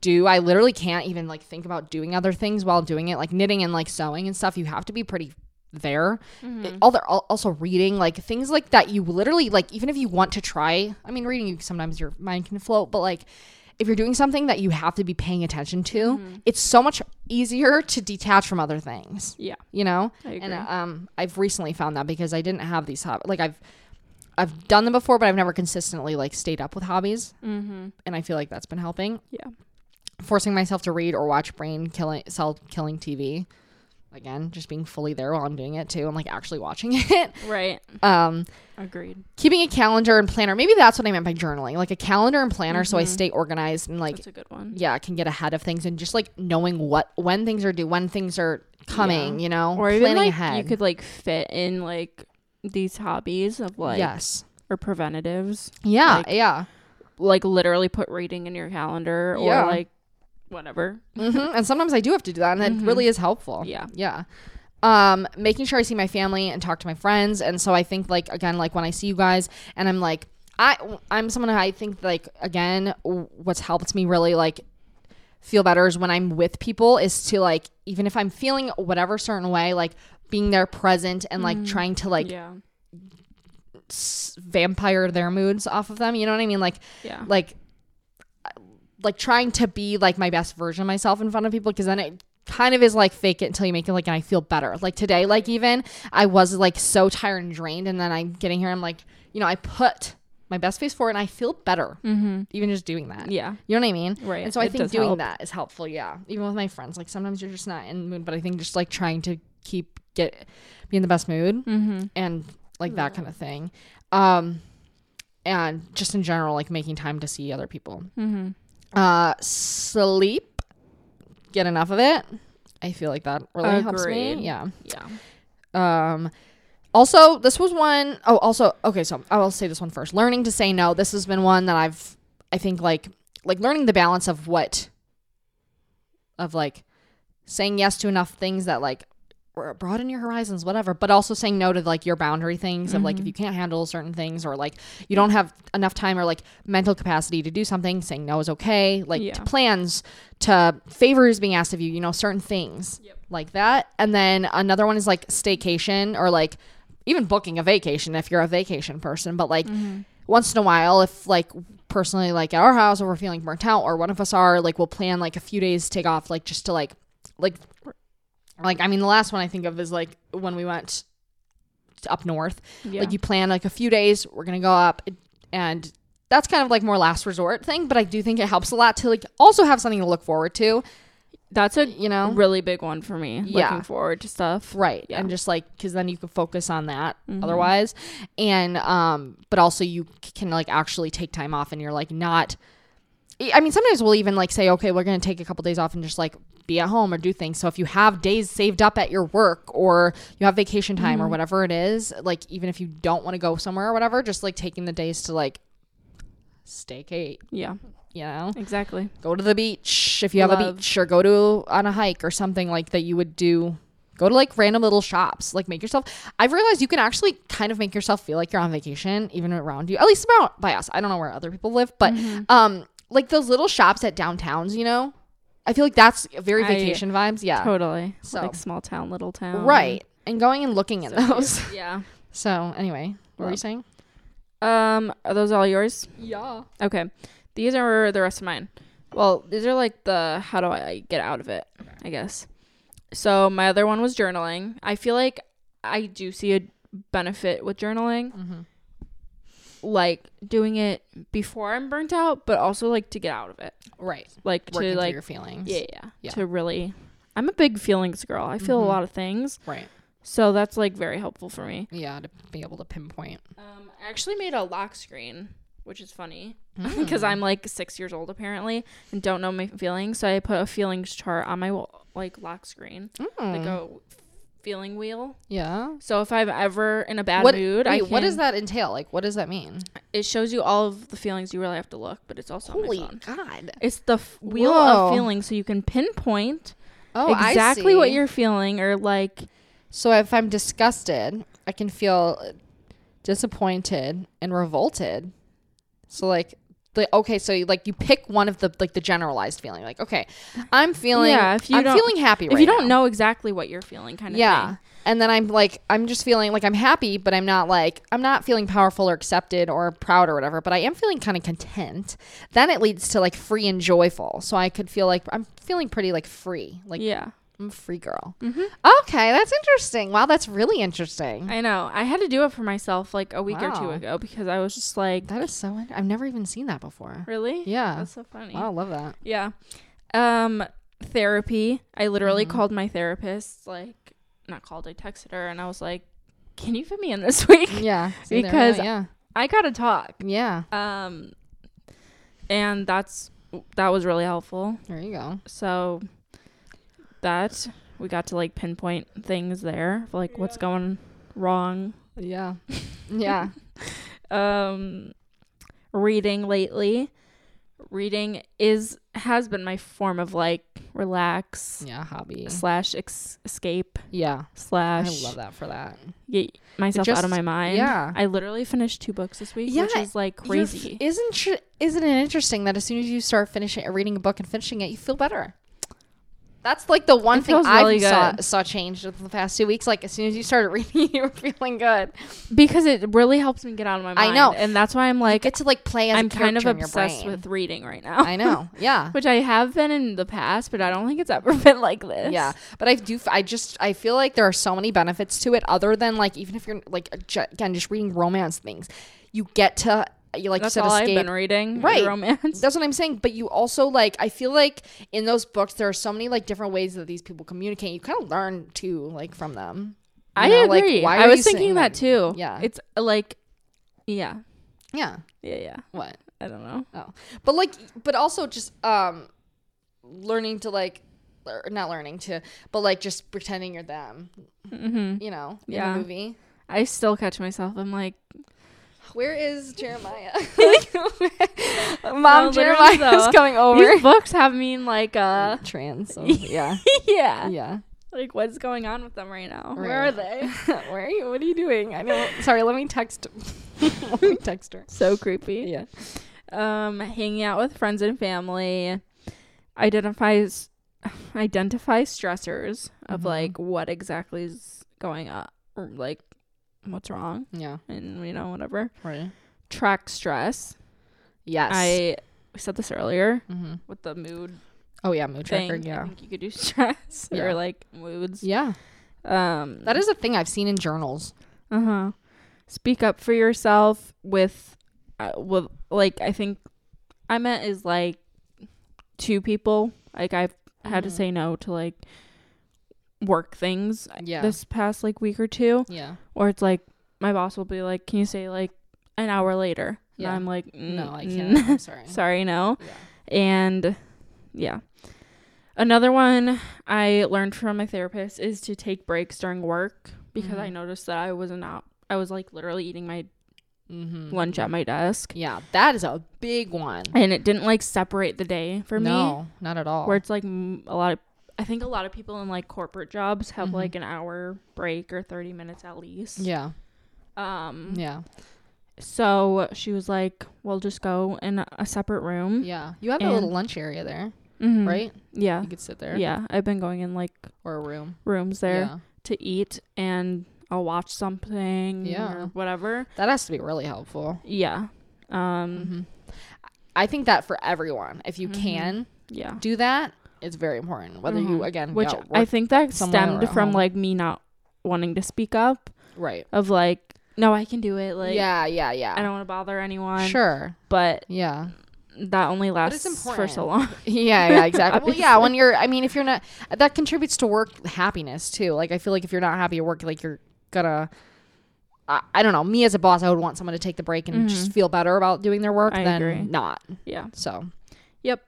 [SPEAKER 1] do, I literally can't even like think about doing other things while doing it, like knitting and like sewing and stuff. You have to be pretty there. It- All they're al- also reading, like things like that. You literally like even if you want to try. I mean, reading you sometimes your mind can float, but like if you're doing something that you have to be paying attention to, it's so much easier to detach from other things
[SPEAKER 2] Yeah.
[SPEAKER 1] you know
[SPEAKER 2] I agree.
[SPEAKER 1] and um i've recently found that because i didn't have these hobbies like i've i've done them before but i've never consistently like stayed up with hobbies
[SPEAKER 2] Mm-hmm.
[SPEAKER 1] and i feel like that's been helping
[SPEAKER 2] Yeah.
[SPEAKER 1] forcing myself to read or watch brain killing cell killing tv again just being fully there while i'm doing it too i'm like actually watching it
[SPEAKER 2] Right.
[SPEAKER 1] um
[SPEAKER 2] Agreed.
[SPEAKER 1] keeping a calendar and planner maybe that's what i meant by journaling like a calendar and planner so i stay organized and like
[SPEAKER 2] Mm-hmm. That's a good one.
[SPEAKER 1] yeah can get ahead of things and just like knowing what when things are due when things are coming you know
[SPEAKER 2] Or even like you could like fit in like these hobbies of like
[SPEAKER 1] yes
[SPEAKER 2] or preventatives.
[SPEAKER 1] Yeah,
[SPEAKER 2] Like-
[SPEAKER 1] yeah.
[SPEAKER 2] Like literally put reading in your calendar or
[SPEAKER 1] Yeah.
[SPEAKER 2] like whatever.
[SPEAKER 1] Mm-hmm, hmm And sometimes I do have to do that, and it really is helpful.
[SPEAKER 2] Mm-hmm. Yeah.
[SPEAKER 1] yeah. um, making sure I see my family and talk to my friends. And so I think like again, like when I see you guys, and I'm like, I I'm someone who I think like again, w- what's helped me really like feel better is when I'm with people is to like even if I'm feeling whatever certain way, like being there present and like trying to like
[SPEAKER 2] Mm. yeah.
[SPEAKER 1] s- vampire their moods off of them. You know what I mean? Like
[SPEAKER 2] Yeah.
[SPEAKER 1] like like trying to be like my best version of myself in front of people because then it kind of is like fake it until you make it like and I feel better. Like today, like even I was like so tired and drained and then I'm getting here, I'm like, you know, I put my best face forward and I feel better
[SPEAKER 2] Mm-hmm.
[SPEAKER 1] even just doing that.
[SPEAKER 2] Mm. Yeah.
[SPEAKER 1] You know what I mean?
[SPEAKER 2] Right.
[SPEAKER 1] And so I
[SPEAKER 2] It
[SPEAKER 1] think
[SPEAKER 2] does
[SPEAKER 1] doing
[SPEAKER 2] help.
[SPEAKER 1] that is helpful, yeah. Even with my friends. Like sometimes you're just not in the mood, but I think just like trying to keep get be in the best mood
[SPEAKER 2] Mm-hmm.
[SPEAKER 1] and like that kind of thing. Um and just in general, like making time to see other people.
[SPEAKER 2] Mm-hmm.
[SPEAKER 1] Uh, sleep, get enough of it. I feel like that really helps me.
[SPEAKER 2] Agreed.
[SPEAKER 1] Yeah.
[SPEAKER 2] Yeah.
[SPEAKER 1] Um, also, this was one oh also, okay, so I will say this one first. Learning to say no. This has been one that I've, I think, like, like learning the balance of what, of like, saying yes to enough things that like r- broaden your horizons, whatever, but also saying no to like your boundary things of like if you can't handle certain things or like you don't have enough time or like mental capacity to do something, saying no is okay. Like
[SPEAKER 2] Yeah.
[SPEAKER 1] to plans, to favors being asked of you, you know, certain things like that. And then another one is like staycation or like even booking a vacation if you're a vacation person, but
[SPEAKER 2] Mm-hmm.
[SPEAKER 1] like once in a while, if like personally, like at our house or we're feeling burnt out or one of us are, like we'll plan like a few days to take off, like just to like, like, like I mean, the last one I think of is like when we went t- up north.
[SPEAKER 2] Yeah.
[SPEAKER 1] Like you plan like a few days, we're gonna go up, and that's kind of like more last resort thing. But I do think it helps a lot to like also have something to look forward to,
[SPEAKER 2] That's a
[SPEAKER 1] you know?
[SPEAKER 2] really big one for me.
[SPEAKER 1] Yeah.
[SPEAKER 2] Looking forward to stuff.
[SPEAKER 1] right?
[SPEAKER 2] Yeah.
[SPEAKER 1] And just like because then you can focus on that otherwise, and um, but also you c- can like actually take time off, and you're like not. I mean, sometimes we'll even like say, okay, we're gonna take a couple days off and just like be at home or do things. So if you have days saved up at your work or you have vacation time or whatever it is, like even if you don't want to go somewhere or whatever, just like taking the days to like staycate,
[SPEAKER 2] Yeah.
[SPEAKER 1] you know,
[SPEAKER 2] Exactly.
[SPEAKER 1] go to the beach if you have a
[SPEAKER 2] Love.
[SPEAKER 1] beach, or go to on a hike or something like that you would do. Go to like random little shops, like make yourself. I've realized you can actually kind of make yourself feel like you're on vacation, even around you. At least about by us. I don't know where other people live, but
[SPEAKER 2] Mm-hmm.
[SPEAKER 1] um, like those little shops at downtowns, you know. I feel like that's very
[SPEAKER 2] I-
[SPEAKER 1] vacation vibes, yeah.
[SPEAKER 2] Totally.
[SPEAKER 1] Uh, So-
[SPEAKER 2] Like small town, little town.
[SPEAKER 1] Right, and going and looking at those.
[SPEAKER 2] Yeah.
[SPEAKER 1] So anyway, what were you
[SPEAKER 2] Love.
[SPEAKER 1] saying?
[SPEAKER 2] Um, are those all yours?
[SPEAKER 1] Yeah.
[SPEAKER 2] Okay. These are the rest of mine. Well, these are like the how do I get out of it, I guess. So, my other one was journaling. I feel like I do see a benefit with journaling.
[SPEAKER 1] Mm-hmm.
[SPEAKER 2] Like doing it before I'm burnt out, but also like to get out of it.
[SPEAKER 1] Right.
[SPEAKER 2] Like
[SPEAKER 1] Working
[SPEAKER 2] to
[SPEAKER 1] through
[SPEAKER 2] like
[SPEAKER 1] your feelings.
[SPEAKER 2] yeah, yeah, Mm-hmm.
[SPEAKER 1] Yeah.
[SPEAKER 2] to really I'm a big feelings girl. I feel a lot of things.
[SPEAKER 1] Right.
[SPEAKER 2] So, that's like very helpful for me.
[SPEAKER 1] Yeah, to be able to pinpoint.
[SPEAKER 2] Um, I actually made a lock screen, which is funny because I'm like six years old apparently and don't know my feelings. So I put a feelings chart on my wall, like lock screen, like a feeling wheel.
[SPEAKER 1] Yeah.
[SPEAKER 2] So if I'm ever in a bad mood, I
[SPEAKER 1] wait,
[SPEAKER 2] can,
[SPEAKER 1] what does that entail? Like, what does that mean?
[SPEAKER 2] It shows you all of the feelings. You really have to look, but it's also on Oh my phone.
[SPEAKER 1] God!
[SPEAKER 2] It's the f- wheel
[SPEAKER 1] Whoa.
[SPEAKER 2] of feelings, so you can pinpoint
[SPEAKER 1] Oh, I
[SPEAKER 2] exactly what
[SPEAKER 1] see.
[SPEAKER 2] you're feeling or like.
[SPEAKER 1] So if I'm disgusted, I can feel disappointed and revolted. So like, the, okay, so you, like you pick one of the like the generalized feeling. Like, okay, I'm feeling.
[SPEAKER 2] Yeah, if you
[SPEAKER 1] I'm
[SPEAKER 2] don't-
[SPEAKER 1] feeling happy.
[SPEAKER 2] If
[SPEAKER 1] right
[SPEAKER 2] you don't
[SPEAKER 1] now.
[SPEAKER 2] know exactly what you're feeling, kind of
[SPEAKER 1] yeah.
[SPEAKER 2] thing.
[SPEAKER 1] And then I'm like, I'm just feeling like I'm happy, but I'm not like, I'm not feeling powerful or accepted or proud or whatever, but I am feeling kind of content. Then it leads to like free and joyful. So I could feel like I'm feeling pretty like free. Like,
[SPEAKER 2] Yeah. Mm-hmm.
[SPEAKER 1] I'm a free girl. Okay, that's interesting. Wow, that's really interesting.
[SPEAKER 2] I know. I had to do it for myself like a week or two
[SPEAKER 1] mm. Wow.
[SPEAKER 2] ago because I was just like,
[SPEAKER 1] that is so. In- I've never even seen that before.
[SPEAKER 2] really?
[SPEAKER 1] Yeah.
[SPEAKER 2] That's so funny.
[SPEAKER 1] Wow, I love that.
[SPEAKER 2] Yeah. Um, therapy. I literally
[SPEAKER 1] Mm-hmm.
[SPEAKER 2] called my therapist, like, not called, I texted her and I was like, can you fit me in this week?
[SPEAKER 1] Yeah, see, there we go.
[SPEAKER 2] Because-
[SPEAKER 1] yeah,
[SPEAKER 2] I got to talk.
[SPEAKER 1] yeah,
[SPEAKER 2] Um, and that's, that was really helpful.
[SPEAKER 1] there you go.
[SPEAKER 2] So that we got to like pinpoint things there, like what's going wrong.
[SPEAKER 1] Yeah, yeah,
[SPEAKER 2] um reading lately reading is has been my form of like relax
[SPEAKER 1] Yeah, hobby.
[SPEAKER 2] slash ex- escape
[SPEAKER 1] Yeah.
[SPEAKER 2] slash
[SPEAKER 1] I love that for that.
[SPEAKER 2] get myself out
[SPEAKER 1] just-
[SPEAKER 2] of my mind.
[SPEAKER 1] yeah.
[SPEAKER 2] I literally finished two books this week,
[SPEAKER 1] Yeah,
[SPEAKER 2] which is like
[SPEAKER 1] You're f-
[SPEAKER 2] crazy.
[SPEAKER 1] isn't tr- isn't it interesting that as soon as you start finishing uh, reading a book and finishing it, you feel better? That's like the one
[SPEAKER 2] It
[SPEAKER 1] thing
[SPEAKER 2] feels
[SPEAKER 1] I
[SPEAKER 2] really
[SPEAKER 1] saw
[SPEAKER 2] good.
[SPEAKER 1] saw change over the past two weeks. Like as soon as you started reading, you were feeling good.
[SPEAKER 2] because it really helps me get out of my
[SPEAKER 1] I
[SPEAKER 2] mind.
[SPEAKER 1] know.
[SPEAKER 2] and that's why I'm like
[SPEAKER 1] Get to like play as a
[SPEAKER 2] I'm kind of
[SPEAKER 1] character in your
[SPEAKER 2] obsessed
[SPEAKER 1] brain.
[SPEAKER 2] with reading right now.
[SPEAKER 1] I know. Yeah.
[SPEAKER 2] which I have been in the past, but I don't think it's ever been like this.
[SPEAKER 1] Yeah, but I do. f- I just I feel like there are so many benefits to it, other than like even if you're like a ju- again just reading romance things, you get to you like
[SPEAKER 2] that's
[SPEAKER 1] you said
[SPEAKER 2] all
[SPEAKER 1] escape.
[SPEAKER 2] I've been reading.
[SPEAKER 1] Right.
[SPEAKER 2] romance.
[SPEAKER 1] That's what I'm saying. But you also like I feel like in those books there are so many like different ways that these people communicate. You kind of learn too like from them. You
[SPEAKER 2] I
[SPEAKER 1] know, like,
[SPEAKER 2] agree.
[SPEAKER 1] why
[SPEAKER 2] I
[SPEAKER 1] are
[SPEAKER 2] was
[SPEAKER 1] you
[SPEAKER 2] thinking
[SPEAKER 1] saying
[SPEAKER 2] that too.
[SPEAKER 1] Yeah.
[SPEAKER 2] it's uh, like, yeah,
[SPEAKER 1] Yeah.
[SPEAKER 2] yeah, yeah.
[SPEAKER 1] What?
[SPEAKER 2] I don't know.
[SPEAKER 1] Oh, but like, but also just um, learning to like, or not learning to, but like just pretending you're them.
[SPEAKER 2] hmm
[SPEAKER 1] You know, in
[SPEAKER 2] Yeah.
[SPEAKER 1] the movie.
[SPEAKER 2] I still catch myself. I'm like,
[SPEAKER 1] Where is Jeremiah?
[SPEAKER 2] No,
[SPEAKER 1] Mom,
[SPEAKER 2] Oh, literally,
[SPEAKER 1] Jeremiah's
[SPEAKER 2] though.
[SPEAKER 1] coming over.
[SPEAKER 2] these books have me in like, uh,
[SPEAKER 1] Trans. so, yeah.
[SPEAKER 2] yeah.
[SPEAKER 1] Yeah.
[SPEAKER 2] like what's going on with them right now? Where
[SPEAKER 1] Right.
[SPEAKER 2] are they?
[SPEAKER 1] Where are you? What are you doing? I know. Sorry, let me text. let me text her.
[SPEAKER 2] so creepy.
[SPEAKER 1] Yeah.
[SPEAKER 2] Um, hanging out with friends and family, identifies identify stressors of
[SPEAKER 1] Mhm.
[SPEAKER 2] like what exactly is going on, or like what's wrong,
[SPEAKER 1] Yeah.
[SPEAKER 2] and you know whatever.
[SPEAKER 1] Right.
[SPEAKER 2] Track stress.
[SPEAKER 1] Yes.
[SPEAKER 2] I we said this earlier
[SPEAKER 1] mm-hmm.
[SPEAKER 2] with the mood
[SPEAKER 1] Oh yeah, mood tracker.
[SPEAKER 2] thing. I
[SPEAKER 1] Yeah.
[SPEAKER 2] think you could do stress
[SPEAKER 1] Yeah.
[SPEAKER 2] or like moods.
[SPEAKER 1] Yeah.
[SPEAKER 2] Um,
[SPEAKER 1] That is a thing I've seen in journals.
[SPEAKER 2] Uh huh. Speak up for yourself with, uh, with like I think I meant is like two people. Like I've had to
[SPEAKER 1] Mhm.
[SPEAKER 2] say no to like work things
[SPEAKER 1] Yeah.
[SPEAKER 2] this past like week or two,
[SPEAKER 1] yeah.
[SPEAKER 2] or it's like my boss will be like, "Can you say like an hour later?"
[SPEAKER 1] Yeah.
[SPEAKER 2] And I'm like,
[SPEAKER 1] No, I
[SPEAKER 2] "Mm,
[SPEAKER 1] can't. I'm sorry.
[SPEAKER 2] sorry, no."
[SPEAKER 1] Yeah.
[SPEAKER 2] And yeah. Another one I learned from my therapist is to take breaks during work because I
[SPEAKER 1] Mhm.
[SPEAKER 2] noticed that I was not I was like literally eating my
[SPEAKER 1] Mm-hmm.
[SPEAKER 2] lunch at my desk
[SPEAKER 1] Yeah, that is a big one.
[SPEAKER 2] and it didn't like separate the day for me
[SPEAKER 1] no, not at all.
[SPEAKER 2] where it's like m- a lot of I think a lot of people in like corporate jobs have
[SPEAKER 1] Mhm.
[SPEAKER 2] like an hour break or 30 minutes at least.
[SPEAKER 1] yeah.
[SPEAKER 2] Um
[SPEAKER 1] Yeah.
[SPEAKER 2] so she was like, "We'll just go in a separate room."
[SPEAKER 1] Yeah. You have a
[SPEAKER 2] And-
[SPEAKER 1] little lunch area there,
[SPEAKER 2] Mhm.
[SPEAKER 1] right?
[SPEAKER 2] Yeah.
[SPEAKER 1] You could sit there.
[SPEAKER 2] Yeah, I've been going in like
[SPEAKER 1] Or a room.
[SPEAKER 2] rooms there.
[SPEAKER 1] Yeah.
[SPEAKER 2] to eat and I'll watch something
[SPEAKER 1] Yeah.
[SPEAKER 2] or whatever.
[SPEAKER 1] That has to be really helpful.
[SPEAKER 2] Yeah. Um
[SPEAKER 1] hmm I think that for everyone, if you
[SPEAKER 2] Mhm.
[SPEAKER 1] can
[SPEAKER 2] yeah.
[SPEAKER 1] do that, it's very important. Whether you
[SPEAKER 2] Mhm.
[SPEAKER 1] again,
[SPEAKER 2] Which
[SPEAKER 1] yeah,
[SPEAKER 2] I
[SPEAKER 1] work-
[SPEAKER 2] think that
[SPEAKER 1] somewhere or
[SPEAKER 2] stemmed
[SPEAKER 1] at
[SPEAKER 2] from
[SPEAKER 1] home.
[SPEAKER 2] like me not wanting to speak up
[SPEAKER 1] right?
[SPEAKER 2] of like no, I can do it like
[SPEAKER 1] yeah, yeah, yeah.
[SPEAKER 2] I don't want to bother anyone.
[SPEAKER 1] sure.
[SPEAKER 2] But
[SPEAKER 1] Yeah.
[SPEAKER 2] that only
[SPEAKER 1] it's
[SPEAKER 2] lasts for so
[SPEAKER 1] important.
[SPEAKER 2] long.
[SPEAKER 1] Yeah, yeah, exactly. well, yeah, when you're, I mean, if you're not, that contributes to work happiness too. Like, I feel like if you're not happy at work, like you're gonna, I, I don't know. Me as a boss, I would want someone to take the break and just feel better about doing their work
[SPEAKER 2] Mm-hmm. I
[SPEAKER 1] than
[SPEAKER 2] agree.
[SPEAKER 1] not.
[SPEAKER 2] yeah.
[SPEAKER 1] So,
[SPEAKER 2] Yep.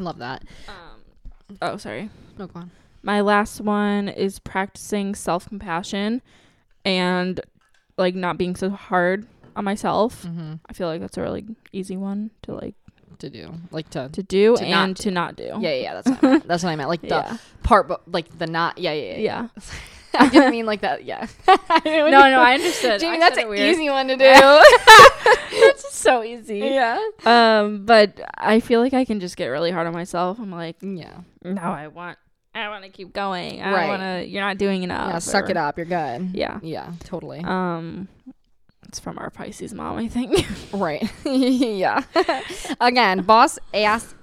[SPEAKER 1] I love that.
[SPEAKER 2] Um oh, sorry.
[SPEAKER 1] No, go on.
[SPEAKER 2] My last one is practicing self-compassion and like not being so hard on myself.
[SPEAKER 1] Mm-hmm.
[SPEAKER 2] I feel like that's a really easy one to like
[SPEAKER 1] To do, like to.
[SPEAKER 2] to do
[SPEAKER 1] To not
[SPEAKER 2] and to not do.
[SPEAKER 1] yeah, yeah, yeah, that's what I meant. that's what I meant. Like the
[SPEAKER 2] Oh. Yeah.
[SPEAKER 1] part, but like the not. Yeah, yeah, yeah. yeah.
[SPEAKER 2] Yeah.
[SPEAKER 1] I didn't mean like that. Yeah.
[SPEAKER 2] No, no, I understood.
[SPEAKER 1] Jamie,
[SPEAKER 2] I
[SPEAKER 1] that's
[SPEAKER 2] said it
[SPEAKER 1] an
[SPEAKER 2] weird.
[SPEAKER 1] easy one to do.
[SPEAKER 2] That's so easy.
[SPEAKER 1] yeah.
[SPEAKER 2] Um, but I feel like I can just get really hard on myself. I'm like,
[SPEAKER 1] Yeah.
[SPEAKER 2] no, I want, I want to keep going. I
[SPEAKER 1] Right.
[SPEAKER 2] want to. You're not doing enough.
[SPEAKER 1] yeah. Suck it
[SPEAKER 2] or-
[SPEAKER 1] up. You're good.
[SPEAKER 2] Yeah.
[SPEAKER 1] Yeah. Totally.
[SPEAKER 2] Um, it's from our Pisces mom, I think.
[SPEAKER 1] Right. yeah. Again, boss ass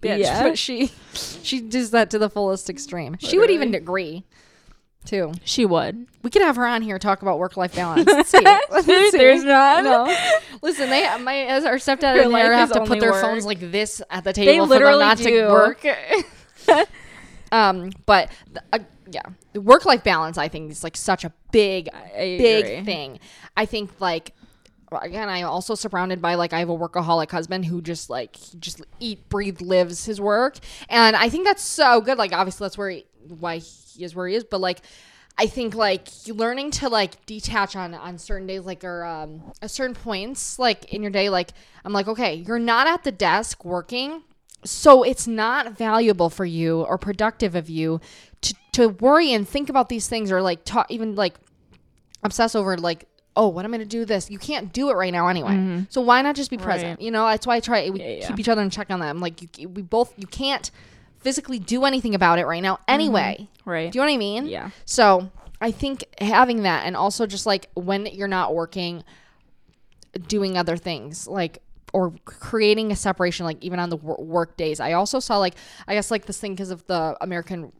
[SPEAKER 1] bitch,
[SPEAKER 2] Yeah.
[SPEAKER 1] but she she does that to the fullest extreme. She would even agree. Too.
[SPEAKER 2] she would.
[SPEAKER 1] We could have her on here talk about work life balance. Let's see. Let's see.
[SPEAKER 2] There's none.
[SPEAKER 1] No. Listen, they my as our stepdad
[SPEAKER 2] Her
[SPEAKER 1] and
[SPEAKER 2] life
[SPEAKER 1] they have
[SPEAKER 2] is
[SPEAKER 1] to put
[SPEAKER 2] only
[SPEAKER 1] their
[SPEAKER 2] work.
[SPEAKER 1] phones like this at the table
[SPEAKER 2] They
[SPEAKER 1] for them
[SPEAKER 2] literally
[SPEAKER 1] not to
[SPEAKER 2] do.
[SPEAKER 1] work. Um, but the, uh, yeah, work life balance I think is like such a big
[SPEAKER 2] I
[SPEAKER 1] big
[SPEAKER 2] agree.
[SPEAKER 1] thing. I think like again, I'm also surrounded by like I have a workaholic husband who just like he just eat, breathe, lives his work, and I think that's so good. Like obviously that's where he, why he is where he is, but like. I think like learning to like detach on on certain days, like or um, at certain points, like in your day, like I'm like, okay, you're not at the desk working, so it's not valuable for you or productive of you to to worry and think about these things or like talk even like obsess over like oh what i'm gonna do this you can't do it right now anyway so why not just be present
[SPEAKER 2] Mm-hmm. Right.
[SPEAKER 1] you know that's why i try we
[SPEAKER 2] Yeah, yeah.
[SPEAKER 1] keep each other in check on that i'm like you, we both you can't physically do anything about it right now anyway
[SPEAKER 2] Right.
[SPEAKER 1] do you know what i mean
[SPEAKER 2] Mm-hmm. yeah.
[SPEAKER 1] so i think having that and also just like when you're not working doing other things like or creating a separation like even on the wor- work days i also saw like i guess like this thing because of the american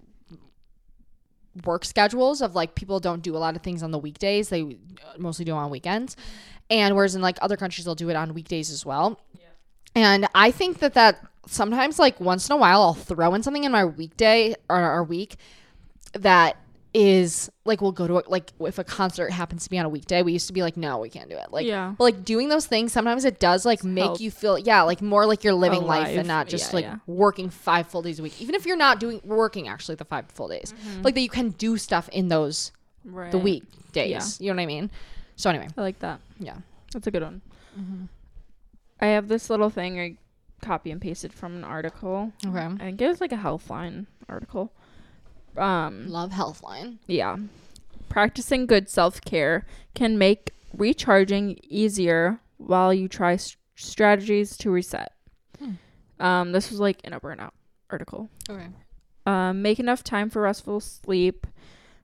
[SPEAKER 1] work schedules of like people don't do a lot of things on the weekdays they uh, mostly do it on weekends and whereas in like other countries they'll do it on weekdays as well and i think that that sometimes like once in a while i'll throw in something in my weekday or, or week that is like we'll go to a, like if a concert happens to be on a weekday we used to be like no we can't do it like
[SPEAKER 2] Yeah.
[SPEAKER 1] but like doing those things sometimes it does like make
[SPEAKER 2] Help.
[SPEAKER 1] you feel yeah like more like you're living life
[SPEAKER 2] Alive.
[SPEAKER 1] and not just
[SPEAKER 2] Yeah,
[SPEAKER 1] like
[SPEAKER 2] yeah.
[SPEAKER 1] working five full days a week even if you're not doing working actually the five full days like that you can do stuff in those
[SPEAKER 2] Mm-hmm. Right.
[SPEAKER 1] the week days you know what i mean so anyway
[SPEAKER 2] I like that.
[SPEAKER 1] yeah
[SPEAKER 2] That's a good one. Mm-hmm. I have this little thing I copy and pasted from an article.
[SPEAKER 1] okay
[SPEAKER 2] I think it was like a Healthline article. Um,
[SPEAKER 1] love healthline
[SPEAKER 2] yeah. Practicing good self care can make recharging easier while you try s- strategies to reset. Um, this was like in a burnout article.
[SPEAKER 1] okay
[SPEAKER 2] Um, make enough time for restful sleep.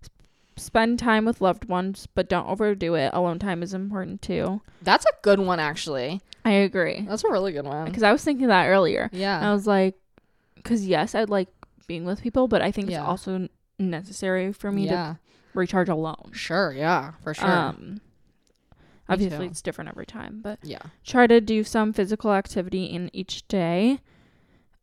[SPEAKER 2] S- Spend time with loved ones, but don't overdo it. Alone time is important too.
[SPEAKER 1] that's a good one actually
[SPEAKER 2] I agree.
[SPEAKER 1] that's a really good one
[SPEAKER 2] Because um, I was thinking that earlier. And I
[SPEAKER 1] yeah
[SPEAKER 2] was like, because yes, I'd like being with people, but I think
[SPEAKER 1] Yeah.
[SPEAKER 2] it's also n- necessary for me to
[SPEAKER 1] yeah
[SPEAKER 2] recharge alone.
[SPEAKER 1] sure yeah for sure
[SPEAKER 2] Um, obviously,
[SPEAKER 1] too.
[SPEAKER 2] it's different every time, but
[SPEAKER 1] yeah
[SPEAKER 2] try to do some physical activity in each day.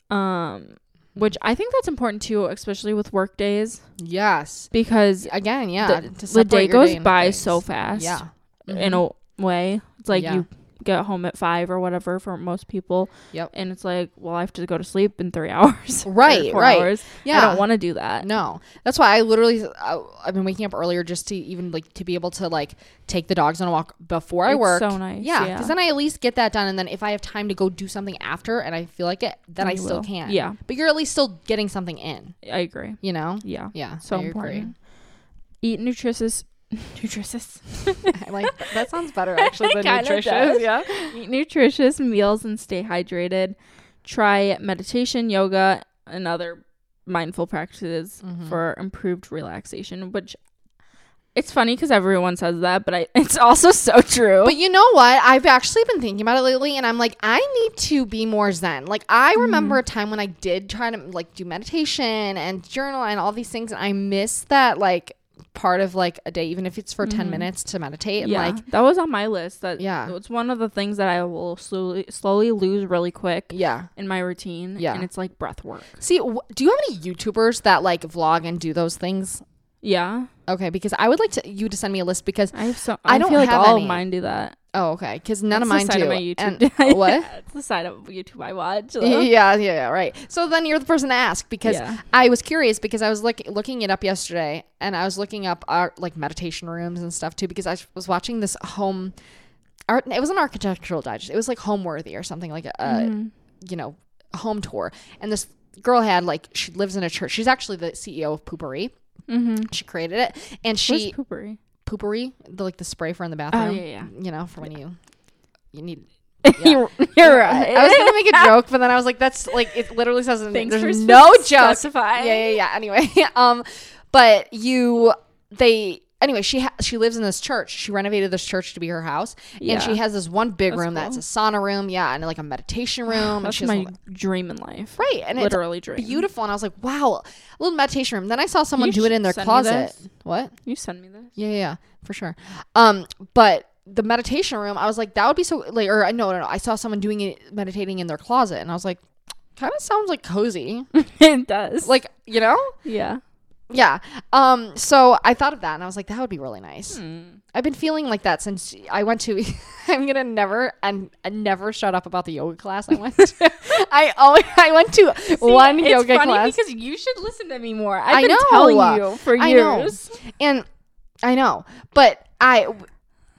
[SPEAKER 2] Um,
[SPEAKER 1] Hmm.
[SPEAKER 2] which I think that's important too, especially with work days,
[SPEAKER 1] yes
[SPEAKER 2] because
[SPEAKER 1] again yeah
[SPEAKER 2] the,
[SPEAKER 1] to
[SPEAKER 2] the
[SPEAKER 1] separate
[SPEAKER 2] day
[SPEAKER 1] your
[SPEAKER 2] goes
[SPEAKER 1] into
[SPEAKER 2] by
[SPEAKER 1] things.
[SPEAKER 2] so fast.
[SPEAKER 1] yeah
[SPEAKER 2] in a way. It's like
[SPEAKER 1] Mm-hmm. Yeah.
[SPEAKER 2] you get home at five or whatever for most people.
[SPEAKER 1] Yep.
[SPEAKER 2] And it's like, well, I have to go to sleep in three hours. or
[SPEAKER 1] Right,
[SPEAKER 2] four
[SPEAKER 1] right.
[SPEAKER 2] Hours.
[SPEAKER 1] yeah
[SPEAKER 2] I don't want to do that.
[SPEAKER 1] No, that's why I literally I, I've been waking up earlier just to even like to be able to like take the dogs on a walk before I
[SPEAKER 2] It's
[SPEAKER 1] work.
[SPEAKER 2] so nice,
[SPEAKER 1] yeah.
[SPEAKER 2] yeah.
[SPEAKER 1] Because then I at least get that done, and then if I have time to go do something after, and I feel like it, then I
[SPEAKER 2] You
[SPEAKER 1] still
[SPEAKER 2] will.
[SPEAKER 1] can.
[SPEAKER 2] Yeah.
[SPEAKER 1] but you're at least still getting something in.
[SPEAKER 2] I agree.
[SPEAKER 1] You know?
[SPEAKER 2] Yeah.
[SPEAKER 1] Yeah.
[SPEAKER 2] So
[SPEAKER 1] I agree.
[SPEAKER 2] important. Eat nutritious. nutritious.
[SPEAKER 1] I like that- that sounds better actually than
[SPEAKER 2] Kinda does.
[SPEAKER 1] nutritious. Yeah.
[SPEAKER 2] Eat nutritious meals and stay hydrated. Try meditation, yoga, and other mindful practices
[SPEAKER 1] Mm-hmm.
[SPEAKER 2] for improved relaxation, which it's funny because everyone says that, but I, it's also so true.
[SPEAKER 1] But you know what? I've actually been thinking about it lately, and I'm like, I need to be more zen. Like, I
[SPEAKER 2] Mm.
[SPEAKER 1] remember a time when I did try to like do meditation and journal and all these things, and I miss that like part of like a day, even if it's for ten minutes to meditate. And,
[SPEAKER 2] Mm-hmm. yeah,
[SPEAKER 1] Like,
[SPEAKER 2] that was on my list. That
[SPEAKER 1] Yeah.
[SPEAKER 2] it's one of the things that I will slowly slowly lose really quick
[SPEAKER 1] yeah.
[SPEAKER 2] in my routine.
[SPEAKER 1] Yeah.
[SPEAKER 2] and it's like breath work.
[SPEAKER 1] See, w- do you have any YouTubers that like vlog and do those things?
[SPEAKER 2] Yeah,
[SPEAKER 1] Okay, because I would like to you to send me a list because
[SPEAKER 2] I have so
[SPEAKER 1] I
[SPEAKER 2] I,
[SPEAKER 1] don't
[SPEAKER 2] don't feel like
[SPEAKER 1] have
[SPEAKER 2] all
[SPEAKER 1] any.
[SPEAKER 2] of mine do that.
[SPEAKER 1] oh okay, because none of
[SPEAKER 2] It's
[SPEAKER 1] mine
[SPEAKER 2] the side
[SPEAKER 1] do.
[SPEAKER 2] Of my YouTube.
[SPEAKER 1] And, what?
[SPEAKER 2] Yeah, it's the side of YouTube I watch.
[SPEAKER 1] yeah, yeah, yeah, right. So then you're the person to ask because
[SPEAKER 2] Uh-huh. Yeah.
[SPEAKER 1] I was curious because I was look, looking it up yesterday and I was looking up our like meditation rooms and stuff too because I was watching this home art. It was an architectural digest. It was like homeworthy or something like a
[SPEAKER 2] Mm-hmm.
[SPEAKER 1] you know home tour. And this girl had like she lives in a church. She's actually the CEO of Poopery.
[SPEAKER 2] Mm-hmm.
[SPEAKER 1] She created it and
[SPEAKER 2] Where's
[SPEAKER 1] she
[SPEAKER 2] poopery?
[SPEAKER 1] Poopery the, like the spray for in the
[SPEAKER 2] Oh
[SPEAKER 1] bathroom.
[SPEAKER 2] yeah, yeah.
[SPEAKER 1] You know for when you you need
[SPEAKER 2] you're, you're right.
[SPEAKER 1] I was gonna make a joke, but then I was like, "That's like it literally says in-
[SPEAKER 2] Thanks
[SPEAKER 1] there's
[SPEAKER 2] for
[SPEAKER 1] no
[SPEAKER 2] spec-
[SPEAKER 1] joke."
[SPEAKER 2] specifying.
[SPEAKER 1] Yeah, yeah, yeah. Anyway, um, but you, they, anyway, she ha- she lives in this church. She renovated this church to be her house,
[SPEAKER 2] Yeah.
[SPEAKER 1] and she has this one big
[SPEAKER 2] That's
[SPEAKER 1] room that's a sauna room, yeah, and like a meditation room. and
[SPEAKER 2] That's
[SPEAKER 1] she has
[SPEAKER 2] my
[SPEAKER 1] all that-
[SPEAKER 2] dream in life.
[SPEAKER 1] right, and
[SPEAKER 2] Literally
[SPEAKER 1] it's
[SPEAKER 2] dream.
[SPEAKER 1] beautiful. And I was like, "Wow, a little meditation room." Then I saw someone do it in their
[SPEAKER 2] should send me
[SPEAKER 1] closet.
[SPEAKER 2] this.
[SPEAKER 1] What?
[SPEAKER 2] You send me this.
[SPEAKER 1] Yeah, yeah, yeah, for sure. Um, but the meditation room, I was like, that would be so like, or uh, no, no, no. I saw someone doing it meditating in their closet, and I was like, kind of sounds like cozy,
[SPEAKER 2] it does.
[SPEAKER 1] like you know.
[SPEAKER 2] yeah.
[SPEAKER 1] Yeah. Um. So I thought of that, and I was like, that would be really nice.
[SPEAKER 2] Hmm.
[SPEAKER 1] I've been feeling like that since I went to. I'm gonna never and and never shut up about the yoga class I went. to. I always I went to one
[SPEAKER 2] it's
[SPEAKER 1] yoga
[SPEAKER 2] funny
[SPEAKER 1] class.
[SPEAKER 2] because you should listen to me more.
[SPEAKER 1] I
[SPEAKER 2] I've been
[SPEAKER 1] know.
[SPEAKER 2] telling you for
[SPEAKER 1] I know.
[SPEAKER 2] years.
[SPEAKER 1] And I know, but I w-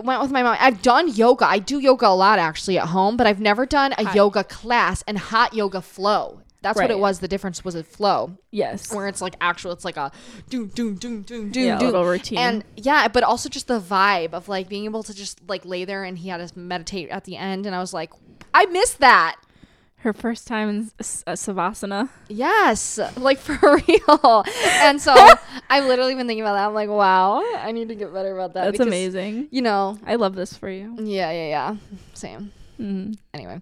[SPEAKER 1] went with my mom. I've done yoga. I do yoga a lot actually at home, but I've never done a yoga class and hot yoga flow. That's what it
[SPEAKER 2] Right.
[SPEAKER 1] was. The difference was a flow
[SPEAKER 2] Yes.
[SPEAKER 1] where it's like actual. It's like a doom doom doom doom doom
[SPEAKER 2] Yeah, a
[SPEAKER 1] doom
[SPEAKER 2] little routine.
[SPEAKER 1] And yeah, but also just the vibe of like being able to just like lay there and he had us meditate at the end, and I was like, I miss that.
[SPEAKER 2] Her first time in s- uh, Savasana.
[SPEAKER 1] Yes, like for real. And so I've literally been thinking about that. I'm like, wow, I need to get better about that.
[SPEAKER 2] That's
[SPEAKER 1] because,
[SPEAKER 2] amazing.
[SPEAKER 1] You know,
[SPEAKER 2] I love this for you.
[SPEAKER 1] Yeah, yeah, yeah. Same.
[SPEAKER 2] Mhm.
[SPEAKER 1] Anyway,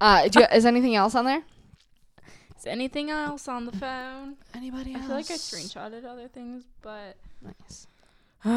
[SPEAKER 1] uh, do you, is anything else on there?
[SPEAKER 2] Is anything else on the phone?
[SPEAKER 1] Anybody
[SPEAKER 2] I feel like I screenshotted other things, but
[SPEAKER 1] Nice.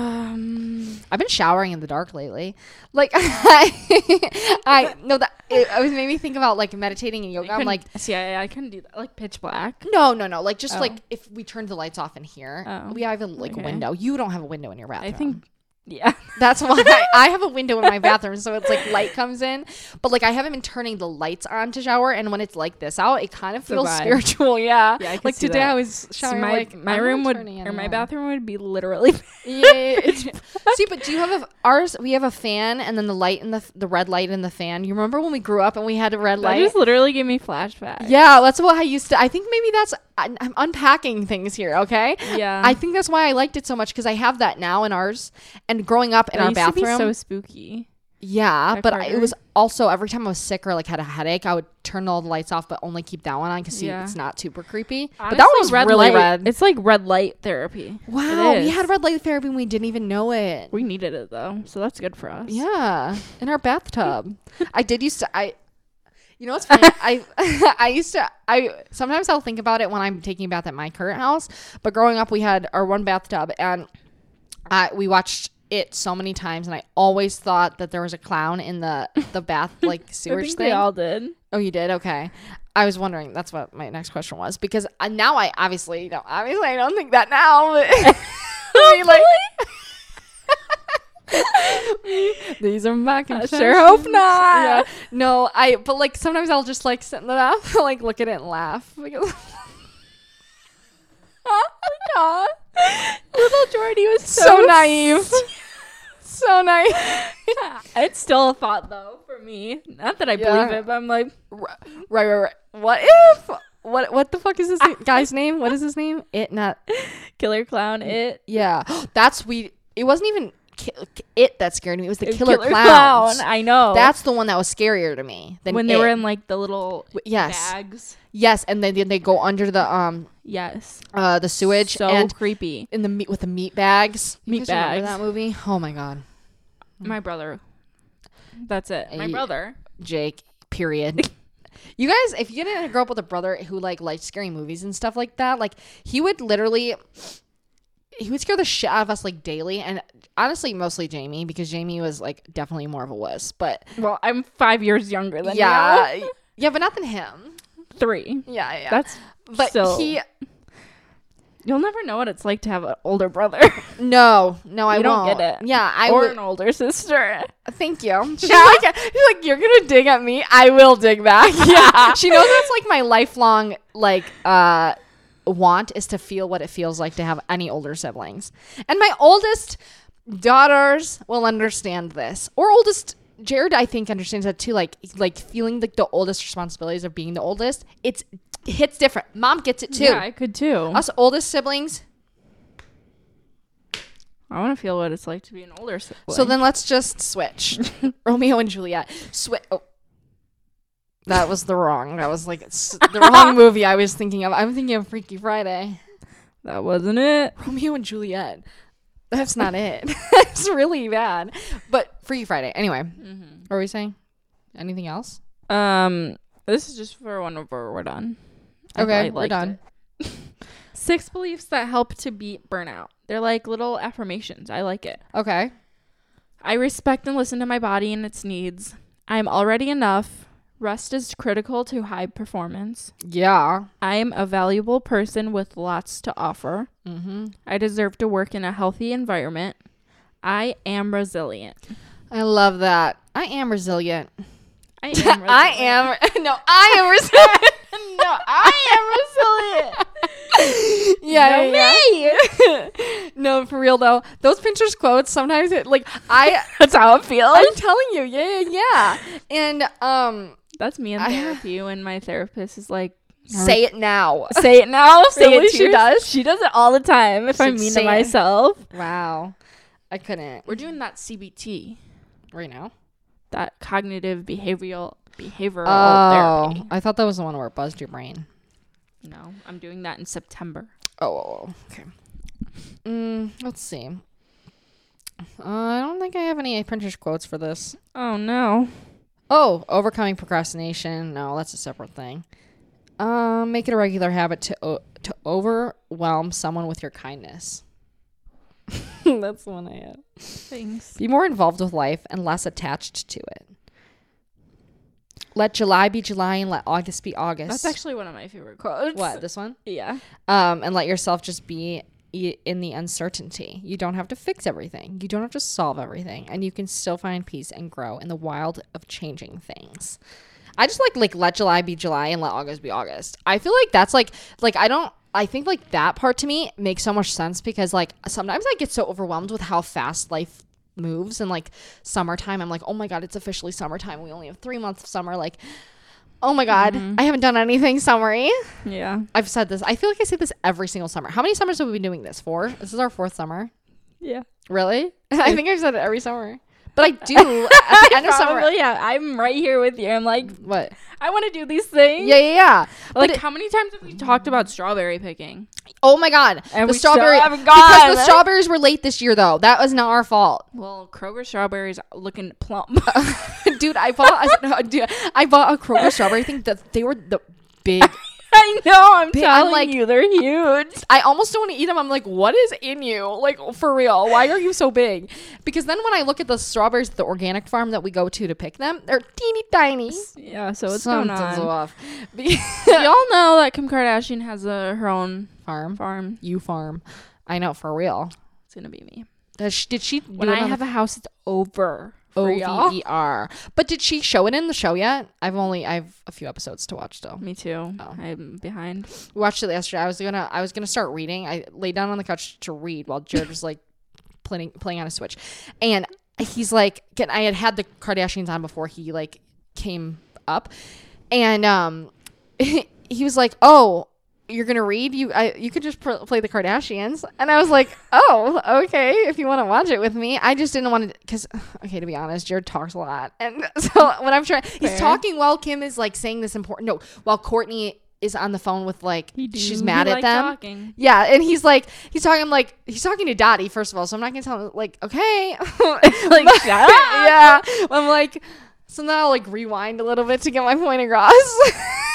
[SPEAKER 2] um,
[SPEAKER 1] I've been showering in the dark lately. Like I, I no that it always made me think about like meditating and yoga. I'm like,
[SPEAKER 2] see, I, I couldn't do that. Like pitch black.
[SPEAKER 1] no, no, no. Like just
[SPEAKER 2] Oh.
[SPEAKER 1] like if we turned the lights off in here,
[SPEAKER 2] Oh.
[SPEAKER 1] we have a like
[SPEAKER 2] Okay.
[SPEAKER 1] window. You don't have a window in your
[SPEAKER 2] I
[SPEAKER 1] bathroom.
[SPEAKER 2] think, yeah.
[SPEAKER 1] That's why I, I have a window in my bathroom, so it's like light comes in. But like I haven't been turning the lights on to shower, and when it's like this out, it kind of
[SPEAKER 2] The
[SPEAKER 1] feels
[SPEAKER 2] vibe.
[SPEAKER 1] spiritual. Yeah,
[SPEAKER 2] Yeah, I can
[SPEAKER 1] like
[SPEAKER 2] see
[SPEAKER 1] today
[SPEAKER 2] that.
[SPEAKER 1] I was
[SPEAKER 2] See,
[SPEAKER 1] showering.
[SPEAKER 2] my
[SPEAKER 1] like,
[SPEAKER 2] my
[SPEAKER 1] I'm not
[SPEAKER 2] room would
[SPEAKER 1] turning it
[SPEAKER 2] or my
[SPEAKER 1] on.
[SPEAKER 2] bathroom would be literally.
[SPEAKER 1] Yeah, yeah, yeah. See, but do you have a ours? We have a fan, and then the light in the the red light in the fan. You remember when we grew up and we had a red
[SPEAKER 2] that
[SPEAKER 1] light?
[SPEAKER 2] just literally gave me flashbacks.
[SPEAKER 1] yeah, that's what I used to. I think maybe that's I, I'm unpacking things here. Okay.
[SPEAKER 2] Yeah.
[SPEAKER 1] I think that's why I liked it so much because I have that now in ours, and growing up in
[SPEAKER 2] That
[SPEAKER 1] our
[SPEAKER 2] used to be
[SPEAKER 1] bathroom.
[SPEAKER 2] so spooky.
[SPEAKER 1] yeah,
[SPEAKER 2] Jack
[SPEAKER 1] but I, it
[SPEAKER 2] Carter.
[SPEAKER 1] was also every time I was sick or like had a headache, I would turn all the lights off, but only keep that one on because
[SPEAKER 2] Yeah.
[SPEAKER 1] it's not super creepy. but that one
[SPEAKER 2] Honestly,
[SPEAKER 1] was really
[SPEAKER 2] light,
[SPEAKER 1] red.
[SPEAKER 2] It's like red light therapy.
[SPEAKER 1] Wow,
[SPEAKER 2] It
[SPEAKER 1] we
[SPEAKER 2] is.
[SPEAKER 1] had red light therapy and we didn't even know it.
[SPEAKER 2] We needed it though, so that's good for us.
[SPEAKER 1] Yeah, in our bathtub. I did used to. I, you know what's funny? I I used to. I sometimes I'll think about it when I'm taking a bath at my current house. But growing up, we had our one bathtub, and I we watched it so many times, and I always thought that there was a clown in the the bath like
[SPEAKER 2] I
[SPEAKER 1] sewage
[SPEAKER 2] think
[SPEAKER 1] thing.
[SPEAKER 2] we all did.
[SPEAKER 1] Oh, you did? Okay. I was wondering. That's what my next question was because I, now I obviously you know obviously I don't think that now. But I mean, like, these are my
[SPEAKER 2] I
[SPEAKER 1] confessions.
[SPEAKER 2] sure hope not.
[SPEAKER 1] Yeah. No, I. But like sometimes I'll just like sit in the bath, and, like look at it and laugh. Because
[SPEAKER 2] Aw. Little Jordy was so,
[SPEAKER 1] so naive. so naive.
[SPEAKER 2] It's still a thought though for me. Not that I
[SPEAKER 1] Yeah.
[SPEAKER 2] believe it, but I'm like,
[SPEAKER 1] right, right, right. What if? What? What the fuck is this guy's name? What is his name? It not.
[SPEAKER 2] killer clown. It
[SPEAKER 1] Yeah, that's we. It wasn't even ki- it that scared me. It was the
[SPEAKER 2] it-
[SPEAKER 1] killer, clowns.
[SPEAKER 2] I know.
[SPEAKER 1] That's the one that was scarier to me than
[SPEAKER 2] when they were
[SPEAKER 1] It.
[SPEAKER 2] in like the little
[SPEAKER 1] yes.
[SPEAKER 2] bags.
[SPEAKER 1] Yes, and then then they go under the um
[SPEAKER 2] Yes.
[SPEAKER 1] uh the sewage
[SPEAKER 2] so
[SPEAKER 1] and
[SPEAKER 2] creepy.
[SPEAKER 1] in the meat with the meat bags. You
[SPEAKER 2] Meat
[SPEAKER 1] guys remember
[SPEAKER 2] bags.
[SPEAKER 1] That movie. Oh my god,
[SPEAKER 2] My brother. That's it. My
[SPEAKER 1] Ye-
[SPEAKER 2] brother.
[SPEAKER 1] Jake. Period. You guys, if you didn't grow up with a brother who like liked scary movies and stuff like that, like he would literally he would scare the shit out of us like daily and honestly mostly Jamie because Jamie was like definitely more of a wuss, but
[SPEAKER 2] Well, I'm five years younger than
[SPEAKER 1] yeah,
[SPEAKER 2] you.
[SPEAKER 1] y- yeah, but not than him.
[SPEAKER 2] Three.
[SPEAKER 1] Yeah, yeah.
[SPEAKER 2] That's
[SPEAKER 1] but
[SPEAKER 2] still-
[SPEAKER 1] he
[SPEAKER 2] you'll never know what it's like to have an older brother
[SPEAKER 1] no, no, I
[SPEAKER 2] You don't
[SPEAKER 1] won't.
[SPEAKER 2] get it.
[SPEAKER 1] Yeah, I
[SPEAKER 2] or
[SPEAKER 1] would.
[SPEAKER 2] an older sister.
[SPEAKER 1] Thank you. She's like, she's like, you're gonna dig at me. I will dig back. Yeah, she knows that's like my lifelong like uh want is to feel what it feels like to have any older siblings, and my oldest daughters will understand this, or oldest. Jared, I think, understands that too. Like, like feeling like the oldest responsibilities of being the oldest, it's hits different. Mom gets it too.
[SPEAKER 2] Yeah, I could too.
[SPEAKER 1] Us oldest siblings,
[SPEAKER 2] I want to feel what it's like to be an older sibling.
[SPEAKER 1] So then let's just switch. Romeo and Juliet. Swi Oh. That was the wrong. That was like s- the wrong movie I was thinking of. I'm thinking of Freaky Friday.
[SPEAKER 2] that wasn't it.
[SPEAKER 1] Romeo and Juliet. That's not it. it's really bad. But Freaky Friday. Anyway, what were we saying? Anything else?
[SPEAKER 2] Um, this is just for one over. We're done. I
[SPEAKER 1] Okay,
[SPEAKER 2] really
[SPEAKER 1] we're
[SPEAKER 2] liked
[SPEAKER 1] done.
[SPEAKER 2] it. Six beliefs that help to beat burnout. They're like little affirmations. I like it.
[SPEAKER 1] Okay.
[SPEAKER 2] I respect and listen to my body and its needs. I'm already enough. Rest is critical to high performance.
[SPEAKER 1] Yeah.
[SPEAKER 2] I am a valuable person with lots to offer.
[SPEAKER 1] Mm-hmm.
[SPEAKER 2] I deserve to work in a healthy environment. I am resilient.
[SPEAKER 1] I love that. I am resilient.
[SPEAKER 2] I am resilient.
[SPEAKER 1] I am. No, I am resilient. no,
[SPEAKER 2] I am resilient.
[SPEAKER 1] yeah,
[SPEAKER 2] No
[SPEAKER 1] yeah, yeah. no, for real though. Those Pinterest quotes sometimes it like I
[SPEAKER 2] That's how it feels.
[SPEAKER 1] I'm telling you, yeah, yeah, yeah. And um
[SPEAKER 2] That's me in
[SPEAKER 1] I-
[SPEAKER 2] therapy when my therapist is like,
[SPEAKER 1] say it now.
[SPEAKER 2] say it now. Say
[SPEAKER 1] Really,
[SPEAKER 2] it.
[SPEAKER 1] she
[SPEAKER 2] to your-
[SPEAKER 1] does?
[SPEAKER 2] She does it all the time. If
[SPEAKER 1] She's
[SPEAKER 2] I
[SPEAKER 1] like,
[SPEAKER 2] mean
[SPEAKER 1] "Say
[SPEAKER 2] to
[SPEAKER 1] it."
[SPEAKER 2] myself,
[SPEAKER 1] Wow. I couldn't.
[SPEAKER 2] we're doing that CBT,
[SPEAKER 1] Right now.
[SPEAKER 2] that cognitive behavioral behavioral
[SPEAKER 1] Oh,
[SPEAKER 2] therapy.
[SPEAKER 1] I thought that was the one where it buzzed your brain.
[SPEAKER 2] No, I'm doing that in September.
[SPEAKER 1] Oh, oh, oh, okay. Mm, let's see. Uh, I don't think I have any Pinterest quotes for this.
[SPEAKER 2] Oh no.
[SPEAKER 1] Oh, overcoming procrastination. No, that's a separate thing. Um, make it a regular habit to o- to overwhelm someone with your kindness. that's the one I had.
[SPEAKER 2] Thanks.
[SPEAKER 1] Be more involved with life and less attached to it. Let July be July and let August be August.
[SPEAKER 2] That's actually one of my favorite quotes.
[SPEAKER 1] what this one.
[SPEAKER 2] Yeah.
[SPEAKER 1] Um, and let yourself just be i- in the uncertainty. You don't have to fix everything. You don't have to solve everything, and you can still find peace and grow in the wild of changing things. I just like like let July be July and let August be August. I feel like that's like like I don't I think like that part to me makes so much sense because like sometimes I get so overwhelmed with how fast life moves and like summertime I'm like oh my god it's officially summertime we only have 3 months of summer like oh my god I haven't done anything summery
[SPEAKER 2] Yeah.
[SPEAKER 1] I've said this. I feel like I say this every single summer. How many summers have we been doing this? Four? This is our fourth summer.
[SPEAKER 2] Yeah.
[SPEAKER 1] Really? I think I've said it every summer. But I do at the end of summer.
[SPEAKER 2] Probably, yeah. I'm right here with you. I'm like,
[SPEAKER 1] What?
[SPEAKER 2] I want to do these things.
[SPEAKER 1] Yeah, yeah, yeah. but
[SPEAKER 2] Like,
[SPEAKER 1] it-
[SPEAKER 2] how many times have we talked about strawberry picking?
[SPEAKER 1] oh my god,
[SPEAKER 2] And
[SPEAKER 1] the
[SPEAKER 2] we still
[SPEAKER 1] strawberry.
[SPEAKER 2] haven't
[SPEAKER 1] because the
[SPEAKER 2] gone.
[SPEAKER 1] strawberries were late this year, though. That was not our fault.
[SPEAKER 2] Well, Kroger strawberries looking plump.
[SPEAKER 1] dude, I bought a, no, dude, I bought a Kroger strawberry thing that they were the big.
[SPEAKER 2] I know. I'm
[SPEAKER 1] Big- I'm
[SPEAKER 2] telling
[SPEAKER 1] like-
[SPEAKER 2] you, they're huge.
[SPEAKER 1] I almost don't want to eat them. I'm like, what is in you? Like for real? Why are you so big? Because then when I look at the strawberries at the organic farm that we go to to pick them, they're teeny tiny.
[SPEAKER 2] Yeah. So what's
[SPEAKER 1] Something's
[SPEAKER 2] going on?
[SPEAKER 1] off.
[SPEAKER 2] Y'all know that Kim Kardashian has a, her own
[SPEAKER 1] farm.
[SPEAKER 2] farm.
[SPEAKER 1] You farm. I know for real.
[SPEAKER 2] It's gonna be me.
[SPEAKER 1] Does she, did she do
[SPEAKER 2] When
[SPEAKER 1] it
[SPEAKER 2] I
[SPEAKER 1] on
[SPEAKER 2] have a house, it's over.
[SPEAKER 1] the
[SPEAKER 2] for y'all.
[SPEAKER 1] OVER? E But did she show it in the show yet? I've only I've a few episodes to watch still.
[SPEAKER 2] Me too.
[SPEAKER 1] Oh.
[SPEAKER 2] I'm behind.
[SPEAKER 1] We watched it yesterday. I was gonna I was gonna start reading. I lay down on the couch to read while Jared was like playing playing on a switch, and he's like, "Can I had had the Kardashians on before he like came up, and um, he was like, "Oh, you're gonna read? You I, you could just pr- play the Kardashians." And I was like, "Oh, okay. If you want to watch it with me, I just didn't want to because okay, to be honest, Jared talks a lot, and so when I'm trying, he's
[SPEAKER 2] Fair.
[SPEAKER 1] talking while Kim is like saying this important. No, while Courtney is on the phone with like she's mad at them.
[SPEAKER 2] Talking.
[SPEAKER 1] Yeah, and he's like, he's talking I'm like he's talking to Dottie first of all, so I'm not gonna tell him like, okay,
[SPEAKER 2] Like, shut up.
[SPEAKER 1] yeah, I'm like, so now I'll like rewind a little bit to get my point across.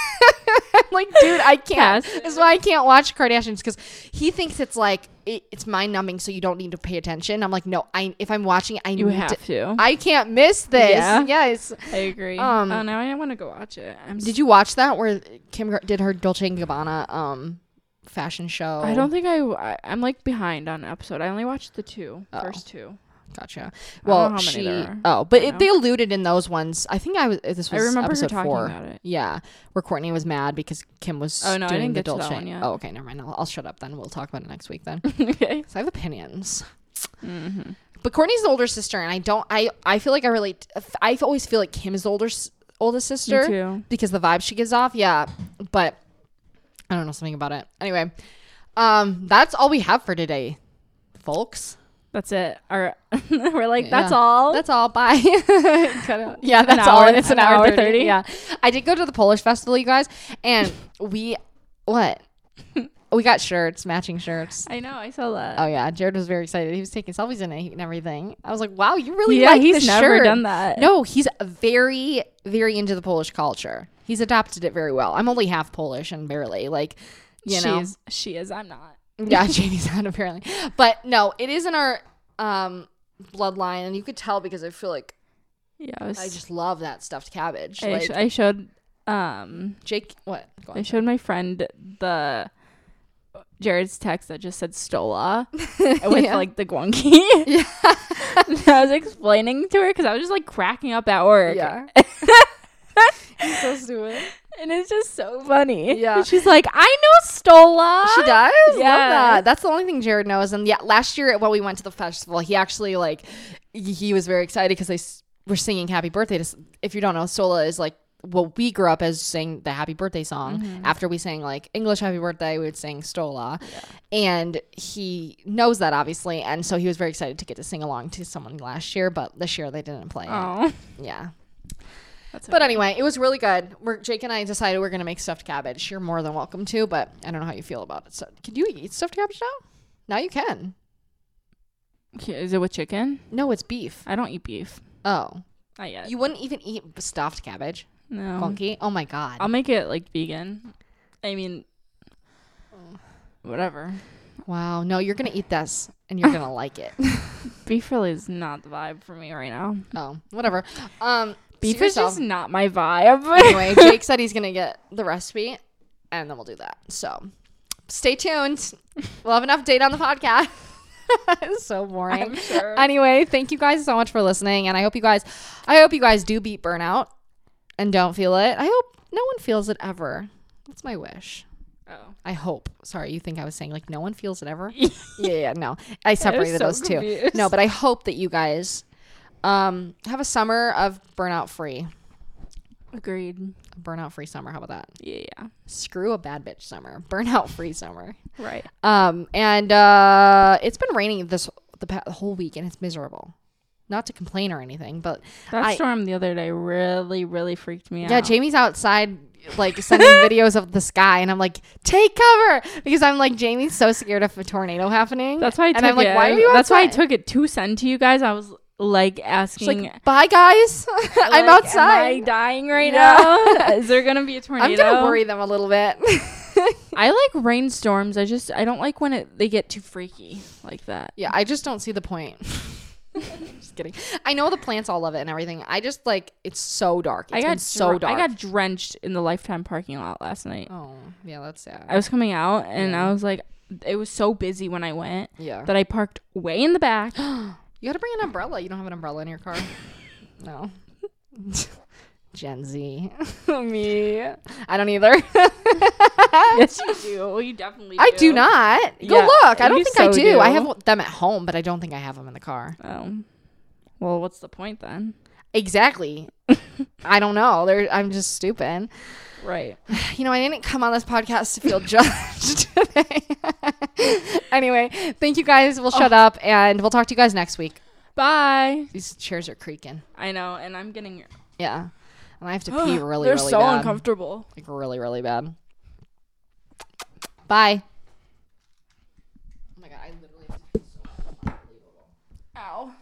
[SPEAKER 1] I'm like, dude, I can't.
[SPEAKER 2] Passive.
[SPEAKER 1] That's why I can't watch Kardashians because he thinks it's like it, it's mind numbing, so you don't need to pay attention. I'm like, no, I if I'm watching, it, I
[SPEAKER 2] You
[SPEAKER 1] need
[SPEAKER 2] have
[SPEAKER 1] to.
[SPEAKER 2] to.
[SPEAKER 1] I can't miss this.
[SPEAKER 2] Yeah.
[SPEAKER 1] Yes.
[SPEAKER 2] I agree.
[SPEAKER 1] Um,
[SPEAKER 2] oh, now I want to go watch it. I'm
[SPEAKER 1] Did you watch that where Kim did her Dolce and Gabbana um fashion show?
[SPEAKER 2] I don't think I, I. am like behind on an episode. I only watched the two
[SPEAKER 1] Oh.
[SPEAKER 2] first two.
[SPEAKER 1] Gotcha.
[SPEAKER 2] I don't know
[SPEAKER 1] Well,
[SPEAKER 2] how many
[SPEAKER 1] she.
[SPEAKER 2] there are,
[SPEAKER 1] Oh, but
[SPEAKER 2] you
[SPEAKER 1] it,
[SPEAKER 2] know?
[SPEAKER 1] they alluded in those ones. I think I was. This was
[SPEAKER 2] I remember her
[SPEAKER 1] episode
[SPEAKER 2] talking
[SPEAKER 1] four.
[SPEAKER 2] about it.
[SPEAKER 1] Yeah, where Courtney was mad because Kim was.
[SPEAKER 2] Oh, no, I
[SPEAKER 1] doing
[SPEAKER 2] didn't
[SPEAKER 1] the
[SPEAKER 2] get to that
[SPEAKER 1] Dolce.
[SPEAKER 2] one yet.
[SPEAKER 1] Oh, okay, never mind. I'll, I'll shut up then. We'll talk about it next week then.
[SPEAKER 2] okay.
[SPEAKER 1] 'Cause I have opinions.
[SPEAKER 2] Mm-hmm.
[SPEAKER 1] But Courtney's the older sister, and I don't. I I feel like I relate. I always feel like Kim is the older s- oldest sister
[SPEAKER 2] Me too.
[SPEAKER 1] because the vibe she gives off. Yeah, but I don't know something about it. Anyway, um, that's all we have for today, folks.
[SPEAKER 2] That's it. Our, we're like, that's
[SPEAKER 1] Yeah.
[SPEAKER 2] all.
[SPEAKER 1] That's all. Bye. Cut out. Yeah, that's
[SPEAKER 2] hour-
[SPEAKER 1] all. And it's an,
[SPEAKER 2] an
[SPEAKER 1] hour,
[SPEAKER 2] hour
[SPEAKER 1] 30.
[SPEAKER 2] 30.
[SPEAKER 1] Yeah. I did go to the Polish festival, you guys, and we, what? we got shirts, matching shirts.
[SPEAKER 2] I know. I saw that.
[SPEAKER 1] Oh, yeah. Jared was very excited. He was taking selfies in it and everything. I was like, wow, you really
[SPEAKER 2] yeah,
[SPEAKER 1] like
[SPEAKER 2] he's
[SPEAKER 1] this
[SPEAKER 2] never
[SPEAKER 1] shirt.
[SPEAKER 2] done that.
[SPEAKER 1] No, he's very, very into the Polish culture. He's adopted it very well. I'm only half Polish and barely. Like, you know.
[SPEAKER 2] She's- she is. I'm not.
[SPEAKER 1] Yeah, Jamie's out apparently. But no, it is in our um bloodline and you could tell because I feel like
[SPEAKER 2] Yeah, I, was,
[SPEAKER 1] I just love that stuffed cabbage.
[SPEAKER 2] I,
[SPEAKER 1] like
[SPEAKER 2] sh- I showed um
[SPEAKER 1] Jake, what? Go on.
[SPEAKER 2] I showed my friend the Jared's text that just said Stola with
[SPEAKER 1] Yeah.
[SPEAKER 2] like the guanki. Yeah. I was explaining to her because I was just like cracking up at work.
[SPEAKER 1] Yeah. He's so stupid.
[SPEAKER 2] And it's just so funny.
[SPEAKER 1] Yeah.
[SPEAKER 2] She's like, I know Stola.
[SPEAKER 1] She does. Love
[SPEAKER 2] Yes.
[SPEAKER 1] that. That's the only thing Jared knows. And yeah, last year when we went to the festival, he actually like he- he was very excited because they s- were singing "Happy Birthday." To, s- if you don't know, Sola is like what we grew up as saying the happy birthday song after we sang like english happy birthday we would sing stola and he knows that obviously and so he was very excited to get to sing along to someone last year but this year they didn't play it.
[SPEAKER 2] Oh.
[SPEAKER 1] yeah
[SPEAKER 2] That's
[SPEAKER 1] but anyway it was really good we're, jake and i decided we're going to make stuffed cabbage you're more than welcome to but i don't know how you feel about it so can you eat stuffed cabbage now now you can
[SPEAKER 2] okay. Is it with chicken?
[SPEAKER 1] no it's beef
[SPEAKER 2] I don't eat beef.
[SPEAKER 1] oh
[SPEAKER 2] Not yet.
[SPEAKER 1] you wouldn't even eat stuffed cabbage
[SPEAKER 2] no.
[SPEAKER 1] funky oh my god
[SPEAKER 2] I'll make it like vegan. I mean, whatever.
[SPEAKER 1] wow no you're going to eat this and you're going to like it
[SPEAKER 2] Beef really is not the vibe for me right now.
[SPEAKER 1] oh whatever um
[SPEAKER 2] Beef
[SPEAKER 1] suit
[SPEAKER 2] is
[SPEAKER 1] yourself.
[SPEAKER 2] just not my vibe.
[SPEAKER 1] anyway jake said he's going to get the recipe and then we'll do that so stay tuned we'll have an update on the podcast It's so boring
[SPEAKER 2] I'm sure.
[SPEAKER 1] anyway thank you guys so much for listening and i hope you guys i hope you guys do beat burnout and don't feel it i hope no one feels it ever that's my wish
[SPEAKER 2] oh.
[SPEAKER 1] i hope sorry you think i was saying like no one feels it ever yeah yeah no i separated
[SPEAKER 2] so
[SPEAKER 1] those two
[SPEAKER 2] confused.
[SPEAKER 1] no but i hope that you guys um have a summer of burnout free
[SPEAKER 2] Agreed.
[SPEAKER 1] a burnout free summer how about that
[SPEAKER 2] Yeah, yeah.
[SPEAKER 1] screw a bad bitch summer burnout free summer
[SPEAKER 2] Right.
[SPEAKER 1] um and uh it's been raining this the pa- whole week and it's miserable not to complain or anything but
[SPEAKER 2] That
[SPEAKER 1] I-
[SPEAKER 2] storm the other day really, really freaked me out.
[SPEAKER 1] Yeah, Jamie's outside like sending videos of the sky and I'm like, take cover because I'm like Jamie's so scared of a tornado happening.
[SPEAKER 2] That's why I took
[SPEAKER 1] and I'm like,
[SPEAKER 2] it.
[SPEAKER 1] why are you
[SPEAKER 2] That's why I
[SPEAKER 1] outside?"
[SPEAKER 2] took it to send to you guys. I was like
[SPEAKER 1] She's
[SPEAKER 2] asking.
[SPEAKER 1] like, bye guys.
[SPEAKER 2] like,
[SPEAKER 1] I'm
[SPEAKER 2] Am I
[SPEAKER 1] outside.
[SPEAKER 2] dying right
[SPEAKER 1] Yeah.
[SPEAKER 2] now? Is there gonna be a tornado?
[SPEAKER 1] I'm gonna worry them a little bit.
[SPEAKER 2] I like rainstorms. I just I don't like when it they get too freaky like that.
[SPEAKER 1] yeah, I just don't see the point. just kidding. I know the plants all love it and everything. I just like it's so dark. It's
[SPEAKER 2] I
[SPEAKER 1] been
[SPEAKER 2] got
[SPEAKER 1] so
[SPEAKER 2] dr-
[SPEAKER 1] dark.
[SPEAKER 2] I got drenched in the Lifetime parking lot last night.
[SPEAKER 1] oh yeah, that's sad.
[SPEAKER 2] I was coming out and I was like, it was so busy when I went
[SPEAKER 1] yeah,
[SPEAKER 2] that I parked way in the back.
[SPEAKER 1] you got to bring an umbrella. You don't have an umbrella in your car. no. Gen Z. Me. I don't either.
[SPEAKER 2] yes, you do. You definitely.
[SPEAKER 1] I do not. Go
[SPEAKER 2] Yeah,
[SPEAKER 1] look. I don't
[SPEAKER 2] you
[SPEAKER 1] think I
[SPEAKER 2] so
[SPEAKER 1] do.
[SPEAKER 2] do.
[SPEAKER 1] I have them at home, but I don't think I have them in the car.
[SPEAKER 2] Oh, well, what's the point then?
[SPEAKER 1] Exactly. I don't know. They're, I'm just stupid.
[SPEAKER 2] Right.
[SPEAKER 1] You know, I didn't come on this podcast to feel judged today. anyway, thank you guys. We'll
[SPEAKER 2] Oh.
[SPEAKER 1] shut up and we'll talk to you guys next week.
[SPEAKER 2] Bye.
[SPEAKER 1] These chairs are creaking.
[SPEAKER 2] I know, and I'm getting.
[SPEAKER 1] Yeah. And I have to pee really,
[SPEAKER 2] They're
[SPEAKER 1] really
[SPEAKER 2] so
[SPEAKER 1] bad.
[SPEAKER 2] uncomfortable.
[SPEAKER 1] Like, really, really bad. Bye. Oh my God. I literally.
[SPEAKER 2] Ow.